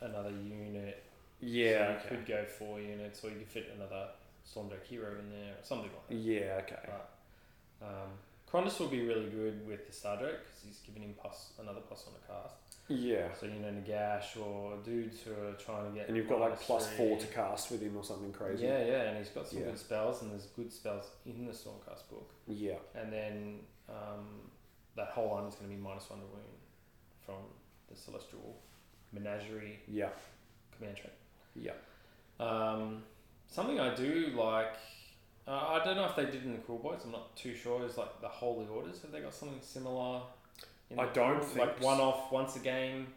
Speaker 3: another unit
Speaker 1: yeah.
Speaker 3: So you could go four units, or you could fit another Storm Deck Hero in there, or something like
Speaker 1: Yeah. Okay.
Speaker 3: that. But, um, Cronus will be really good with the Star Drake because he's giving him plus another plus on a cast.
Speaker 1: Yeah.
Speaker 3: So you know Nagash or dudes who are trying to get
Speaker 1: And you've got like
Speaker 3: minus
Speaker 1: plus four to
Speaker 3: three.
Speaker 1: cast with him or something crazy.
Speaker 3: Yeah, yeah, and he's got some
Speaker 1: Yeah.
Speaker 3: good spells, and there's good spells in the Stormcast book.
Speaker 1: Yeah.
Speaker 3: And then um, that whole line is going to be minus one to wound from the Celestial Menagerie
Speaker 1: Yeah.
Speaker 3: Command Train.
Speaker 1: Yeah.
Speaker 3: Um, something I do like, uh, I don't know if they did in the Cool Boys. I'm not too sure. Is like the Holy Orders. Have they got something similar? In
Speaker 1: I
Speaker 3: the
Speaker 1: don't
Speaker 3: Cool-
Speaker 1: think
Speaker 3: like
Speaker 1: so.
Speaker 3: one off, once a game,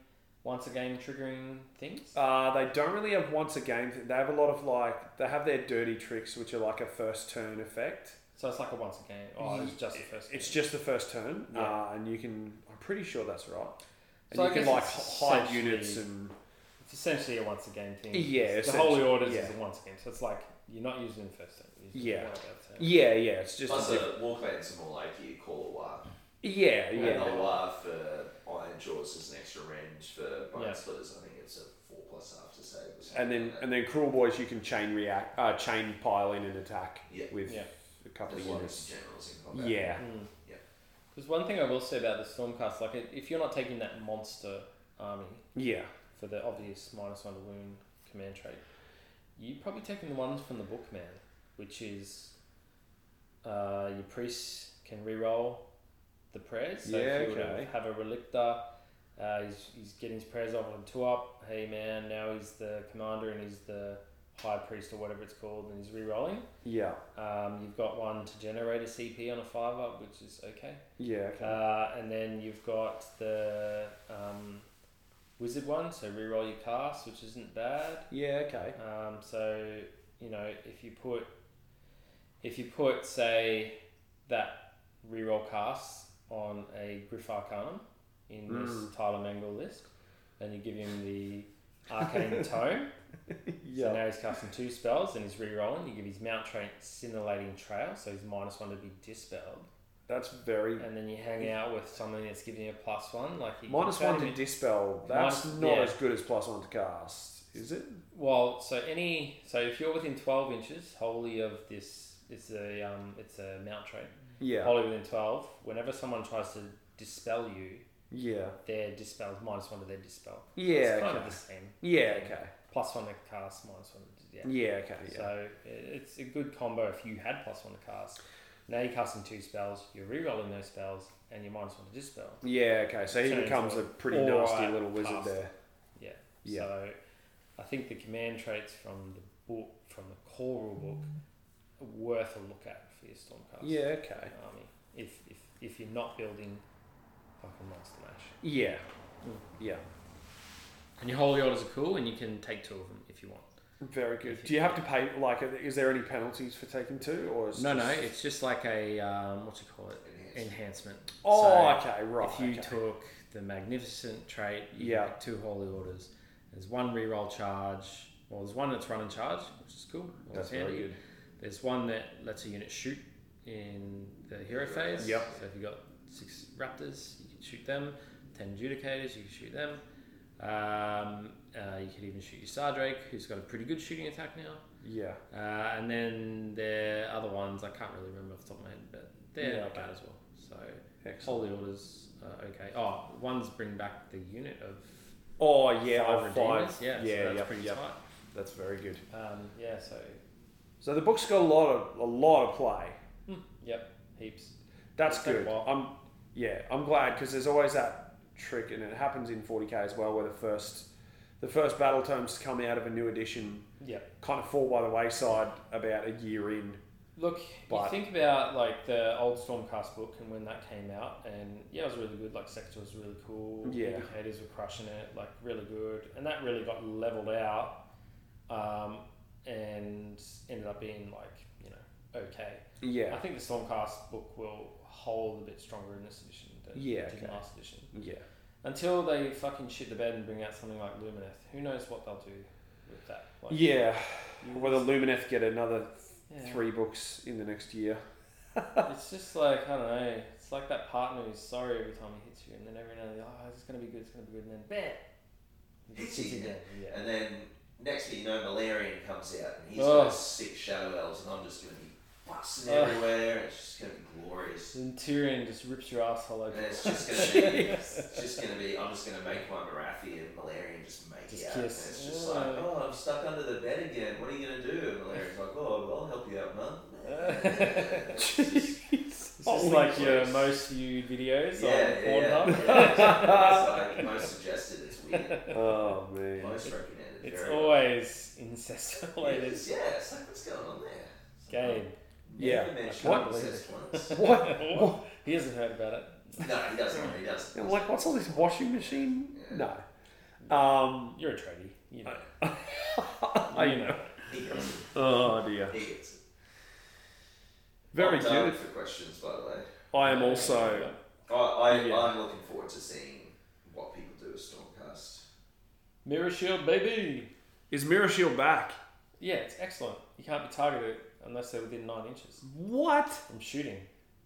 Speaker 3: once a game triggering things.
Speaker 1: Uh, they don't really have once a game. They have a lot of like they have their dirty tricks, which are like a first turn effect.
Speaker 3: so it's like a once a game. Oh, it's just the first.
Speaker 1: It's
Speaker 3: game.
Speaker 1: just the first turn,
Speaker 3: Yeah.
Speaker 1: uh, and you can. I'm pretty sure that's right. And
Speaker 3: So
Speaker 1: you
Speaker 3: I
Speaker 1: can
Speaker 3: guess
Speaker 1: like
Speaker 3: it's
Speaker 1: h- hide units
Speaker 3: essentially-
Speaker 1: and
Speaker 3: It's essentially a once a game thing.
Speaker 1: Yeah,
Speaker 3: It's- the
Speaker 1: essentially,
Speaker 3: Holy Orders
Speaker 1: yeah.
Speaker 3: is a once a game. So it's like you're not using the first turn. You're just
Speaker 1: Yeah.
Speaker 3: worried about the turn.
Speaker 1: yeah, yeah. It's just
Speaker 2: Plus,
Speaker 1: a diff-
Speaker 2: uh, warclanes are more like you call a war.
Speaker 1: yeah,
Speaker 2: And
Speaker 1: yeah,
Speaker 2: a war for Iron Jaws is an extra range for Bone
Speaker 3: Yeah.
Speaker 2: Splitters. I think it's a 4 plus after save. Or something
Speaker 1: and then
Speaker 2: like that.
Speaker 1: and then cruel boys you can chain react, uh, chain pile in an attack
Speaker 2: Yeah.
Speaker 1: with
Speaker 3: Yeah.
Speaker 1: a couple
Speaker 2: There's
Speaker 1: of
Speaker 2: a lot of
Speaker 1: units.
Speaker 2: generals in combat.
Speaker 1: Yeah,
Speaker 2: Yeah.
Speaker 3: Because Hmm. one thing I will say about the Stormcast, like it, if you're not taking that monster army,
Speaker 1: yeah,
Speaker 3: for the obvious minus one to wound command trait, you probably taking the ones from the book, man, which is uh, your priests can reroll the prayers. So
Speaker 1: Yeah,
Speaker 3: if you were to
Speaker 1: okay.
Speaker 3: have a relictor, uh, he's, he's getting his prayers off on two up. Hey, man, now he's the commander and he's the high priest or whatever it's called, and he's rerolling.
Speaker 1: yeah,
Speaker 3: Um, you've got one to generate a CP on a five up, which is okay.
Speaker 1: yeah. Okay.
Speaker 3: Uh, and then you've got the um, wizard one, so reroll your cast, which isn't bad.
Speaker 1: yeah, okay.
Speaker 3: Um, so you know if you put if you put say that reroll cast on a Griff Arcanum in
Speaker 1: Mm.
Speaker 3: this Tyler Mangle list, then you give him the Arcane Tome. So
Speaker 1: Yeah,
Speaker 3: now he's casting two spells and he's rerolling. You give his Mount Train Scintillating Trail, so he's minus one to be dispelled
Speaker 1: that's very
Speaker 3: and then you hang out with someone that's giving you a plus one, like you
Speaker 1: minus
Speaker 3: you can't
Speaker 1: one to
Speaker 3: even-
Speaker 1: dispel. That's
Speaker 3: Minus-
Speaker 1: not
Speaker 3: yeah.
Speaker 1: as good as plus one to cast, is it?
Speaker 3: well, so any so if you're within twelve inches, wholly of this, it's a um, it's a mount trait.
Speaker 1: Yeah,
Speaker 4: Oh.
Speaker 3: Wholly within twelve. Whenever someone tries to dispel you,
Speaker 1: Yeah.
Speaker 3: Their dispels minus one to their dispel.
Speaker 1: Yeah.
Speaker 3: it's kind
Speaker 1: Okay.
Speaker 3: of the same.
Speaker 1: Yeah. Okay.
Speaker 3: Plus one to cast, minus one to yeah.
Speaker 1: Yeah. Okay. Yeah.
Speaker 3: So i- it's a good combo if you had plus one to cast. Now you're casting two spells, you're rerolling those spells, and you're minus one to dispel.
Speaker 1: Yeah. Okay. So he
Speaker 3: Turns
Speaker 1: becomes a
Speaker 3: out
Speaker 1: pretty
Speaker 3: all
Speaker 1: nasty
Speaker 3: right,
Speaker 1: little wizard
Speaker 3: past.
Speaker 1: there.
Speaker 3: Yeah.
Speaker 1: Yeah.
Speaker 3: So I think the command traits from the book, from the core rule book, are worth a look at for your Stormcast
Speaker 1: Yeah. Okay.
Speaker 3: army. If, if, if you're not building fucking Monster Mash.
Speaker 1: Yeah. Mm. Yeah.
Speaker 4: And your holy orders are cool, and you can take two of them if you want.
Speaker 1: Very good. Do you have to pay? Like, is there any penalties for taking two, or is
Speaker 4: No, no,
Speaker 1: just-
Speaker 4: it's just like a um, what you call it enhancement.
Speaker 1: Oh,
Speaker 4: So
Speaker 1: okay, right.
Speaker 4: If you
Speaker 1: okay.
Speaker 4: took the magnificent trait, you
Speaker 1: Yeah.
Speaker 4: yeah, two holy orders. There's one reroll charge. Well, there's one that's run and charge, which is cool. Always
Speaker 1: That's very
Speaker 4: handy.
Speaker 1: good.
Speaker 4: There's one that lets a unit shoot in the hero phase.
Speaker 1: Yep.
Speaker 4: So if you got six raptors, you can shoot them. Ten adjudicators, you can shoot them. Um, uh, you could even shoot your Sardrake, who's got a pretty good shooting attack now.
Speaker 1: Yeah.
Speaker 4: Uh, and then there are other ones I can't really remember off the top of my head, but they're
Speaker 1: Yeah,
Speaker 4: not
Speaker 1: okay.
Speaker 4: bad as well. So
Speaker 1: Excellent.
Speaker 4: holy orders, uh, okay. Oh, ones bring back the unit of
Speaker 1: Oh yeah,
Speaker 4: five
Speaker 1: I've
Speaker 4: redeemers.
Speaker 1: five.
Speaker 4: Yeah,
Speaker 1: yeah,
Speaker 4: so that's
Speaker 1: yep,
Speaker 4: pretty
Speaker 1: yep.
Speaker 4: tight.
Speaker 1: That's very good.
Speaker 3: Um, yeah, so,
Speaker 1: So the book's got a lot of a lot of play.
Speaker 3: yep, heaps.
Speaker 1: That's
Speaker 3: It's taken
Speaker 1: good.
Speaker 3: a while.
Speaker 1: I'm yeah, I'm glad because there's always that trick, and it happens in 40k as well, where the first the first battle tomes come out of a new edition
Speaker 3: Yep.
Speaker 1: kind of fall by the wayside about a year in.
Speaker 3: Look,
Speaker 1: But-
Speaker 3: you think about like the old Stormcast book and when that came out, and yeah, it was really good. Like Sector was really cool.
Speaker 1: Yeah.
Speaker 3: Indicators were crushing it, like really good, and that really got leveled out, um, and ended up being like you know okay. I
Speaker 1: Yeah,
Speaker 3: think the Stormcast book will hold a bit stronger in this edition than it
Speaker 1: Yeah,
Speaker 3: did
Speaker 1: okay.
Speaker 3: last edition.
Speaker 1: yeah,
Speaker 3: Until they fucking shit the bed and bring out something like Lumineth, who knows what they'll do with that? Like,
Speaker 1: yeah.
Speaker 3: you-
Speaker 1: Whether Lumineth get another
Speaker 3: Yeah.
Speaker 1: three books in the next year.
Speaker 3: It's just like I don't know. It's like that partner who's sorry every time he hits you, and then every now and then, oh, it's gonna be good, it's gonna be good, and then bam, he just hits you again. Yeah.
Speaker 2: And then next thing you know, Malarian comes out and he's
Speaker 3: Oh.
Speaker 2: got six shadow elves, and I'm just going to be busting
Speaker 3: Oh.
Speaker 2: everywhere. and It's just going to be glorious.
Speaker 3: And Tyrion just rips your asshole
Speaker 2: And
Speaker 3: open.
Speaker 2: it's just going to be, it's just going to be. I'm just going to make my Marathi and Malarian just make
Speaker 3: Just
Speaker 2: it out.
Speaker 3: kiss.
Speaker 2: And it's just
Speaker 3: Yeah.
Speaker 2: like, oh, I'm stuck under the bed again. What are you going to do? And Malarian's like, oh, well, I'll help you out, man. It's just-
Speaker 3: It's just
Speaker 1: Holy
Speaker 3: like your
Speaker 2: Christ.
Speaker 3: most viewed videos
Speaker 2: yeah,
Speaker 3: on
Speaker 2: yeah,
Speaker 3: Pornhub.
Speaker 2: yeah. It's like most suggested. It's weird.
Speaker 1: Oh man.
Speaker 2: Most recommended.
Speaker 3: It's
Speaker 2: very
Speaker 3: always incest
Speaker 2: much.
Speaker 3: related.
Speaker 2: Yeah, it's like what's going on there? It's like,
Speaker 3: Gabe,
Speaker 1: Yeah.
Speaker 2: Never mentioned
Speaker 1: What?
Speaker 2: incest once.
Speaker 1: What?
Speaker 3: What? he hasn't heard about it.
Speaker 2: No, he doesn't. He doesn't.
Speaker 1: I'm like, what's all this washing machine? No. Um,
Speaker 3: You're a tradie. You know.
Speaker 1: I
Speaker 3: you know.
Speaker 2: He doesn't.
Speaker 1: Oh dear.
Speaker 2: He gets it.
Speaker 1: Very
Speaker 2: I'm done
Speaker 1: good.
Speaker 2: for questions, by the way.
Speaker 1: I am also
Speaker 2: I, I,
Speaker 1: Yeah.
Speaker 2: I'm looking forward to seeing what people do with Stormcast.
Speaker 3: Mirror Shield, baby.
Speaker 1: Is Mirror Shield back?
Speaker 3: Yeah, it's excellent. You can't be targeted unless they're within nine inches
Speaker 1: What?
Speaker 3: from shooting.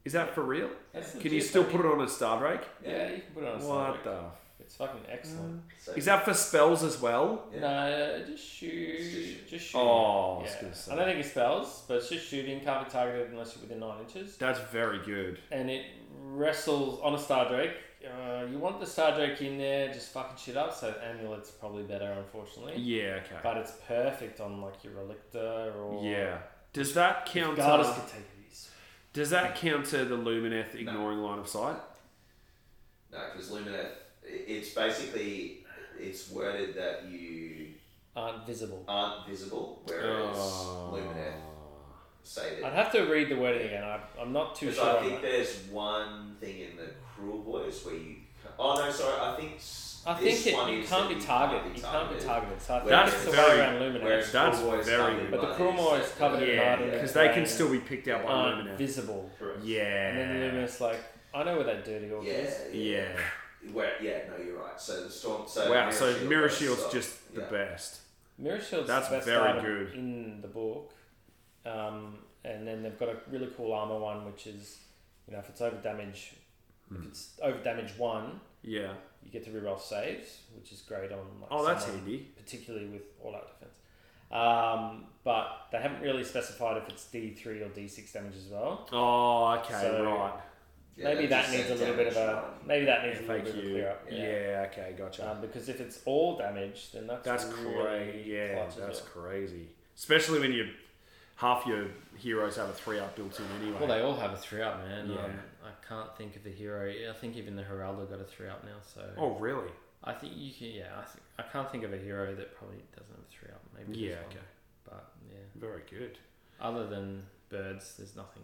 Speaker 1: Is that for real?
Speaker 3: That's
Speaker 1: Can you
Speaker 3: legit,
Speaker 1: still
Speaker 3: baby.
Speaker 1: put it on a star break?
Speaker 3: Yeah, you can put it on a
Speaker 1: What
Speaker 3: sandwich.
Speaker 1: the?
Speaker 3: It's fucking excellent.
Speaker 2: So,
Speaker 1: Is that for spells as well?
Speaker 2: Yeah.
Speaker 3: No, just shoot.
Speaker 2: Just
Speaker 3: Just shoot.
Speaker 1: Oh, I
Speaker 3: yeah.
Speaker 1: was gonna
Speaker 3: I
Speaker 1: say.
Speaker 3: don't think it spells, but it's just shooting. Can't be targeted unless you're within nine inches.
Speaker 1: That's very good.
Speaker 3: And it wrestles on a Star Drake. Uh, you want the Star Drake in there, just fucking shit up. So amulet's probably better, unfortunately.
Speaker 1: Yeah. Okay.
Speaker 3: But it's perfect on like your relictor or
Speaker 1: Yeah. Does that
Speaker 3: If
Speaker 1: counter?
Speaker 3: Gardas could take it easy.
Speaker 1: Does that counter the Lumineth ignoring line of sight?
Speaker 2: no, because Lumineth, i- it's basically it's worded that you
Speaker 3: Aren't visible.
Speaker 2: aren't visible, whereas
Speaker 3: Oh.
Speaker 1: Oh.
Speaker 2: Lumineth say
Speaker 3: I'd
Speaker 2: that.
Speaker 3: have to read the wording again. I, I'm not too
Speaker 2: Because
Speaker 3: sure.
Speaker 2: I
Speaker 3: on
Speaker 2: think
Speaker 3: that.
Speaker 2: there's one thing in the Cruel Boys where you. Oh no, sorry. I think. s-
Speaker 3: I
Speaker 2: this
Speaker 3: think it,
Speaker 2: one
Speaker 3: you
Speaker 2: is
Speaker 3: can't
Speaker 2: that
Speaker 3: be targeted. You can't be targeted. So I think
Speaker 2: That's
Speaker 3: it's the
Speaker 1: very-
Speaker 3: way around Luminous.
Speaker 2: Whereas
Speaker 1: That's
Speaker 2: Cruel Boys
Speaker 1: very
Speaker 2: can't be
Speaker 1: good.
Speaker 3: But the
Speaker 2: targeted.
Speaker 3: Cruel Boys covered it
Speaker 1: Yeah,
Speaker 3: Garden
Speaker 1: because
Speaker 3: is
Speaker 1: they
Speaker 3: grey
Speaker 1: can
Speaker 3: and
Speaker 1: still be picked out by
Speaker 3: aren't
Speaker 1: Lumineth.
Speaker 3: visible.
Speaker 2: Correct.
Speaker 3: And then the
Speaker 1: Yeah.
Speaker 3: Luminous like, I know where that dirty orc
Speaker 2: Yeah,
Speaker 3: is.
Speaker 1: Yeah.
Speaker 2: Where, yeah, no, you're right. So the storm. So
Speaker 1: Wow. So
Speaker 2: Shield
Speaker 1: Mirror
Speaker 2: does
Speaker 1: Shield's
Speaker 2: stop.
Speaker 1: just the
Speaker 2: Yeah.
Speaker 1: best.
Speaker 3: Mirror Shield's
Speaker 1: That's
Speaker 3: the best
Speaker 1: very
Speaker 3: item
Speaker 1: good.
Speaker 3: in the book. Um, and then they've got a really cool armor one, which is, you know, if it's over damage, if it's over damage one,
Speaker 1: Yeah.
Speaker 3: you get to reroll saves, which is great on like
Speaker 1: Oh, that's
Speaker 3: someone-
Speaker 1: handy.
Speaker 3: particularly with all out defense. Um, but they haven't really specified if it's D three or D six damage as well.
Speaker 1: Oh, okay,
Speaker 3: So-
Speaker 1: right.
Speaker 2: Yeah,
Speaker 3: maybe
Speaker 2: they
Speaker 3: that
Speaker 2: just
Speaker 3: needs a
Speaker 2: said
Speaker 3: little bit of a
Speaker 2: damage
Speaker 3: maybe that needs a little bit of a
Speaker 1: FAQ.
Speaker 3: clear up.
Speaker 1: Yeah. okay, gotcha.
Speaker 3: Um, because if it's all damage, then that's
Speaker 1: that's
Speaker 3: really
Speaker 1: crazy. Yeah,
Speaker 3: clutch as
Speaker 1: that's
Speaker 3: well.
Speaker 1: crazy. Especially when you half your heroes have a three up built in anyway.
Speaker 4: Well, they all have a three up, man.
Speaker 1: Yeah.
Speaker 4: Um, I can't think of the hero. I think even the Geraldo got a three up now. So
Speaker 1: oh, really?
Speaker 4: I think you can. Yeah, I, th- I can't think of a hero that probably doesn't have a three up. Maybe
Speaker 1: Yeah,
Speaker 4: there's one,
Speaker 1: okay.
Speaker 4: But yeah,
Speaker 1: Very good.
Speaker 4: other than birds, there's nothing.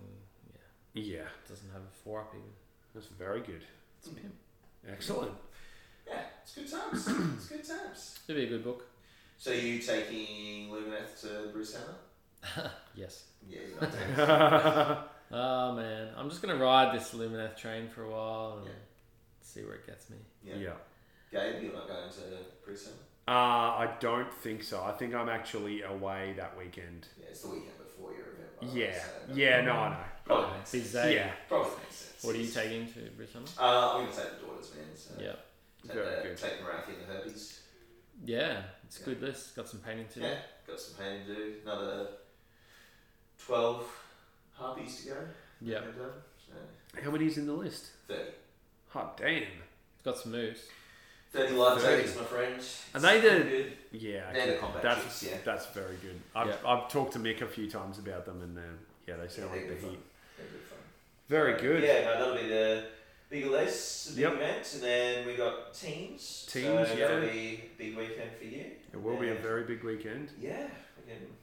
Speaker 4: Yeah,
Speaker 1: Yeah,
Speaker 4: doesn't have a four up even.
Speaker 1: that's very good.
Speaker 4: It's a pimp.
Speaker 1: Excellent.
Speaker 2: Yeah, it's good times. it's good times.
Speaker 4: It'd be a good book.
Speaker 2: So you taking Lumineth to Bruce Hammer?
Speaker 4: Yes.
Speaker 2: Yeah, you're not taking
Speaker 4: Oh man, I'm just gonna ride this Lumineth train for a while and
Speaker 2: Yeah.
Speaker 4: see where it gets me.
Speaker 2: Yeah.
Speaker 1: yeah.
Speaker 2: Gabe, you're not going to Bruce Hammer?
Speaker 1: Uh, I don't think so. I think I'm actually away that weekend.
Speaker 2: Yeah, it's the weekend before your event. by the way,
Speaker 1: Yeah.
Speaker 2: so-
Speaker 1: Yeah, no, I
Speaker 2: Probably makes
Speaker 4: Big
Speaker 2: sense.
Speaker 1: know.
Speaker 4: Zay,
Speaker 1: Yeah.
Speaker 2: Probably makes sense.
Speaker 4: What are you taking to Brisbane?
Speaker 2: Uh, I'm going to take the daughters, man. So
Speaker 4: Yeah.
Speaker 2: Take,
Speaker 1: Very
Speaker 2: the,
Speaker 1: good.
Speaker 2: take Marathi and the Herbies.
Speaker 4: Yeah, it's a
Speaker 2: Yeah.
Speaker 4: good list. Got some painting too.
Speaker 2: Yeah, got some painting to do. Another 12 harpies to go.
Speaker 4: Yeah.
Speaker 2: And done. So
Speaker 1: How many's in the list?
Speaker 2: 30.
Speaker 1: Hot damn.
Speaker 4: Got some moose.
Speaker 2: 30 live
Speaker 1: 30.
Speaker 2: takers, my friend.
Speaker 1: Are they
Speaker 2: It's
Speaker 1: the-
Speaker 2: good.
Speaker 1: Yeah,
Speaker 2: They're the
Speaker 1: okay.
Speaker 2: combat
Speaker 1: that's
Speaker 2: troops, yeah.
Speaker 1: that's very good. I've,
Speaker 4: Yeah.
Speaker 1: I've talked to Mick a few times about them, and then yeah, they sound
Speaker 2: Yeah,
Speaker 1: like the
Speaker 2: they're good
Speaker 1: heat.
Speaker 2: fun. They're good fun.
Speaker 1: Very good.
Speaker 2: Yeah, no, that'll be the big list, the big
Speaker 1: Yep.
Speaker 2: event, and then we got teams.
Speaker 1: Teams,
Speaker 2: so
Speaker 1: yeah.
Speaker 2: That'll be a big weekend for you.
Speaker 1: It will be a
Speaker 2: Yeah.
Speaker 1: very big weekend.
Speaker 2: Yeah, we can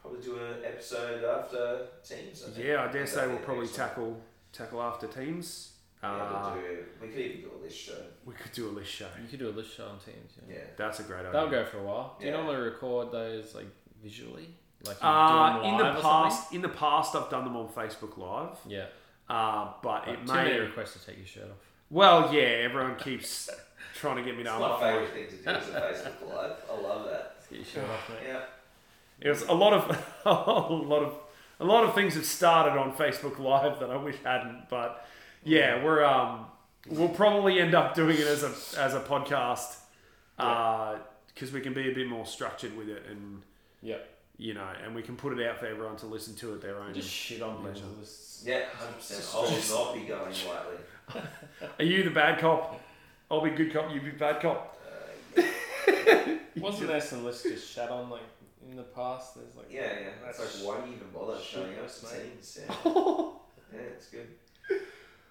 Speaker 2: probably do an episode after teams. I think.
Speaker 1: Yeah, I dare say
Speaker 2: That'd
Speaker 1: we'll
Speaker 2: be
Speaker 1: probably
Speaker 2: excellent.
Speaker 1: tackle tackle after teams.
Speaker 2: Yeah,
Speaker 1: Uh,
Speaker 2: we'll do, we could even do a list show.
Speaker 1: we could do a list show.
Speaker 4: You could do a list shot on teams. Yeah.
Speaker 2: Yeah.
Speaker 1: That's a great idea.
Speaker 4: That'll go for a while. Do you
Speaker 2: Yeah.
Speaker 4: normally record those like visually? Like you
Speaker 1: Uh,
Speaker 4: do them
Speaker 1: in the
Speaker 4: live or something?
Speaker 1: past, in the past, I've done them on Facebook Live,
Speaker 4: Yeah.
Speaker 1: uh,
Speaker 4: Like,
Speaker 1: but it
Speaker 4: too many
Speaker 1: may.
Speaker 4: requests to take your shirt off.
Speaker 1: Well, yeah, everyone keeps trying to get me to
Speaker 2: It's my
Speaker 1: unlock.
Speaker 2: favourite thing to do is a Facebook Live. I love that.
Speaker 4: Get your shirt off, mate.
Speaker 2: Yeah.
Speaker 1: It was a lot of a lot of a lot of things have started on Facebook Live that I wish hadn't, but yeah, we're um we'll probably end up doing it as a as a podcast because we can be a bit more structured with it and
Speaker 3: Yep.
Speaker 1: you know and we can put it out for everyone to listen to at their own.
Speaker 3: Just shit on
Speaker 1: Pleasure.
Speaker 3: people's lists.
Speaker 2: Yeah, 100%. I will not be going lightly.
Speaker 1: Are you the bad cop? I'll be good cop. You be bad cop.
Speaker 2: Uh,
Speaker 3: Wasn't there some lists just shat on like in the past? There's like
Speaker 2: Yeah, yeah. It's
Speaker 3: That's
Speaker 2: like, why do you even bother showing up
Speaker 3: shit,
Speaker 2: to
Speaker 3: mate.
Speaker 2: teams? Yeah. yeah, it's good.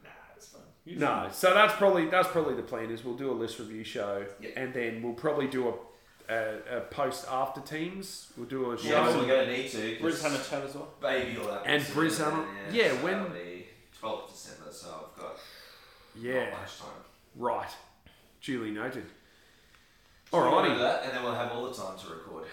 Speaker 2: Nah, it's fun.
Speaker 1: No, so that's probably that's probably the plan is we'll do a list review show
Speaker 2: Yeah.
Speaker 1: and then we'll probably do a a, a post after teams. We'll do a show.
Speaker 2: Yeah, we're going to need to. 'cause-
Speaker 3: Bruce had a chat as well.
Speaker 2: baby all that.
Speaker 1: And Bruce Hammer- yeah, when-
Speaker 2: twelfth December, so I've got
Speaker 1: Yeah.
Speaker 2: not much time.
Speaker 1: Right. Duly noted.
Speaker 2: So we'll do
Speaker 1: Alrighty.
Speaker 2: that, and then we'll have all the time to record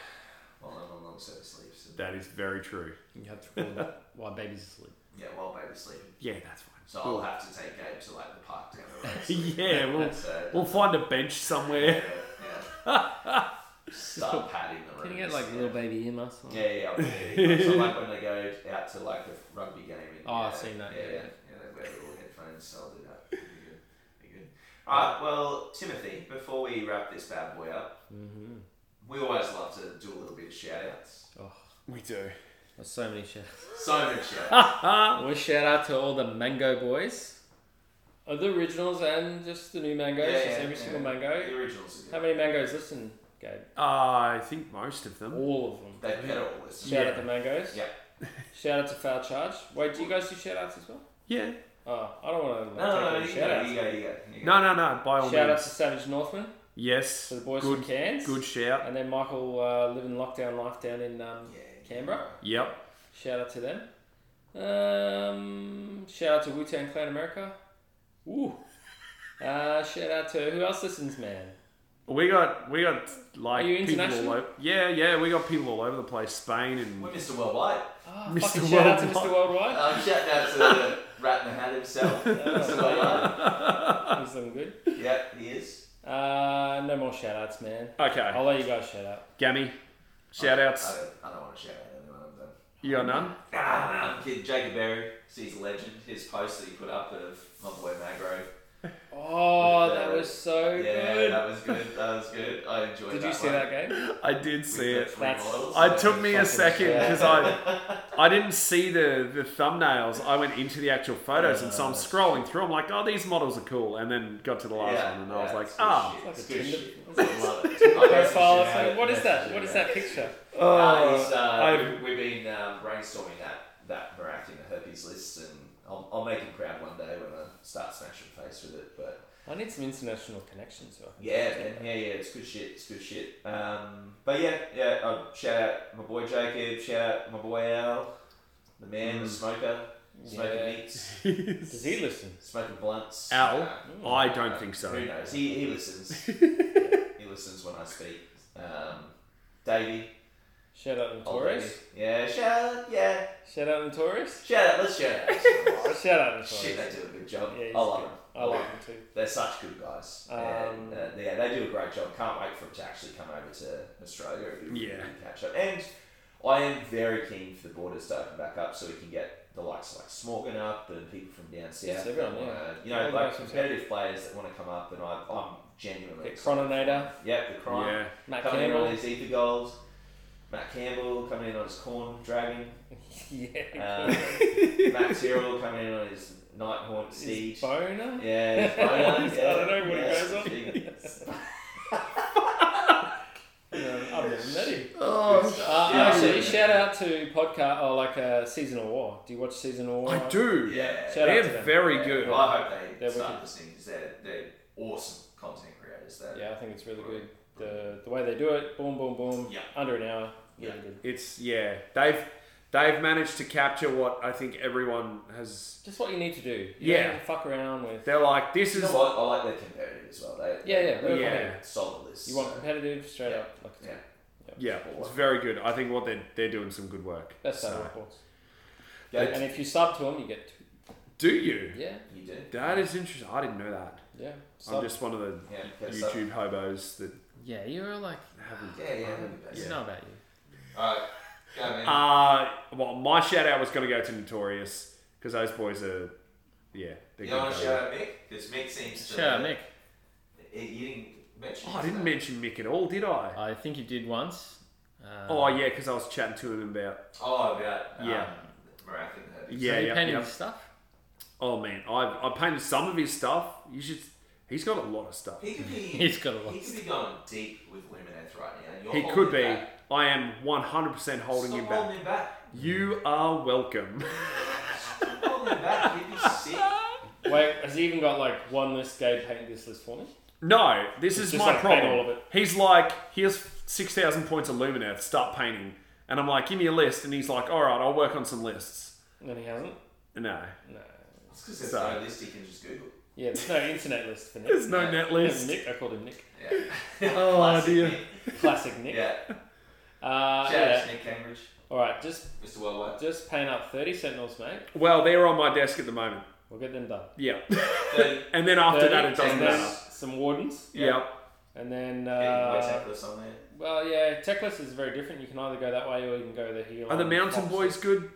Speaker 2: while I'm on long service leave. So
Speaker 1: That is very true.
Speaker 4: You have to record that while baby's asleep.
Speaker 2: yeah, while baby's sleeping,
Speaker 1: Yeah, that's fine.
Speaker 2: so
Speaker 1: Cool.
Speaker 2: I'll have to take Gabe to like the park down the road.
Speaker 1: yeah, we'll
Speaker 2: so,
Speaker 1: we'll find a bench
Speaker 2: yeah,
Speaker 1: somewhere.
Speaker 2: yeah. Start patting the
Speaker 4: Can you get
Speaker 2: rooms,
Speaker 4: like
Speaker 2: yeah.
Speaker 4: little baby earmuffs? on?
Speaker 2: Yeah, yeah. I'll do. so like when they go out to like the rugby game. And,
Speaker 4: Oh, I've
Speaker 2: yeah,
Speaker 4: seen that,
Speaker 2: Yeah,
Speaker 4: yeah,
Speaker 2: yeah.
Speaker 4: yeah.
Speaker 2: they wear little headphones, so I'll do that. Be good. Be good. All right. Well, Timothy, before we wrap this bad boy up,
Speaker 4: Mm-hmm.
Speaker 2: we always love to do a little bit of shout outs.
Speaker 4: Oh,
Speaker 1: We do.
Speaker 4: there's so many shout.
Speaker 2: So many shout outs.
Speaker 4: we shout out to all the Mango boys,
Speaker 3: Are the originals and just the new mangoes?
Speaker 2: Yeah,
Speaker 3: just
Speaker 2: yeah,
Speaker 3: every
Speaker 2: yeah.
Speaker 3: single
Speaker 2: The
Speaker 3: mango.
Speaker 2: originals are
Speaker 3: How
Speaker 2: good.
Speaker 3: many mangoes listen, Gabe?
Speaker 1: I think most of them.
Speaker 3: All of them.
Speaker 2: They better all listen.
Speaker 3: Shout
Speaker 1: Yeah.
Speaker 3: out to mangoes.
Speaker 2: Yeah.
Speaker 3: Shout out to foul charge. Wait, do you guys do shout outs as well?
Speaker 1: Yeah.
Speaker 3: Oh, I don't want to
Speaker 2: No, no, no.
Speaker 3: take any
Speaker 2: You
Speaker 3: shout
Speaker 2: go.
Speaker 3: outs.
Speaker 2: You go. You go. You go.
Speaker 1: No, no, no. By all
Speaker 3: Shout out
Speaker 1: means.
Speaker 3: to Savage Northman,
Speaker 1: Yes.
Speaker 3: to the boys
Speaker 1: good,
Speaker 3: from Cairns,
Speaker 1: good shout.
Speaker 3: and then Michael uh, living lockdown life down in um,
Speaker 2: Yeah.
Speaker 3: Canberra.
Speaker 1: Yep.
Speaker 3: Shout out to them. Um, shout out to Wu Tang Clan America. Ooh. Uh, shout out to who else listens, man?
Speaker 1: We got we got like
Speaker 3: Are you
Speaker 1: people
Speaker 3: international?
Speaker 1: all over. Yeah, yeah. We got people all over the place. Spain and
Speaker 2: We're Mr. Worldwide.
Speaker 3: Ah,
Speaker 1: Mr.
Speaker 3: Fucking shout out to
Speaker 1: Worldwide.
Speaker 3: Mr. Worldwide.
Speaker 2: Um, shout out to Rat Mahat himself. Mr. Worldwide.
Speaker 3: He's looking good.
Speaker 2: Yeah, he is.
Speaker 3: Uh, no more shout outs, man.
Speaker 1: okay.
Speaker 3: I'll let you guys shout out.
Speaker 1: Gammy. Shout
Speaker 2: I
Speaker 1: outs.
Speaker 2: don't, I don't want to shout out anyone. I'm done.
Speaker 1: You got none?
Speaker 2: Ah, I'm kidding. Jacob Berry, 'cause he's a legend. His post that he put up of my boy Magro
Speaker 3: Oh,
Speaker 2: With
Speaker 3: that
Speaker 2: the-
Speaker 3: was so
Speaker 2: yeah,
Speaker 3: good.
Speaker 2: that was good. That was good. I enjoyed
Speaker 3: Did
Speaker 2: that
Speaker 3: you see
Speaker 2: one.
Speaker 3: that game?
Speaker 1: I did
Speaker 2: With
Speaker 1: see
Speaker 2: the
Speaker 1: it.
Speaker 2: three
Speaker 3: That's-
Speaker 2: models.
Speaker 1: I took me a
Speaker 3: Fucking
Speaker 1: second
Speaker 3: shit.
Speaker 1: because I I didn't see the the thumbnails. I went into the actual photos, and so I'm
Speaker 3: Uh,
Speaker 1: scrolling through. I'm like, oh, these models are cool, and then got to the last
Speaker 2: Yeah,
Speaker 1: one, and I was
Speaker 2: yeah,
Speaker 1: like,
Speaker 2: it's good
Speaker 1: ah,
Speaker 2: shit.
Speaker 3: Like
Speaker 2: It's
Speaker 3: a
Speaker 2: good
Speaker 3: Tinder-
Speaker 2: shit.
Speaker 3: what's
Speaker 2: I love it.
Speaker 3: Profile.
Speaker 2: Message
Speaker 3: so
Speaker 2: it
Speaker 3: what is that?
Speaker 2: out,
Speaker 3: What is
Speaker 2: message
Speaker 3: that picture?
Speaker 1: oh,
Speaker 2: Uh, it's, uh,
Speaker 1: I-
Speaker 2: we've, we've been um, brainstorming that that Merak in the herpes list, and I'll, I'll make him proud one day when I start smashing face with it. But
Speaker 3: I need some international connections. So I can
Speaker 2: yeah, man, yeah, yeah, it's good shit. It's good shit. Um, but yeah, yeah. Uh, shout out my boy Jacob. Shout out my boy Al, the man, the smoker, smoking
Speaker 3: Mm. Yeah.
Speaker 2: meats,
Speaker 3: Does he listen?
Speaker 2: smoking blunts.
Speaker 1: Al?
Speaker 2: Uh,
Speaker 1: I don't think so.
Speaker 2: Who knows? He, he listens. he listens when I speak. Um, Davey,
Speaker 3: Shout out
Speaker 2: old
Speaker 3: Notorious.
Speaker 2: Davey. Yeah, shout out. Yeah.
Speaker 3: Shout out Notorious.
Speaker 2: Shout out, let's shout
Speaker 3: Oh,
Speaker 2: out.
Speaker 3: shout out
Speaker 2: Shit,
Speaker 3: Notorious.
Speaker 2: they do a good job.
Speaker 3: Yeah, he's
Speaker 2: I love
Speaker 3: good.
Speaker 2: them.
Speaker 3: I like him too.
Speaker 2: They're such good guys.
Speaker 3: Um,
Speaker 2: and, uh, yeah, they do a great job. Can't wait for them to actually come over to Australia. It'd be really
Speaker 1: Yeah.
Speaker 2: good to catch up. And I am very keen for the borders to open back up so we can get the likes of like Smorgan up and people from down south.
Speaker 3: Yes, everyone,
Speaker 2: that wanna-
Speaker 3: yeah.
Speaker 2: You know,
Speaker 3: Everyone
Speaker 2: like
Speaker 3: goes from
Speaker 2: competitive players that want to come up, and I, I'm genuinely.
Speaker 3: Get
Speaker 2: excited for
Speaker 3: Crononator.
Speaker 2: them. Yep, the Cron.
Speaker 1: yeah,
Speaker 3: Matt
Speaker 2: Coming in on
Speaker 3: Campbell.
Speaker 2: his ether goals. Matt Campbell coming in on his corn dragon.
Speaker 3: Yeah.
Speaker 2: Um, Matt Tyrrell coming in on his night haunt
Speaker 3: His
Speaker 2: siege.
Speaker 3: boner.
Speaker 2: Yeah, his
Speaker 3: I
Speaker 2: boner, yeah,
Speaker 3: don't know what
Speaker 2: yeah.
Speaker 3: he goes on. No, I've never met him.
Speaker 1: oh,
Speaker 3: Uh,
Speaker 2: Yeah.
Speaker 3: Actually, shout out to podcast or like uh, season of war. Do you watch season of war?
Speaker 1: I do.
Speaker 2: Yeah.
Speaker 3: Shout out to
Speaker 1: They're
Speaker 3: them.
Speaker 1: very
Speaker 2: Yeah,
Speaker 1: good.
Speaker 2: well, I hope they
Speaker 3: They're
Speaker 2: start
Speaker 3: wicked.
Speaker 2: listening because they're, they're awesome content creators. They're,
Speaker 3: Yeah, I think it's really good. The the way they do it, boom, boom, boom,
Speaker 2: Yeah.
Speaker 3: under an hour.
Speaker 2: Yeah.
Speaker 3: Really good.
Speaker 1: It's yeah, they've they've managed to capture what I think everyone has.
Speaker 3: Just what you need to do. You
Speaker 1: Yeah.
Speaker 3: Don't need to fuck around with.
Speaker 1: They're like, this
Speaker 2: You
Speaker 1: is
Speaker 2: know what? I like their competitive as well. They,
Speaker 3: Yeah, yeah,
Speaker 2: they're
Speaker 3: yeah.
Speaker 2: fucking solid lists.
Speaker 3: You want
Speaker 2: so,
Speaker 3: competitive, straight
Speaker 2: Yeah.
Speaker 3: up. Like
Speaker 2: yeah.
Speaker 1: yeah, it's very good. I think what they're they're doing some good work.
Speaker 3: That's that
Speaker 1: So-
Speaker 3: reports.
Speaker 2: Go
Speaker 3: And if you sub to them, you get two.
Speaker 1: Do you?
Speaker 3: Yeah,
Speaker 2: you do.
Speaker 1: That is interesting. I didn't know that.
Speaker 3: yeah.
Speaker 1: I'm
Speaker 3: Sub.
Speaker 1: just one of the
Speaker 2: Yeah, go sub.
Speaker 1: YouTube hobos that
Speaker 4: Yeah, you're like,
Speaker 1: haven't.
Speaker 2: Yeah, yeah.
Speaker 4: it's
Speaker 2: yeah.
Speaker 4: not about you.
Speaker 2: All right. Go, man.
Speaker 1: Uh, well, my shout out was going to go to Notorious because those boys are, yeah, they're
Speaker 2: you
Speaker 1: good.
Speaker 2: don't want to
Speaker 1: guys.
Speaker 2: shout out Mick? Because Mick seems to.
Speaker 4: Shout out, Mick.
Speaker 2: You didn't mention
Speaker 1: Oh, I
Speaker 2: his
Speaker 1: didn't
Speaker 2: name.
Speaker 1: mention Mick at all, did I?
Speaker 4: I think you did once. Uh,
Speaker 1: Oh, yeah, because I was chatting to him about.
Speaker 2: Oh, about. Um,
Speaker 1: Yeah.
Speaker 2: Marathon Herpes.
Speaker 1: Yeah,
Speaker 4: so you
Speaker 1: yeah,
Speaker 4: painted
Speaker 1: yeah.
Speaker 4: his stuff.
Speaker 1: Oh man, I I painted some of his stuff. You should. He's got a lot of stuff.
Speaker 2: He could be.
Speaker 4: He's got a lot.
Speaker 2: He could be going deep with Lumineth right now. You're
Speaker 1: He
Speaker 2: holding
Speaker 1: could
Speaker 2: him
Speaker 1: be.
Speaker 2: Back.
Speaker 1: I am 100% holding
Speaker 2: Stop
Speaker 1: him back.
Speaker 2: Holding him back.
Speaker 1: You are welcome.
Speaker 2: Stop holding him back. He'd be sick.
Speaker 3: Wait, has he even got like one list? Gabe paint this list for me.
Speaker 1: no, this is
Speaker 3: just
Speaker 1: my
Speaker 3: like paint
Speaker 1: problem.
Speaker 3: all of it.
Speaker 1: He's like, here's 6,000 points of Lumineth, start painting. And I'm like, give me a list. And he's like, all right, I'll work on some lists.
Speaker 3: And he hasn't.
Speaker 1: No.
Speaker 3: No.
Speaker 2: It's because there's
Speaker 1: Sorry.
Speaker 2: no list he can just Google.
Speaker 3: Yeah, there's no internet list for Nick.
Speaker 1: There's no net list.
Speaker 3: Nick, I called him Nick.
Speaker 2: Yeah.
Speaker 1: Oh,
Speaker 2: Classic
Speaker 1: dear.
Speaker 2: Nick.
Speaker 3: Classic Nick.
Speaker 2: Yeah.
Speaker 3: Uh,
Speaker 2: Shout out
Speaker 3: yeah.
Speaker 2: to Nick Cambridge,
Speaker 3: All right, just
Speaker 2: Mr. Worldwide.
Speaker 3: just paint up thirty sentinels, mate.
Speaker 1: Well, they're on my desk at the moment.
Speaker 3: We'll get them done.
Speaker 1: Yeah.
Speaker 2: Thirty.
Speaker 1: and then after
Speaker 3: 30,
Speaker 1: that, it doesn't
Speaker 3: and
Speaker 2: Sentinels.
Speaker 3: then
Speaker 1: matter.
Speaker 3: Some wardens,
Speaker 1: Yeah.
Speaker 3: and then
Speaker 2: yeah, you can
Speaker 3: uh,
Speaker 2: wear Teclis on there.
Speaker 3: well, yeah, Techless is very different. You can either go that way or you can go the heel.
Speaker 1: Are the
Speaker 3: and
Speaker 1: mountain
Speaker 3: fox.
Speaker 1: boys good?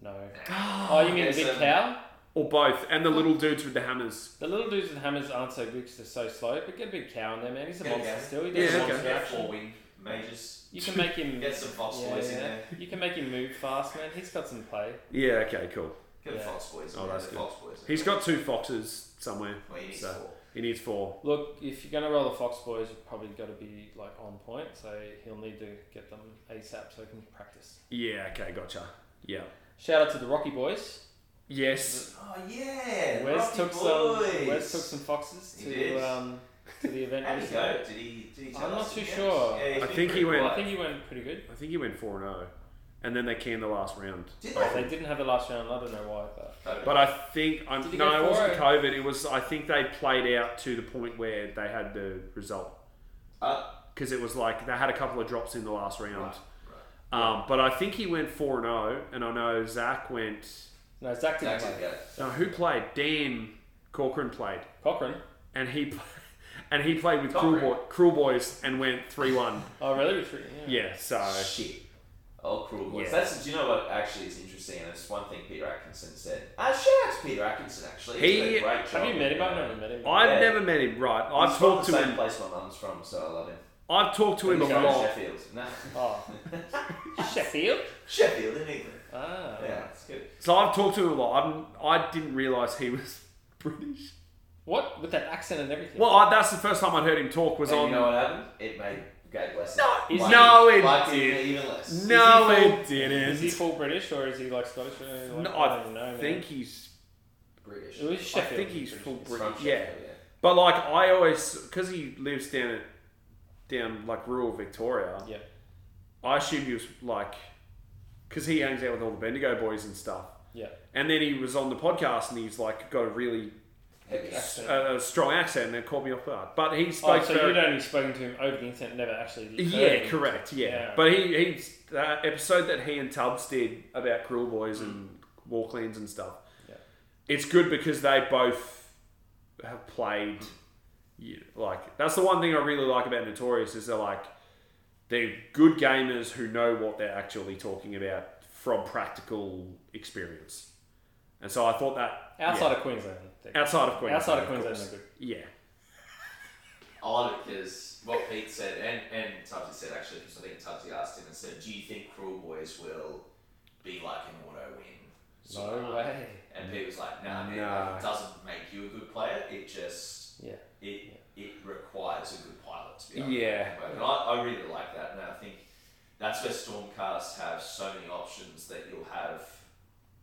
Speaker 3: No. Oh, you mean
Speaker 2: Okay,
Speaker 3: the big
Speaker 2: so-
Speaker 3: cow?
Speaker 1: Or both? And the little dudes with the hammers.
Speaker 3: The little dudes with hammers aren't so good because they're so slow. But get a big cow in there, man. He's a
Speaker 2: Yeah,
Speaker 3: monster
Speaker 2: okay.
Speaker 3: still. He
Speaker 1: Yeah,
Speaker 3: does
Speaker 1: okay.
Speaker 3: monster
Speaker 2: Get
Speaker 3: action.
Speaker 2: four wing mages.
Speaker 3: You can make him.
Speaker 2: Get some fox boys in there.
Speaker 3: You can make him move fast, man. He's got some play.
Speaker 1: Yeah, okay, cool.
Speaker 2: Get
Speaker 3: Yeah.
Speaker 2: the fox boys. in
Speaker 1: Oh,
Speaker 2: there,
Speaker 1: that's
Speaker 2: the
Speaker 1: good.
Speaker 2: Fox boys. in
Speaker 1: He's
Speaker 2: there.
Speaker 1: got two foxes somewhere.
Speaker 2: Well, he needs
Speaker 1: so-
Speaker 2: four.
Speaker 1: He needs four.
Speaker 3: Look, if you're gonna roll the fox boys, you've probably got to be like on point. So he'll need to get them ASAP so he can practice.
Speaker 1: Yeah, okay, gotcha. Yeah.
Speaker 3: Shout out to the Rocky Boys.
Speaker 1: Yes.
Speaker 2: Oh yeah.
Speaker 3: Wes
Speaker 2: Rocky
Speaker 3: took some.
Speaker 2: boys.
Speaker 3: Wes took some foxes
Speaker 2: He
Speaker 3: to
Speaker 2: did.
Speaker 3: um, to the event.
Speaker 2: How'd he go?
Speaker 3: recently.
Speaker 2: Did he? Did he tell
Speaker 3: I'm not
Speaker 2: us
Speaker 3: too
Speaker 2: the games?
Speaker 3: sure.
Speaker 2: Yeah, he's
Speaker 1: I
Speaker 2: been
Speaker 1: think he
Speaker 2: pretty
Speaker 1: went-
Speaker 3: I
Speaker 2: quiet.
Speaker 3: think he went pretty good.
Speaker 1: I think he went 4 0. And then they canned the last round.
Speaker 2: Did
Speaker 3: But
Speaker 2: they?
Speaker 3: they didn't have the last round. I don't know why, but
Speaker 1: But I think I'm
Speaker 3: Did he
Speaker 1: no,
Speaker 3: go
Speaker 1: it wasn't
Speaker 3: 4-0?
Speaker 1: COVID. It was I think they played out to the point where they had the result
Speaker 2: Uh,
Speaker 1: because it was like they had a couple of drops in the last round.
Speaker 2: Right,
Speaker 1: Um, but I think he went four and zero, and I know Zach went.
Speaker 3: no, Zach didn't
Speaker 2: Zach
Speaker 3: play.
Speaker 2: did go.
Speaker 1: No, who played? Dan Corcoran played,
Speaker 3: Cochrane.
Speaker 1: and he and he played with Cruel,
Speaker 2: Cochrane.
Speaker 1: Boy, Cruel Boys and went three one.
Speaker 3: Oh, really? Which, yeah.
Speaker 1: Yeah, so
Speaker 2: Shit. Oh, cruel boys.
Speaker 3: Yeah.
Speaker 2: That's do you know what actually is interesting, and it's one thing Peter Atkinson said. Uh, shout out to Peter Atkinson actually. He
Speaker 1: He-
Speaker 2: did a great job.
Speaker 3: Have you met him? I've never met him.
Speaker 1: I've
Speaker 2: Yeah.
Speaker 1: never met him. Right, I've
Speaker 2: He's from
Speaker 1: talked
Speaker 2: the
Speaker 1: to
Speaker 2: same
Speaker 1: him.
Speaker 2: place my mum's from, so I love him.
Speaker 1: I've talked to him
Speaker 2: He's
Speaker 1: a
Speaker 2: from
Speaker 1: lot.
Speaker 2: Sheffield. No.
Speaker 3: Oh. Sheffield?
Speaker 2: Sheffield in England.
Speaker 1: Oh.
Speaker 3: Ah.
Speaker 2: Yeah, it's good.
Speaker 1: So I've talked to him a lot. I'm, I didn't realise he was British.
Speaker 3: What? With that accent and everything?
Speaker 1: Well, I, that's the first time I'd heard him talk. Was
Speaker 2: And
Speaker 1: on.
Speaker 2: you know what happened? It made great less.
Speaker 1: No,
Speaker 2: like,
Speaker 1: no, it
Speaker 2: like
Speaker 1: did.
Speaker 2: Even less.
Speaker 1: no,
Speaker 3: Is he
Speaker 1: it didn't.
Speaker 3: Is he full British or is he like Scottish? Or like,
Speaker 1: No,
Speaker 3: I
Speaker 1: I
Speaker 3: don't know. man.
Speaker 1: think he's.
Speaker 2: British.
Speaker 3: It was
Speaker 1: I
Speaker 3: Sheffield.
Speaker 1: think he's
Speaker 3: British.
Speaker 1: full
Speaker 2: It's from
Speaker 1: British. Yeah,
Speaker 2: Sheffield,
Speaker 1: but like I always, because he lives down at down like rural Victoria.
Speaker 3: Yeah.
Speaker 1: I assumed he was like, because he hangs out with all the Bendigo boys and stuff.
Speaker 3: Yeah.
Speaker 1: And then he was on the podcast and he's like got a really
Speaker 2: Heavy.
Speaker 1: s- a, a strong accent and it caught me off guard. But he
Speaker 3: Oh,
Speaker 1: spoke.
Speaker 3: so
Speaker 1: very-
Speaker 3: you'd only spoken to him over the internet, never actually. heard
Speaker 1: Yeah,
Speaker 3: him.
Speaker 1: correct. Yeah,
Speaker 3: Yeah.
Speaker 1: but he he that episode that he and Tubbs did about Cruel Boys and Walklands and stuff.
Speaker 3: Yeah.
Speaker 1: It's good because they both have played. Yeah, like that's the one thing I really like about Notorious is they're like they're good gamers who know what they're actually talking about from practical experience. And so I thought that
Speaker 3: Outside
Speaker 1: yeah.
Speaker 3: of Queensland. I think.
Speaker 1: outside of Queensland,
Speaker 3: Outside of
Speaker 1: course.
Speaker 3: Queensland, they're good.
Speaker 1: yeah.
Speaker 2: I love it because what Pete said, and, and Tubbsy said actually, because I think Tubbsy asked him and said, Do you think Cruel Boys will be like an auto win? sort of
Speaker 3: No
Speaker 2: thing?"
Speaker 3: way.
Speaker 2: And Pete was like, No, nah, man,
Speaker 1: Nah.
Speaker 2: like, it doesn't make you a good player. It just,
Speaker 3: Yeah.
Speaker 2: it, it requires a good pilot to be able
Speaker 1: Yeah.
Speaker 2: to work. And I, I really like that. And I think that's where Stormcast have so many options that you'll have,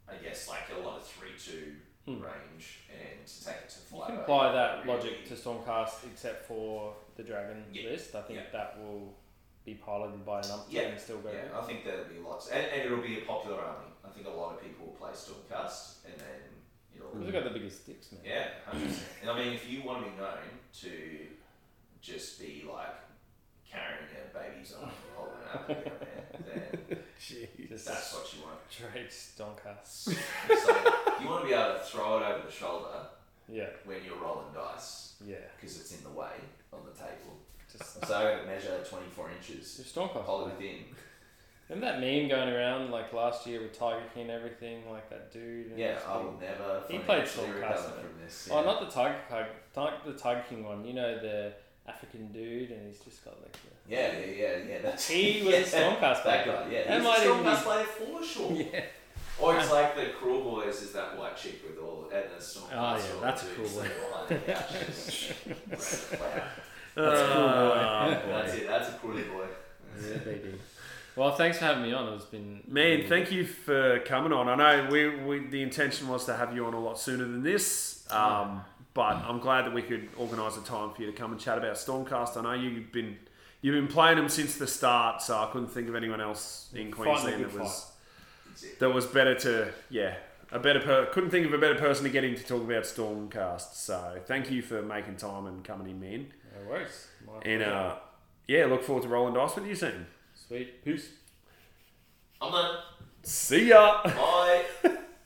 Speaker 2: I guess, like a lot of 3 2 range and to take it to 5
Speaker 3: Hmm. You can apply that logic to Stormcast except for the Dragon
Speaker 2: Yeah.
Speaker 3: list. I think
Speaker 2: Yeah.
Speaker 3: that will be piloted by an umpire
Speaker 2: Yeah.
Speaker 3: and still go.
Speaker 2: Yeah, I think there'll be lots, and, and it'll be a popular army. I think a lot of people will play Stormcast, and then
Speaker 3: Because we
Speaker 2: it'll
Speaker 3: got the biggest sticks, man.
Speaker 2: yeah, 100%. and I mean, if you want to be known to just be like carrying a baby zombie and holding an apple down there, then
Speaker 3: Just
Speaker 2: that's what you want.
Speaker 3: straight Stormcast.
Speaker 2: So you want to be able to throw it over the shoulder
Speaker 3: Yeah,
Speaker 2: when you're rolling dice
Speaker 3: yeah.
Speaker 2: because it's in the way on the table.
Speaker 3: Just
Speaker 2: So I'm gonna measure 24 inches,
Speaker 3: just Stormcast.
Speaker 2: hold it within.
Speaker 3: Remember that meme going around like last year with Tiger King and everything, like that dude. And
Speaker 2: Yeah, um,
Speaker 3: just
Speaker 2: I
Speaker 3: the-
Speaker 2: will never
Speaker 3: He played
Speaker 2: financially
Speaker 3: Stormcast,
Speaker 2: recover
Speaker 3: man.
Speaker 2: from this.
Speaker 3: Oh,
Speaker 2: yeah.
Speaker 3: not the Tiger King, Tiger, the Tiger King one. You know the African dude, and he's just got like. The,
Speaker 2: Yeah, yeah, yeah, yeah. That's,
Speaker 3: He was a
Speaker 2: That
Speaker 3: Stormcast player.
Speaker 2: guy, yeah.
Speaker 3: That
Speaker 2: He's
Speaker 3: might
Speaker 2: a
Speaker 3: even be-
Speaker 2: Stormcast player for sure.
Speaker 4: Yeah.
Speaker 2: Or it's like the Cruel Boys is that white chick with all and the Stormcast.
Speaker 4: Oh, yeah,
Speaker 2: all
Speaker 4: that's
Speaker 2: the
Speaker 4: a
Speaker 2: dudes
Speaker 4: cool
Speaker 2: that are behind the couch. That's a cool
Speaker 1: That's Ah,
Speaker 4: Cruel
Speaker 2: boy. That's it. That's a Cruel Boy. That's it.
Speaker 4: Well, thanks for having me on. It's been
Speaker 1: Man, thank you for coming on. I know we, we the intention was to have you on a lot sooner than this, um, but I'm glad that we could organise a time for you to come and chat about Stormcast. I know you've been you've been playing them since the start, so I couldn't think of anyone else in
Speaker 3: Fighting a
Speaker 1: Queensland
Speaker 3: good
Speaker 1: that was
Speaker 2: That's it.
Speaker 1: that was better to yeah a better per- couldn't think of a better person to get in to talk about Stormcast. So thank you for making time and coming in, man.
Speaker 3: no worries. My
Speaker 1: And
Speaker 3: pleasure.
Speaker 1: uh, yeah, look forward to rolling dice with you soon.
Speaker 3: sweet peace.
Speaker 2: I'm done.
Speaker 1: See ya.
Speaker 2: Bye.